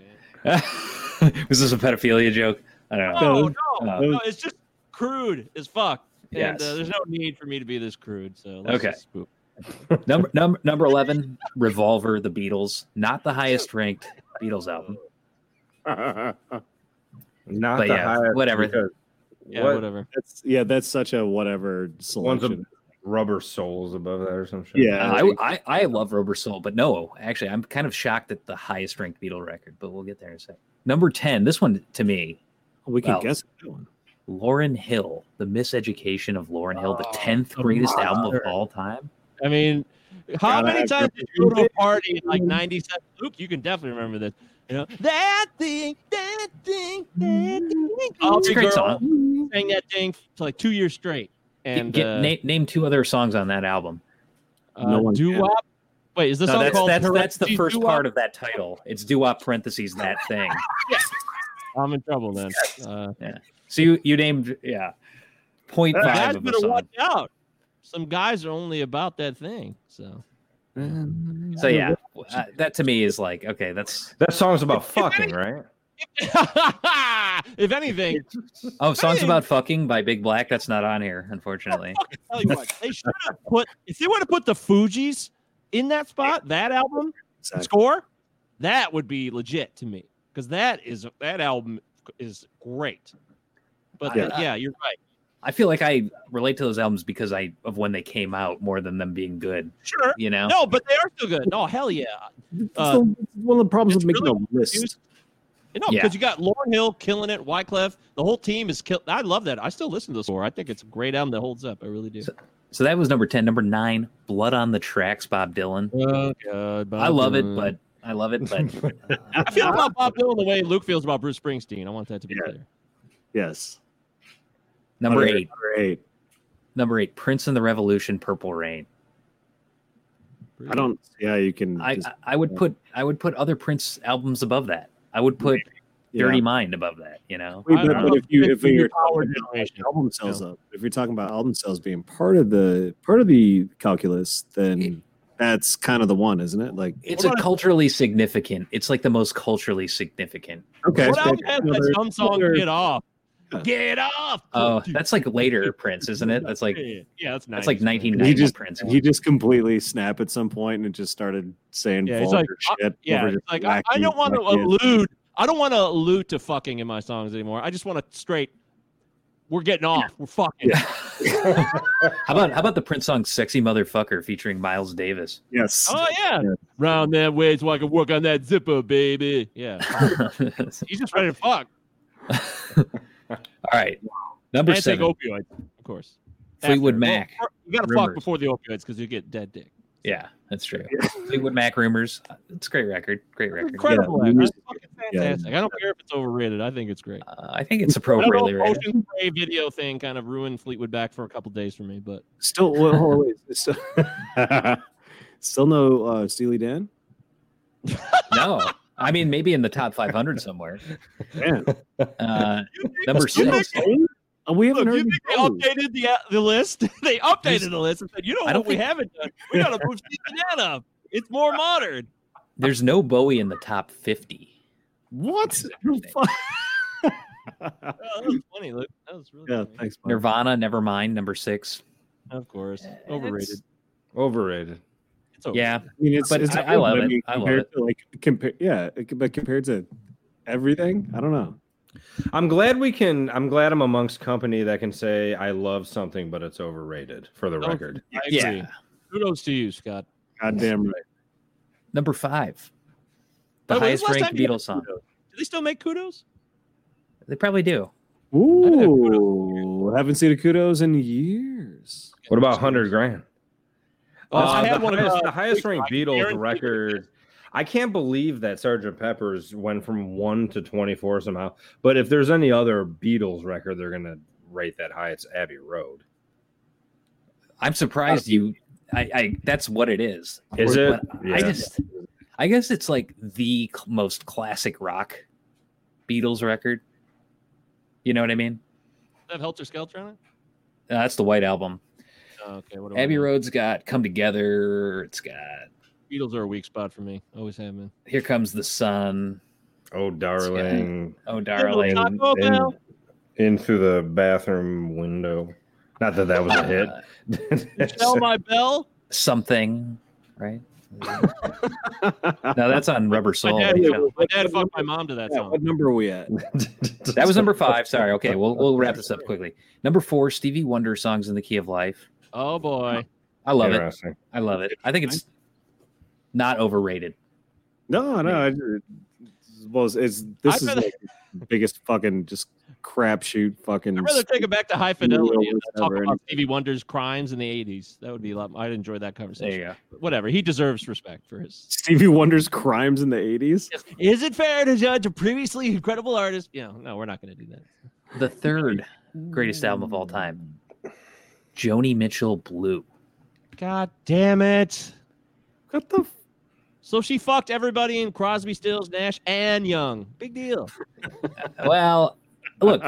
[SPEAKER 4] man
[SPEAKER 6] *laughs* Was this a pedophilia joke? I don't know. Uh,
[SPEAKER 4] no
[SPEAKER 2] Those-
[SPEAKER 4] Oh, no,
[SPEAKER 2] those-
[SPEAKER 4] no it's just crude as fuck and
[SPEAKER 6] Yes.
[SPEAKER 4] uh, there's no need for me to be this crude so let's
[SPEAKER 6] Okay.
[SPEAKER 4] just move.
[SPEAKER 6] number number number eleven, Revolver, the Beatles, not the highest ranked Beatles album.
[SPEAKER 2] *laughs*
[SPEAKER 5] Not
[SPEAKER 6] But
[SPEAKER 5] the
[SPEAKER 6] yeah,
[SPEAKER 5] highest
[SPEAKER 6] whatever.
[SPEAKER 5] because
[SPEAKER 4] yeah
[SPEAKER 5] what
[SPEAKER 4] whatever
[SPEAKER 2] That's yeah, that's such a whatever selection.
[SPEAKER 5] rubber soles above that or some shit.
[SPEAKER 2] Yeah,
[SPEAKER 6] Uh, I, I I love Rubber Soul, but no, actually, I'm kind of shocked at the highest ranked Beatle record. But we'll get there in a sec. Number ten, this one to me,
[SPEAKER 2] we can
[SPEAKER 6] well,
[SPEAKER 2] guess that one.
[SPEAKER 6] Lauren Hill, The Miseducation of Lauren Hill, the
[SPEAKER 4] Oh,
[SPEAKER 6] tenth
[SPEAKER 4] the
[SPEAKER 6] greatest album of
[SPEAKER 4] monster.
[SPEAKER 6] all time.
[SPEAKER 4] I mean how
[SPEAKER 2] Gotta
[SPEAKER 4] many
[SPEAKER 2] have
[SPEAKER 4] times
[SPEAKER 2] your-
[SPEAKER 4] did you go to a party in like 97 Luke you can definitely remember this you know that thing that thing that thing all
[SPEAKER 6] It's a Mm-hmm. great
[SPEAKER 4] the girls
[SPEAKER 6] song.
[SPEAKER 4] sang that thing for like two years straight and
[SPEAKER 6] Get-
[SPEAKER 4] uh,
[SPEAKER 6] name, name two other songs on that album.
[SPEAKER 4] Uh,
[SPEAKER 2] No one
[SPEAKER 4] doo
[SPEAKER 2] can.
[SPEAKER 4] wop. Wait, is this
[SPEAKER 6] No,
[SPEAKER 4] song
[SPEAKER 6] that's
[SPEAKER 4] called?
[SPEAKER 6] that's, that's the
[SPEAKER 4] parentheses
[SPEAKER 6] first
[SPEAKER 4] doo-wop?
[SPEAKER 6] part of that title. It's doo wop parentheses that thing.
[SPEAKER 4] I'm in trouble then. Uh,
[SPEAKER 6] So you you named yeah, point
[SPEAKER 4] guys
[SPEAKER 6] five of a
[SPEAKER 4] better
[SPEAKER 6] song.
[SPEAKER 4] watch out. Some guys are only about that thing. So
[SPEAKER 6] So yeah, uh, that to me is like okay, that's
[SPEAKER 5] That song's about fucking, right?
[SPEAKER 4] *laughs* if anything,
[SPEAKER 6] oh songs
[SPEAKER 4] Hey!
[SPEAKER 6] about fucking by Big Black. That's not on here, unfortunately.
[SPEAKER 4] tell you what, they should have put if they would have put the Fugees in that spot, that album
[SPEAKER 2] Exactly.
[SPEAKER 4] score, that would be legit to me because that is that album is great. But
[SPEAKER 2] Yeah.
[SPEAKER 4] yeah, yeah you're right.
[SPEAKER 6] I feel like I relate to those albums because I of when they came out more than them being good.
[SPEAKER 4] Sure.
[SPEAKER 6] You know,
[SPEAKER 4] No, but they are still good. No, hell yeah.
[SPEAKER 2] It's
[SPEAKER 4] Uh,
[SPEAKER 2] the- it's one of the problems
[SPEAKER 4] it's
[SPEAKER 2] with making
[SPEAKER 4] really
[SPEAKER 2] a list.
[SPEAKER 4] confused. No,
[SPEAKER 6] Yeah.
[SPEAKER 4] because you got Lauren Hill killing it, Wyclef. The whole team is killed. I love that. I still listen to the score. I think it's a great album that holds up. I really do.
[SPEAKER 6] so that was number ten. Number nine, Blood on the Tracks, Bob Dylan. I love it, but I love it,
[SPEAKER 2] *laughs*
[SPEAKER 6] but
[SPEAKER 4] I feel about Bob Dylan the way Luke feels about Bruce Springsteen. I want that to be
[SPEAKER 2] Yeah.
[SPEAKER 4] clear.
[SPEAKER 2] Yes,
[SPEAKER 6] number
[SPEAKER 2] Under-
[SPEAKER 6] eight,
[SPEAKER 2] Number eight.
[SPEAKER 6] number eight, Prince and the Revolution, Purple Rain.
[SPEAKER 2] I don't see how you can.
[SPEAKER 6] I
[SPEAKER 2] just-
[SPEAKER 6] I- I would put I would put other Prince albums above that. I would put
[SPEAKER 2] yeah.
[SPEAKER 6] Dirty Mind above that. You know,
[SPEAKER 2] Wait,
[SPEAKER 4] I
[SPEAKER 2] but,
[SPEAKER 4] don't
[SPEAKER 2] but
[SPEAKER 4] know.
[SPEAKER 2] if you
[SPEAKER 4] It's
[SPEAKER 2] if
[SPEAKER 4] the new
[SPEAKER 2] you're
[SPEAKER 4] power
[SPEAKER 2] talking about
[SPEAKER 4] generation.
[SPEAKER 2] album sales up, if you're talking about album sales being part of the part of the calculus, then that's kind of the one, isn't it? Like
[SPEAKER 6] it's
[SPEAKER 4] What
[SPEAKER 6] a
[SPEAKER 4] about-
[SPEAKER 6] culturally significant. It's like the most culturally significant.
[SPEAKER 2] okay,
[SPEAKER 4] What
[SPEAKER 2] so
[SPEAKER 4] album has
[SPEAKER 2] that's
[SPEAKER 4] that
[SPEAKER 2] another-
[SPEAKER 4] dumb song?
[SPEAKER 2] another-
[SPEAKER 4] Get off.
[SPEAKER 2] Yeah.
[SPEAKER 4] Get off.
[SPEAKER 6] Oh, that's like
[SPEAKER 2] *laughs*
[SPEAKER 6] later Prince, isn't it? That's like
[SPEAKER 4] yeah, yeah, that's nice.
[SPEAKER 6] that's like
[SPEAKER 2] He
[SPEAKER 6] 1990
[SPEAKER 2] just
[SPEAKER 6] Prince.
[SPEAKER 2] he just completely snapped at some point and just started saying
[SPEAKER 4] Yeah, he's
[SPEAKER 2] vulgar
[SPEAKER 4] like,
[SPEAKER 2] shit.
[SPEAKER 4] Yeah,
[SPEAKER 2] over
[SPEAKER 4] it's
[SPEAKER 2] just
[SPEAKER 4] like I, I
[SPEAKER 2] wacky-
[SPEAKER 4] don't want to
[SPEAKER 2] wacky-
[SPEAKER 4] allude. I don't want to allude to fucking in my songs anymore. I just want to straight. We're getting off. We're fucking.
[SPEAKER 6] *laughs* How about how about the Prince song "Sexy Motherfucker" featuring
[SPEAKER 2] *laughs*
[SPEAKER 6] Miles Davis?
[SPEAKER 2] Yes,
[SPEAKER 4] Oh yeah.
[SPEAKER 2] Yeah.
[SPEAKER 4] Round that way so I can work on that zipper, baby. Yeah. He's just ready to fuck.
[SPEAKER 6] All right, number
[SPEAKER 4] and take
[SPEAKER 6] seven,
[SPEAKER 4] opioids, of course.
[SPEAKER 6] Fleetwood
[SPEAKER 4] After.
[SPEAKER 6] Mac.
[SPEAKER 4] Well, you gotta fuck
[SPEAKER 6] Rumors.
[SPEAKER 4] before the opioids because you get dead dick.
[SPEAKER 6] Yeah, that's true. *laughs* Fleetwood Mac "Rumors." It's a great record. Great record.
[SPEAKER 4] Incredible.
[SPEAKER 2] Yeah,
[SPEAKER 4] act.
[SPEAKER 2] Rumors-
[SPEAKER 4] That's fucking
[SPEAKER 2] yeah.
[SPEAKER 4] fantastic. I don't care if it's overrated. I think it's great.
[SPEAKER 6] Uh, I think it's
[SPEAKER 4] I don't know
[SPEAKER 6] appropriately
[SPEAKER 4] if
[SPEAKER 6] rated.
[SPEAKER 4] Ocean Spray video thing kind of ruined Fleetwood Mac for a couple days for me, but
[SPEAKER 2] still well, hold on, wait, it's still, *laughs* still no uh, Steely Dan.
[SPEAKER 6] *laughs* No, I mean maybe in the top 500 somewhere.
[SPEAKER 2] Man.
[SPEAKER 6] Uh, number
[SPEAKER 4] You
[SPEAKER 6] six.
[SPEAKER 4] think-
[SPEAKER 2] Uh, we haven't
[SPEAKER 4] Look, you
[SPEAKER 2] heard.
[SPEAKER 4] think they
[SPEAKER 2] of those.
[SPEAKER 4] updated the, uh, the list? *laughs* they updated the list and said, you know
[SPEAKER 6] I
[SPEAKER 4] what
[SPEAKER 6] don't
[SPEAKER 4] we
[SPEAKER 6] think-
[SPEAKER 4] haven't done? We gotta move Steven Dan up. It's
[SPEAKER 6] *laughs*
[SPEAKER 4] more modern.
[SPEAKER 6] There's no Bowie in the top 50.
[SPEAKER 2] What? *laughs*
[SPEAKER 4] Oh, that was funny, Luke. That was really
[SPEAKER 2] yeah,
[SPEAKER 4] funny.
[SPEAKER 2] thanks. Mike.
[SPEAKER 6] Nirvana, Nevermind, number six.
[SPEAKER 4] Of course,
[SPEAKER 6] It's-
[SPEAKER 4] overrated.
[SPEAKER 5] Overrated.
[SPEAKER 4] It's overrated.
[SPEAKER 6] Yeah,
[SPEAKER 2] I mean, it's,
[SPEAKER 6] But
[SPEAKER 2] it's
[SPEAKER 6] I- I
[SPEAKER 2] good,
[SPEAKER 6] love it.
[SPEAKER 2] mean,
[SPEAKER 6] I love
[SPEAKER 2] compared
[SPEAKER 6] it.
[SPEAKER 2] To like, compare, yeah, it- but compared to everything, I don't know.
[SPEAKER 5] I'm glad we can. I'm glad I'm amongst company that can say I love something, but it's overrated. For the
[SPEAKER 4] Don't-
[SPEAKER 5] record,
[SPEAKER 4] I agree.
[SPEAKER 6] yeah.
[SPEAKER 4] Kudos to you, Scott.
[SPEAKER 2] Goddamn
[SPEAKER 6] *laughs*
[SPEAKER 2] right.
[SPEAKER 6] Number five. The
[SPEAKER 4] Wait, when's
[SPEAKER 6] highest
[SPEAKER 4] the last
[SPEAKER 6] ranked
[SPEAKER 4] time you
[SPEAKER 6] Beatles song.
[SPEAKER 4] Do they still make kudos?
[SPEAKER 6] They probably do.
[SPEAKER 2] Ooh, haven't seen a kudos in years.
[SPEAKER 5] what about hundred grand?
[SPEAKER 4] Well, I
[SPEAKER 5] Uh,
[SPEAKER 4] had
[SPEAKER 5] the,
[SPEAKER 4] one of
[SPEAKER 5] highest,
[SPEAKER 4] uh,
[SPEAKER 5] the highest ranked
[SPEAKER 4] guarantee
[SPEAKER 5] Beatles
[SPEAKER 4] you
[SPEAKER 5] record. I can't believe that Sergeant Pepper's went from one to twenty four somehow. But if there's any other Beatles record, they're gonna rate that high. It's Abbey Road.
[SPEAKER 6] I'm surprised you. I, I that's what it is.
[SPEAKER 5] Is
[SPEAKER 6] Or-
[SPEAKER 5] it?
[SPEAKER 6] but
[SPEAKER 5] Yeah.
[SPEAKER 6] I just, I guess it's like the cl- most classic rock Beatles record. You know what I mean?
[SPEAKER 4] have Helter Skelter on it?
[SPEAKER 6] Uh, that's the White Album.
[SPEAKER 4] Oh, okay, what do I
[SPEAKER 6] Abbey
[SPEAKER 4] know?
[SPEAKER 6] Road's got "Come Together." It's got
[SPEAKER 4] Beatles are a weak spot for me. Always have been.
[SPEAKER 6] "Here Comes the Sun."
[SPEAKER 5] Oh darling,
[SPEAKER 6] Oh, darling.
[SPEAKER 4] Taco Bell.
[SPEAKER 5] in through the bathroom window. Not that that was a
[SPEAKER 6] Uh,
[SPEAKER 5] hit.
[SPEAKER 4] Tell
[SPEAKER 5] *laughs*
[SPEAKER 4] my bell.
[SPEAKER 6] something, right? no, that's on Rubber Soul. *laughs*
[SPEAKER 4] dad
[SPEAKER 6] you know.
[SPEAKER 4] My dad fucked my mom to that
[SPEAKER 2] Yeah,
[SPEAKER 4] song.
[SPEAKER 2] what number are we at?
[SPEAKER 6] That was number five. Sorry. Okay, we'll we'll wrap this up quickly. Number four, Stevie Wonder songs in the key of life.
[SPEAKER 4] Oh boy.
[SPEAKER 6] I love it.
[SPEAKER 5] Interesting.
[SPEAKER 6] I love it. I think it's not overrated.
[SPEAKER 2] No, no. I, well, it's, it's this
[SPEAKER 4] I'd
[SPEAKER 2] is
[SPEAKER 4] rather-
[SPEAKER 2] like the biggest fucking just crapshoot fucking.
[SPEAKER 4] I'd rather take it back to high
[SPEAKER 2] Screw you
[SPEAKER 4] fidelity
[SPEAKER 2] or
[SPEAKER 4] and talk
[SPEAKER 2] whatever.
[SPEAKER 4] about Stevie Wonder's crimes in the '80s. That would be a lot. I'd enjoy that
[SPEAKER 6] There you
[SPEAKER 4] conversation.
[SPEAKER 6] go.
[SPEAKER 4] But Whatever. He deserves respect for his.
[SPEAKER 2] Stevie Wonder's crimes in the eighties.
[SPEAKER 4] Is it fair to judge a previously incredible artist? You know, no, we're not going to do that.
[SPEAKER 6] The third greatest album of all time, Joni Mitchell Blue.
[SPEAKER 4] God damn it.
[SPEAKER 2] What Mm. the? F-
[SPEAKER 4] So she fucked everybody in Crosby, Stills, Nash, and Young. Big deal.
[SPEAKER 6] Well, look,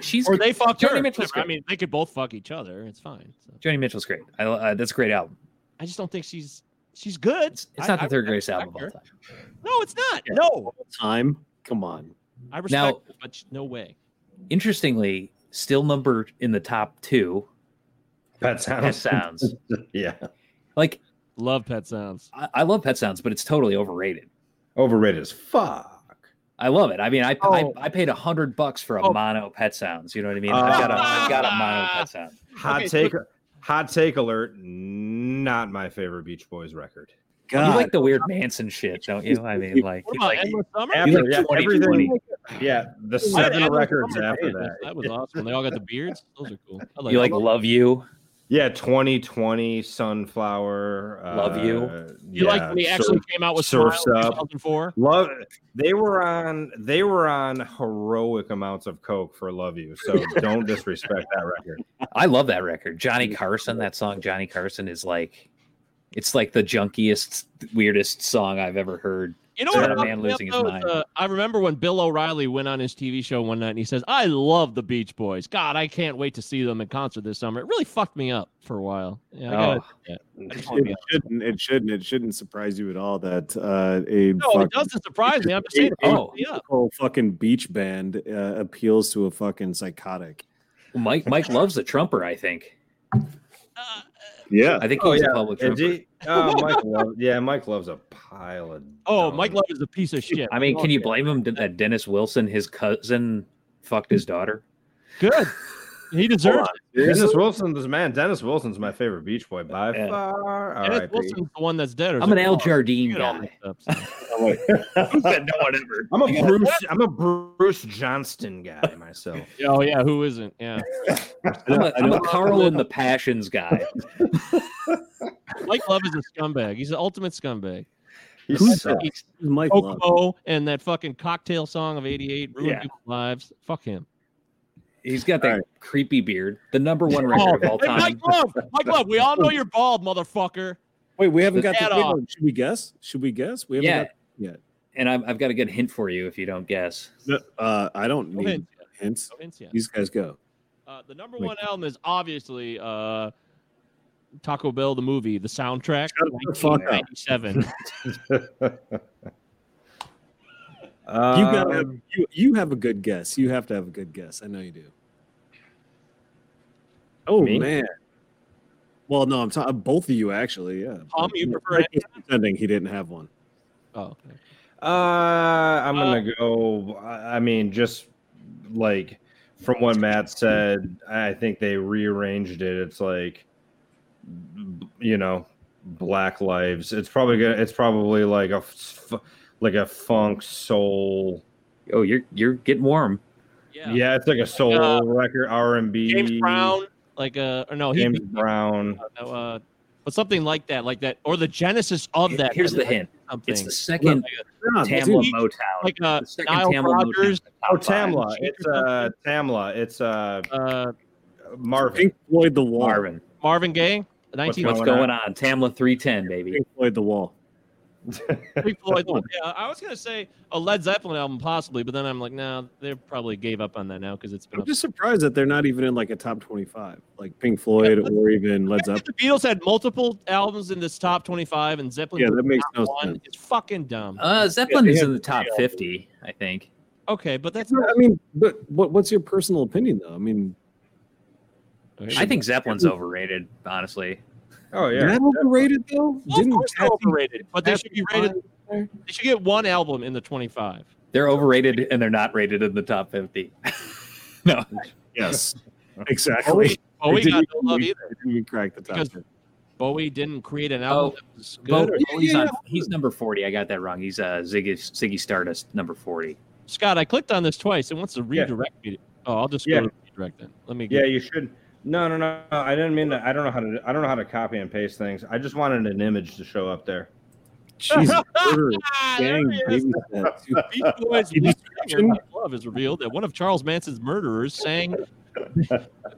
[SPEAKER 6] she's
[SPEAKER 4] Or they fucked
[SPEAKER 6] Joni
[SPEAKER 4] her.
[SPEAKER 6] Mitchell's
[SPEAKER 4] I
[SPEAKER 6] great.
[SPEAKER 4] mean, they could both fuck each other. It's fine. So.
[SPEAKER 6] Joni Mitchell's great. I, uh, that's a great album.
[SPEAKER 4] I just don't think she's she's good.
[SPEAKER 6] It's, it's not
[SPEAKER 4] I-
[SPEAKER 6] the third
[SPEAKER 4] I- I
[SPEAKER 6] greatest album of
[SPEAKER 4] respect
[SPEAKER 6] all time.
[SPEAKER 4] her. No, it's not. No,
[SPEAKER 2] time. Come on.
[SPEAKER 4] I respect,
[SPEAKER 6] Now-
[SPEAKER 4] her, but no way.
[SPEAKER 6] Interestingly, still number in the top two.
[SPEAKER 5] That sounds.
[SPEAKER 6] *laughs* Pet Sounds.
[SPEAKER 5] Yeah.
[SPEAKER 6] Like
[SPEAKER 4] Love Pet Sounds.
[SPEAKER 6] I, I love Pet Sounds, but it's totally overrated.
[SPEAKER 5] Overrated as fuck.
[SPEAKER 6] I love it. I mean, I
[SPEAKER 4] Oh.
[SPEAKER 6] I, I paid a hundred bucks for a
[SPEAKER 4] Oh. Ah.
[SPEAKER 6] mono Pet Sounds. You know what I mean? I've got a, I've got a mono Pet Sound.
[SPEAKER 5] Hot
[SPEAKER 4] Okay, so-
[SPEAKER 5] take. hot take alert. Not my favorite Beach Boys record.
[SPEAKER 2] God.
[SPEAKER 6] You like the weird Manson shit, don't you? I mean, like
[SPEAKER 4] What about
[SPEAKER 6] like-
[SPEAKER 4] Endless Summer?
[SPEAKER 5] After,
[SPEAKER 6] like
[SPEAKER 5] yeah,
[SPEAKER 6] 2020.
[SPEAKER 5] everything- yeah, the
[SPEAKER 4] I had
[SPEAKER 5] seven
[SPEAKER 4] Endless
[SPEAKER 5] records
[SPEAKER 4] Summer
[SPEAKER 5] after
[SPEAKER 4] band.
[SPEAKER 5] that.
[SPEAKER 4] That was awesome. They all got the beards. Those are cool. I
[SPEAKER 6] you like Love You.
[SPEAKER 5] Yeah, 2020, Sunflower. Uh,
[SPEAKER 6] Love You.
[SPEAKER 4] You like
[SPEAKER 5] yeah,
[SPEAKER 4] when he
[SPEAKER 5] Sur-
[SPEAKER 4] actually came out with
[SPEAKER 5] Surf's
[SPEAKER 4] Smile in
[SPEAKER 5] Up.
[SPEAKER 4] 2004?
[SPEAKER 5] Love they were on they were on heroic amounts of coke for love you so don't disrespect that record.
[SPEAKER 6] I love that record. Johnny Carson. That song Johnny Carson is like, it's like the junkiest, weirdest song I've ever heard.
[SPEAKER 4] You know
[SPEAKER 6] Sure.
[SPEAKER 4] what?
[SPEAKER 6] Man
[SPEAKER 4] fucked me up,
[SPEAKER 6] losing his
[SPEAKER 4] though,
[SPEAKER 6] mind.
[SPEAKER 4] is, uh, I remember when Bill O'Reilly went on his TV show one night and he says, "I love the Beach Boys. God, I can't wait to see them in concert this summer." It really fucked me up for a while. Yeah, I
[SPEAKER 6] Oh,
[SPEAKER 4] gotta- I just wanna be
[SPEAKER 2] It shouldn't. It shouldn't. It shouldn't surprise you at all that uh, a
[SPEAKER 4] no, it
[SPEAKER 2] fucking
[SPEAKER 4] doesn't surprise me. I'm just saying. it
[SPEAKER 6] Oh.
[SPEAKER 4] fucked me up.
[SPEAKER 2] whole fucking beach band uh, appeals to a fucking psychotic.
[SPEAKER 6] Mike
[SPEAKER 4] *laughs*
[SPEAKER 6] Mike loves the trumper. I think.
[SPEAKER 4] Uh,
[SPEAKER 2] Yeah.
[SPEAKER 6] I think
[SPEAKER 5] Oh,
[SPEAKER 6] he's
[SPEAKER 5] yeah.
[SPEAKER 6] a public
[SPEAKER 5] And
[SPEAKER 6] trumper.
[SPEAKER 5] G- uh, Mike Love, yeah, Mike Love's a pile of
[SPEAKER 4] oh,
[SPEAKER 5] dung.
[SPEAKER 4] Mike Love is a piece of shit.
[SPEAKER 6] I mean, can you blame him that Dennis Wilson, his cousin, fucked his daughter?
[SPEAKER 4] Good. He deserves it.
[SPEAKER 5] Dennis Wilson's man. Dennis Wilson's my favorite Beach Boy by
[SPEAKER 6] Yeah.
[SPEAKER 5] far. All
[SPEAKER 4] Dennis
[SPEAKER 5] right,
[SPEAKER 4] Wilson's the one that's dead. Or
[SPEAKER 6] I'm an Al
[SPEAKER 4] something.
[SPEAKER 6] Jardine
[SPEAKER 4] Get all
[SPEAKER 6] guy.
[SPEAKER 4] mixed up, so.
[SPEAKER 5] I'm a Bruce. I'm a Bruce Johnston guy myself.
[SPEAKER 4] oh yeah, who isn't? Yeah,
[SPEAKER 6] I'm a, I'm a Carl and the Passions guy.
[SPEAKER 4] Mike Love is a scumbag. He's the ultimate scumbag.
[SPEAKER 5] *laughs* He
[SPEAKER 2] Who's
[SPEAKER 5] sucks.
[SPEAKER 2] that? Mike Love.
[SPEAKER 4] Kokomo and that fucking cocktail song of '88 ruined
[SPEAKER 6] Yeah.
[SPEAKER 4] people's lives. Fuck him.
[SPEAKER 6] He's got that
[SPEAKER 2] All right.
[SPEAKER 6] creepy beard. The number one record of all
[SPEAKER 4] Hey,
[SPEAKER 6] time.
[SPEAKER 4] Mike Love, Mike Love, we all know you're bald, motherfucker.
[SPEAKER 2] Wait, we haven't got
[SPEAKER 4] That
[SPEAKER 2] the big
[SPEAKER 4] off.
[SPEAKER 2] one. Should we guess? Should we guess? We haven't
[SPEAKER 6] Yeah.
[SPEAKER 2] got yet.
[SPEAKER 6] And I've, I've got a good hint for you if you don't guess.
[SPEAKER 2] Uh, I don't
[SPEAKER 4] No
[SPEAKER 2] need
[SPEAKER 4] hints yet.
[SPEAKER 2] hints.
[SPEAKER 4] No hints yet.
[SPEAKER 2] These guys go.
[SPEAKER 4] Uh, the number
[SPEAKER 2] Wait.
[SPEAKER 4] one album is obviously uh, Taco Bell the movie, the soundtrack,
[SPEAKER 2] Shut the fuck up.
[SPEAKER 4] 1997.
[SPEAKER 2] You gotta have,
[SPEAKER 5] Um,
[SPEAKER 2] you, you have a good guess. You have to have a good guess. I know you do. Oh
[SPEAKER 5] Me?
[SPEAKER 2] man. Well, no, I'm talking both of you actually. Yeah.
[SPEAKER 4] Tom, you prefer
[SPEAKER 2] Mike was pretending he didn't have one.
[SPEAKER 4] oh, okay.
[SPEAKER 5] Uh, I'm
[SPEAKER 4] Uh,
[SPEAKER 5] gonna go. I I mean, just like from what Matt said, I think they rearranged it. It's like, b- you know, Black Lives. It's probably gonna. It's probably like a, f- like a funk soul.
[SPEAKER 6] Oh, you're you're getting warm.
[SPEAKER 5] Yeah,
[SPEAKER 4] yeah.
[SPEAKER 5] it's like a soul
[SPEAKER 4] uh,
[SPEAKER 5] record, R and B.
[SPEAKER 4] James Brown, like uh, or no, he
[SPEAKER 5] James
[SPEAKER 4] beat,
[SPEAKER 5] Brown.
[SPEAKER 4] uh, no, uh, but something like that, like that, or the genesis of that.
[SPEAKER 6] Here's the
[SPEAKER 4] like
[SPEAKER 6] hint.
[SPEAKER 4] Something.
[SPEAKER 6] It's the second
[SPEAKER 2] No,
[SPEAKER 6] Tamla
[SPEAKER 2] dude,
[SPEAKER 6] Motown.
[SPEAKER 4] like uh,
[SPEAKER 6] the second
[SPEAKER 4] Nile Rodgers.
[SPEAKER 5] Oh,
[SPEAKER 6] top five.
[SPEAKER 5] Tamla. It's uh, Tamla. It's uh,
[SPEAKER 4] Uh,
[SPEAKER 5] Marvin.
[SPEAKER 2] Pink Floyd the Wall.
[SPEAKER 6] Marvin.
[SPEAKER 4] Marvin Gaye,
[SPEAKER 5] What's
[SPEAKER 4] 19.
[SPEAKER 5] going
[SPEAKER 6] What's going on? Tamla 310, baby.
[SPEAKER 2] Pink Floyd the Wall.
[SPEAKER 4] Pink Floyd. one. Yeah, I was gonna say a Led Zeppelin album possibly, but then I'm like, no, they probably gave up on that now because it's been.
[SPEAKER 2] I'm
[SPEAKER 4] up-
[SPEAKER 2] just surprised that they're not even in like a top 25, like Pink Floyd
[SPEAKER 4] Yeah,
[SPEAKER 2] or even Led
[SPEAKER 4] The *laughs*
[SPEAKER 2] Zeppelin.
[SPEAKER 4] Beatles had multiple albums in this top 25, and Zeppelin
[SPEAKER 2] Yeah,
[SPEAKER 4] was
[SPEAKER 2] that makes no
[SPEAKER 4] one.
[SPEAKER 2] sense.
[SPEAKER 4] It's fucking dumb.
[SPEAKER 6] Uh, Zeppelin
[SPEAKER 2] Yeah, they
[SPEAKER 6] is
[SPEAKER 2] had
[SPEAKER 6] in the top
[SPEAKER 2] three
[SPEAKER 6] 50, I think.
[SPEAKER 4] Okay, but that's
[SPEAKER 2] I mean, but what, what's your personal opinion though? I mean,
[SPEAKER 6] I think Zeppelin's overrated, honestly.
[SPEAKER 5] Oh yeah.
[SPEAKER 2] that overrated though?
[SPEAKER 4] Well, of course they're
[SPEAKER 2] Patty-
[SPEAKER 4] overrated, but they
[SPEAKER 2] Patty
[SPEAKER 4] should be rated.
[SPEAKER 2] Ryan there?
[SPEAKER 4] They should get one album in the 25.
[SPEAKER 6] They're overrated and they're not rated in the top 50.
[SPEAKER 2] Yes, exactly.
[SPEAKER 4] Bowie
[SPEAKER 2] Did
[SPEAKER 4] Oh, got
[SPEAKER 2] you-
[SPEAKER 4] no love either.
[SPEAKER 2] Didn't even crack the top.
[SPEAKER 4] Because-
[SPEAKER 2] ten.
[SPEAKER 4] Bowie didn't create an album that was
[SPEAKER 6] Bo,
[SPEAKER 4] good. or-
[SPEAKER 6] Bowie's
[SPEAKER 2] yeah,
[SPEAKER 6] on,
[SPEAKER 2] yeah.
[SPEAKER 6] oh, he's number 40. I got that wrong. He's uh, Ziggy, Ziggy Stardust, number 40.
[SPEAKER 4] Scott, I clicked on this twice. It wants to redirect me. to- oh, I'll just go
[SPEAKER 5] Yeah.
[SPEAKER 4] to redirect then. Let me.
[SPEAKER 5] Yeah,
[SPEAKER 4] Get,
[SPEAKER 5] you should. No, no, no. I didn't mean to. I don't know how to. I don't know how to copy and paste things. I just wanted an image to show up there.
[SPEAKER 2] Jesus,
[SPEAKER 4] *laughs*
[SPEAKER 2] murder,
[SPEAKER 4] Ah, there
[SPEAKER 2] gang,
[SPEAKER 4] he is.
[SPEAKER 2] baby steps. You-
[SPEAKER 4] Beach
[SPEAKER 2] *laughs*
[SPEAKER 4] Boys'
[SPEAKER 2] The
[SPEAKER 4] lead
[SPEAKER 2] description-
[SPEAKER 4] singer, Mike Love is revealed that one of Charles Manson's murderers sang.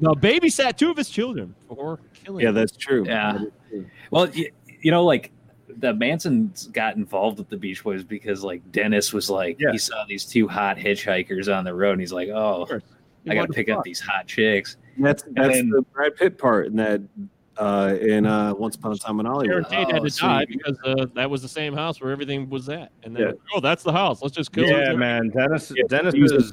[SPEAKER 4] no, babysat two of his children for killing.
[SPEAKER 2] Yeah, that's true.
[SPEAKER 6] Yeah.
[SPEAKER 2] That is true.
[SPEAKER 6] Well, you, you know, like the Mansons got involved with the Beach Boys because like Dennis was like
[SPEAKER 5] Yeah.
[SPEAKER 6] he saw these two hot hitchhikers on the road and he's like, oh,
[SPEAKER 4] Sure.
[SPEAKER 6] I got to pick up these hot chicks.
[SPEAKER 2] That's that's
[SPEAKER 6] then-
[SPEAKER 2] the Brad Pitt part in that uh, in uh, Once Upon a Time in
[SPEAKER 4] Sharon
[SPEAKER 2] Hollywood.
[SPEAKER 4] Tate had
[SPEAKER 6] Oh,
[SPEAKER 4] to
[SPEAKER 6] so
[SPEAKER 4] die
[SPEAKER 6] you-
[SPEAKER 4] because uh, that was the same house where everything was at. And then,
[SPEAKER 2] Yeah.
[SPEAKER 4] oh, that's the house. Let's just kill
[SPEAKER 5] yeah,
[SPEAKER 4] it.
[SPEAKER 5] man. Dennis.
[SPEAKER 2] Yeah,
[SPEAKER 5] Dennis's
[SPEAKER 2] Jesus.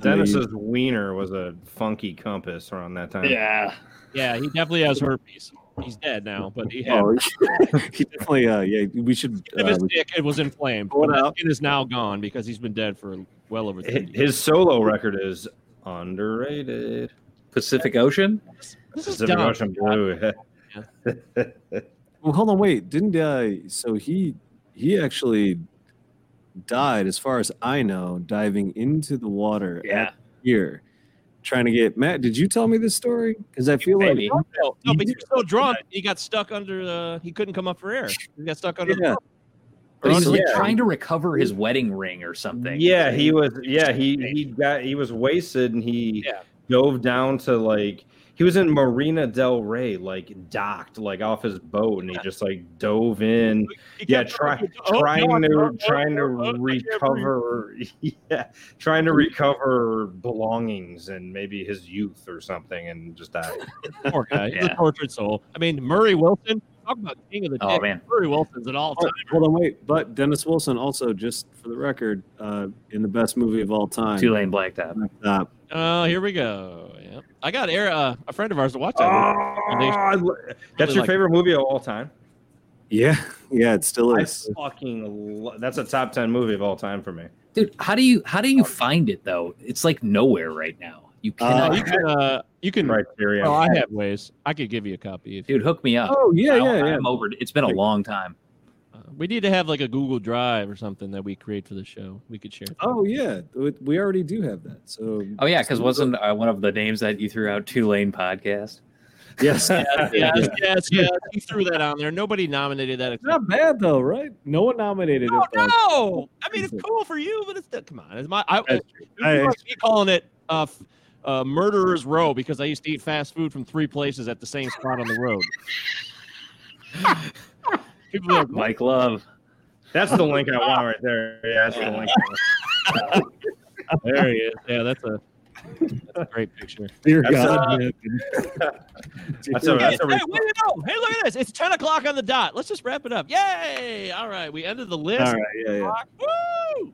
[SPEAKER 5] Dennis's wiener was a funky compass around that time.
[SPEAKER 6] Yeah,
[SPEAKER 4] Yeah, he definitely has herpes. He's dead now, but he had
[SPEAKER 2] Oh, *laughs* he definitely. Uh, yeah, we should.
[SPEAKER 4] If
[SPEAKER 2] Uh,
[SPEAKER 4] his dick it was inflamed.
[SPEAKER 2] What
[SPEAKER 4] But that
[SPEAKER 2] up?
[SPEAKER 4] skin is now gone because he's been dead for well over
[SPEAKER 5] Hi-
[SPEAKER 4] thirty. years.
[SPEAKER 5] His solo record is underrated.
[SPEAKER 6] Pacific Ocean.
[SPEAKER 4] This is
[SPEAKER 5] Pacific
[SPEAKER 4] dumb.
[SPEAKER 5] Ocean Blue. *laughs*
[SPEAKER 2] well, hold on, wait. Didn't uh, so he he actually died, as far as I know, diving into the water
[SPEAKER 6] Yeah,
[SPEAKER 2] at here, trying to get Matt. Did you tell me this story? Because I feel like
[SPEAKER 6] maybe.
[SPEAKER 4] No, no, but he was so drunk he got stuck under the. He couldn't come up for air. He got stuck under.
[SPEAKER 2] Yeah.
[SPEAKER 4] The,
[SPEAKER 6] But he's like
[SPEAKER 5] Yeah.
[SPEAKER 6] trying to recover his wedding ring or something.
[SPEAKER 5] Yeah, he was. Yeah, he he got he was wasted and he
[SPEAKER 4] Yeah.
[SPEAKER 5] dove down to like he was in Marina Del Rey, like docked, like off his boat, and he just like dove in.
[SPEAKER 4] he
[SPEAKER 5] Yeah,
[SPEAKER 4] kept-
[SPEAKER 5] try,
[SPEAKER 4] Oh,
[SPEAKER 5] trying
[SPEAKER 4] no, I'm
[SPEAKER 5] to
[SPEAKER 4] drunk.
[SPEAKER 5] trying to
[SPEAKER 4] Oh, I can't breathe.
[SPEAKER 5] recover. *laughs* Yeah, trying to recover belongings and maybe his youth or something, and just *laughs* died.
[SPEAKER 4] Poor guy. He's
[SPEAKER 6] Yeah.
[SPEAKER 4] a tortured soul. I mean, Murray Wilson. Talk about king of the
[SPEAKER 6] Oh
[SPEAKER 4] dick.
[SPEAKER 6] man,
[SPEAKER 4] Murray Wilson's an all
[SPEAKER 2] Oh,
[SPEAKER 4] time.
[SPEAKER 2] hold on, wait. But Dennis Wilson also, just for the record, uh, in the best movie of all time,
[SPEAKER 6] Tulane Blacktop.
[SPEAKER 2] Uh,
[SPEAKER 4] Oh, here we go. Yeah, I got air, uh, a friend of ours to watch
[SPEAKER 5] Oh,
[SPEAKER 4] that. with.
[SPEAKER 5] I lo- that's
[SPEAKER 4] Really
[SPEAKER 5] your
[SPEAKER 4] like-
[SPEAKER 5] favorite movie of all time.
[SPEAKER 2] yeah, yeah, it still
[SPEAKER 5] I
[SPEAKER 2] is.
[SPEAKER 5] fucking lo- that's a top ten movie of all time for me.
[SPEAKER 6] Dude, how do you how do you find it though? It's like nowhere right now. You cannot.
[SPEAKER 4] No, you can. Uh, you can.
[SPEAKER 5] Criterion.
[SPEAKER 4] Oh, I have ways. I could give you a copy. If,
[SPEAKER 6] Dude, hook me up.
[SPEAKER 2] Oh yeah,
[SPEAKER 6] I-
[SPEAKER 2] yeah, yeah.
[SPEAKER 6] I'm over. It's been a long time.
[SPEAKER 4] uh, we need to have like a Google Drive or something that we create for the show. We could share.
[SPEAKER 2] Oh yeah, we- we already do have that. So
[SPEAKER 6] Oh yeah, because wasn't uh, one of the names that you threw out Tulane podcast?
[SPEAKER 5] *laughs*
[SPEAKER 2] yes,
[SPEAKER 4] yes, yes, yes, yes. He threw that on there. Nobody nominated that. Except-
[SPEAKER 2] not bad though, right? No one nominated
[SPEAKER 4] no,
[SPEAKER 2] it. though.
[SPEAKER 4] Oh, no. I mean, it's cool for you, but it's still, come on. It's my. I,
[SPEAKER 2] That's
[SPEAKER 4] I, me calling it uh, f- uh, Murderer's Row because I used to eat fast food from three places at the same spot on the road. People are like,
[SPEAKER 6] Mike Love.
[SPEAKER 5] That's the link I want right there. Yeah, that's the link.
[SPEAKER 4] *laughs* there he is. Yeah, that's a, that's a great picture.
[SPEAKER 2] Dear
[SPEAKER 5] That's,
[SPEAKER 2] God, *laughs*
[SPEAKER 5] uh,
[SPEAKER 2] man.
[SPEAKER 5] That's a,
[SPEAKER 4] *laughs* Hey,
[SPEAKER 5] that's a
[SPEAKER 4] hey,
[SPEAKER 5] re-
[SPEAKER 4] wait, no. hey, look at this. It's 10 o'clock on the dot. Let's just wrap it up. Yay. All right. We ended the list.
[SPEAKER 2] all right, yeah, yeah.
[SPEAKER 4] Woo!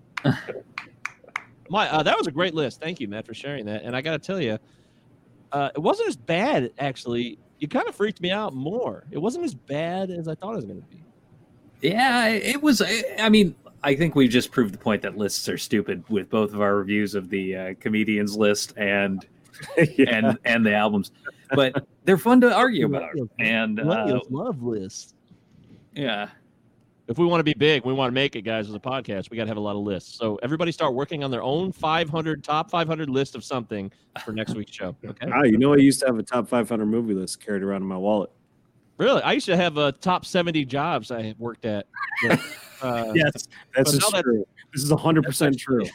[SPEAKER 4] My, uh, that was a great list. Thank you, Matt, for sharing that. And I got to tell you, uh, it wasn't as bad, actually. You kind of freaked me out more. It wasn't as bad as I thought it was going to be.
[SPEAKER 6] Yeah, it was. I I mean, I think we've just proved the point that lists are stupid with both of our reviews of the uh, comedians list and
[SPEAKER 2] yeah.
[SPEAKER 6] and and the albums, but they're fun to argue about. And uh,
[SPEAKER 4] Millennials love list.
[SPEAKER 6] yeah,
[SPEAKER 4] If we want to be big, we want to make it, guys, as a podcast, we got to have a lot of lists. So everybody start working on their own 500, top 500 list of something for next week's show. Okay.
[SPEAKER 2] Ah, you know, I used to have a top 500 movie list carried around in my wallet.
[SPEAKER 4] Really, I used to have a top seventy jobs I had worked at. but,
[SPEAKER 2] *laughs*
[SPEAKER 4] uh,
[SPEAKER 2] yes, that's
[SPEAKER 4] but now
[SPEAKER 2] just
[SPEAKER 4] that's-
[SPEAKER 2] true. This is 100%
[SPEAKER 4] that's
[SPEAKER 2] true.
[SPEAKER 4] it's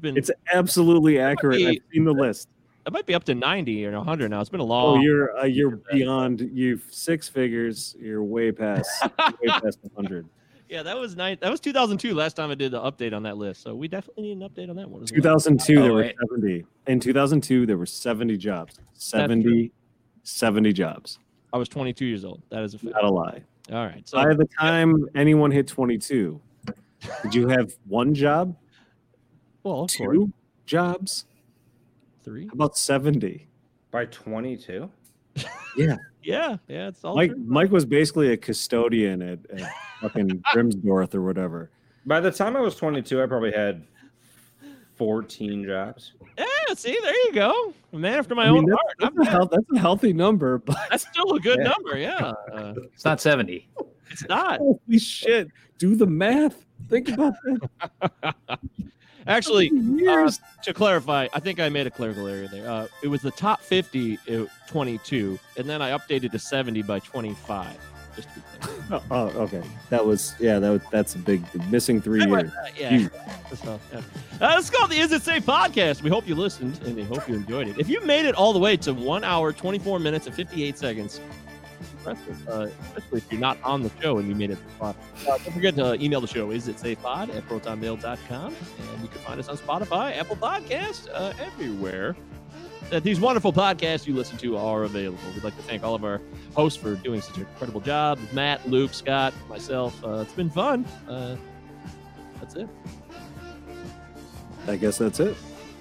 [SPEAKER 4] been-
[SPEAKER 2] It's absolutely accurate. I've seen the list.
[SPEAKER 4] I might be up to ninety or hundred now. It's been a
[SPEAKER 2] Oh,
[SPEAKER 4] long.
[SPEAKER 2] you're uh, you're beyond you've six figures. You're way
[SPEAKER 4] *laughs*
[SPEAKER 2] past way past 100.
[SPEAKER 4] yeah, that was nine. That was two thousand two. Last time I did the update on that list, so we definitely need an update on that one. as well.
[SPEAKER 2] 2002 there
[SPEAKER 6] Oh,
[SPEAKER 2] were
[SPEAKER 6] wait.
[SPEAKER 2] 70. In 2002 there were 70 jobs. 70 70 jobs.
[SPEAKER 4] I was twenty two years old. That is a fact.
[SPEAKER 2] Not a lie.
[SPEAKER 4] All right, so
[SPEAKER 2] By the time anyone hit 22, did you have one job?
[SPEAKER 4] well, of course,
[SPEAKER 2] Two jobs?
[SPEAKER 4] three.
[SPEAKER 2] How about 70?
[SPEAKER 5] By 22?
[SPEAKER 4] Yeah, yeah, it's all
[SPEAKER 2] Mike
[SPEAKER 4] true.
[SPEAKER 2] Mike was basically a custodian at, at
[SPEAKER 4] *laughs*
[SPEAKER 2] fucking Grimsdorf or whatever.
[SPEAKER 5] By the time I was 22, I probably had 14 jobs.
[SPEAKER 4] Yeah, see, there you go. A man after my
[SPEAKER 2] I mean,
[SPEAKER 4] own
[SPEAKER 2] that's,
[SPEAKER 4] heart.
[SPEAKER 2] that's
[SPEAKER 4] I'm-
[SPEAKER 2] a health, that's a healthy number, *laughs* but
[SPEAKER 4] that's still a good
[SPEAKER 5] Yeah.
[SPEAKER 4] number. Yeah, uh,
[SPEAKER 6] It's not 70.
[SPEAKER 4] it's not
[SPEAKER 2] holy shit, do the math. Think about that.
[SPEAKER 4] actually.
[SPEAKER 2] years.
[SPEAKER 4] to clarify, I think I made a clerical error there. Uh, it was the top 50 at 22, and then I updated to 70 by 25. Just to be clear.
[SPEAKER 2] oh, oh, okay. That was yeah. That was, that's a big missing three
[SPEAKER 4] That was-
[SPEAKER 2] years.
[SPEAKER 4] Uh, yeah. So, yeah. Uh, this is called the Is It Safe podcast. We hope you listened and we hope you enjoyed it. If you made it all the way to one hour, 24 minutes, and 58 seconds, impressive, uh, especially if you're not on the show and you made it. this far. Uh, don't forget to email the show, is it safe pod at protonmail.com. And you can find us on Spotify, Apple Podcasts, uh, everywhere that these wonderful podcasts you listen to are available. We'd like to thank all of our hosts for doing such an incredible job Matt, Luke, Scott, myself. Uh, it's been fun. Uh, that's it.
[SPEAKER 2] I guess that's it.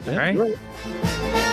[SPEAKER 6] All right.
[SPEAKER 2] Right.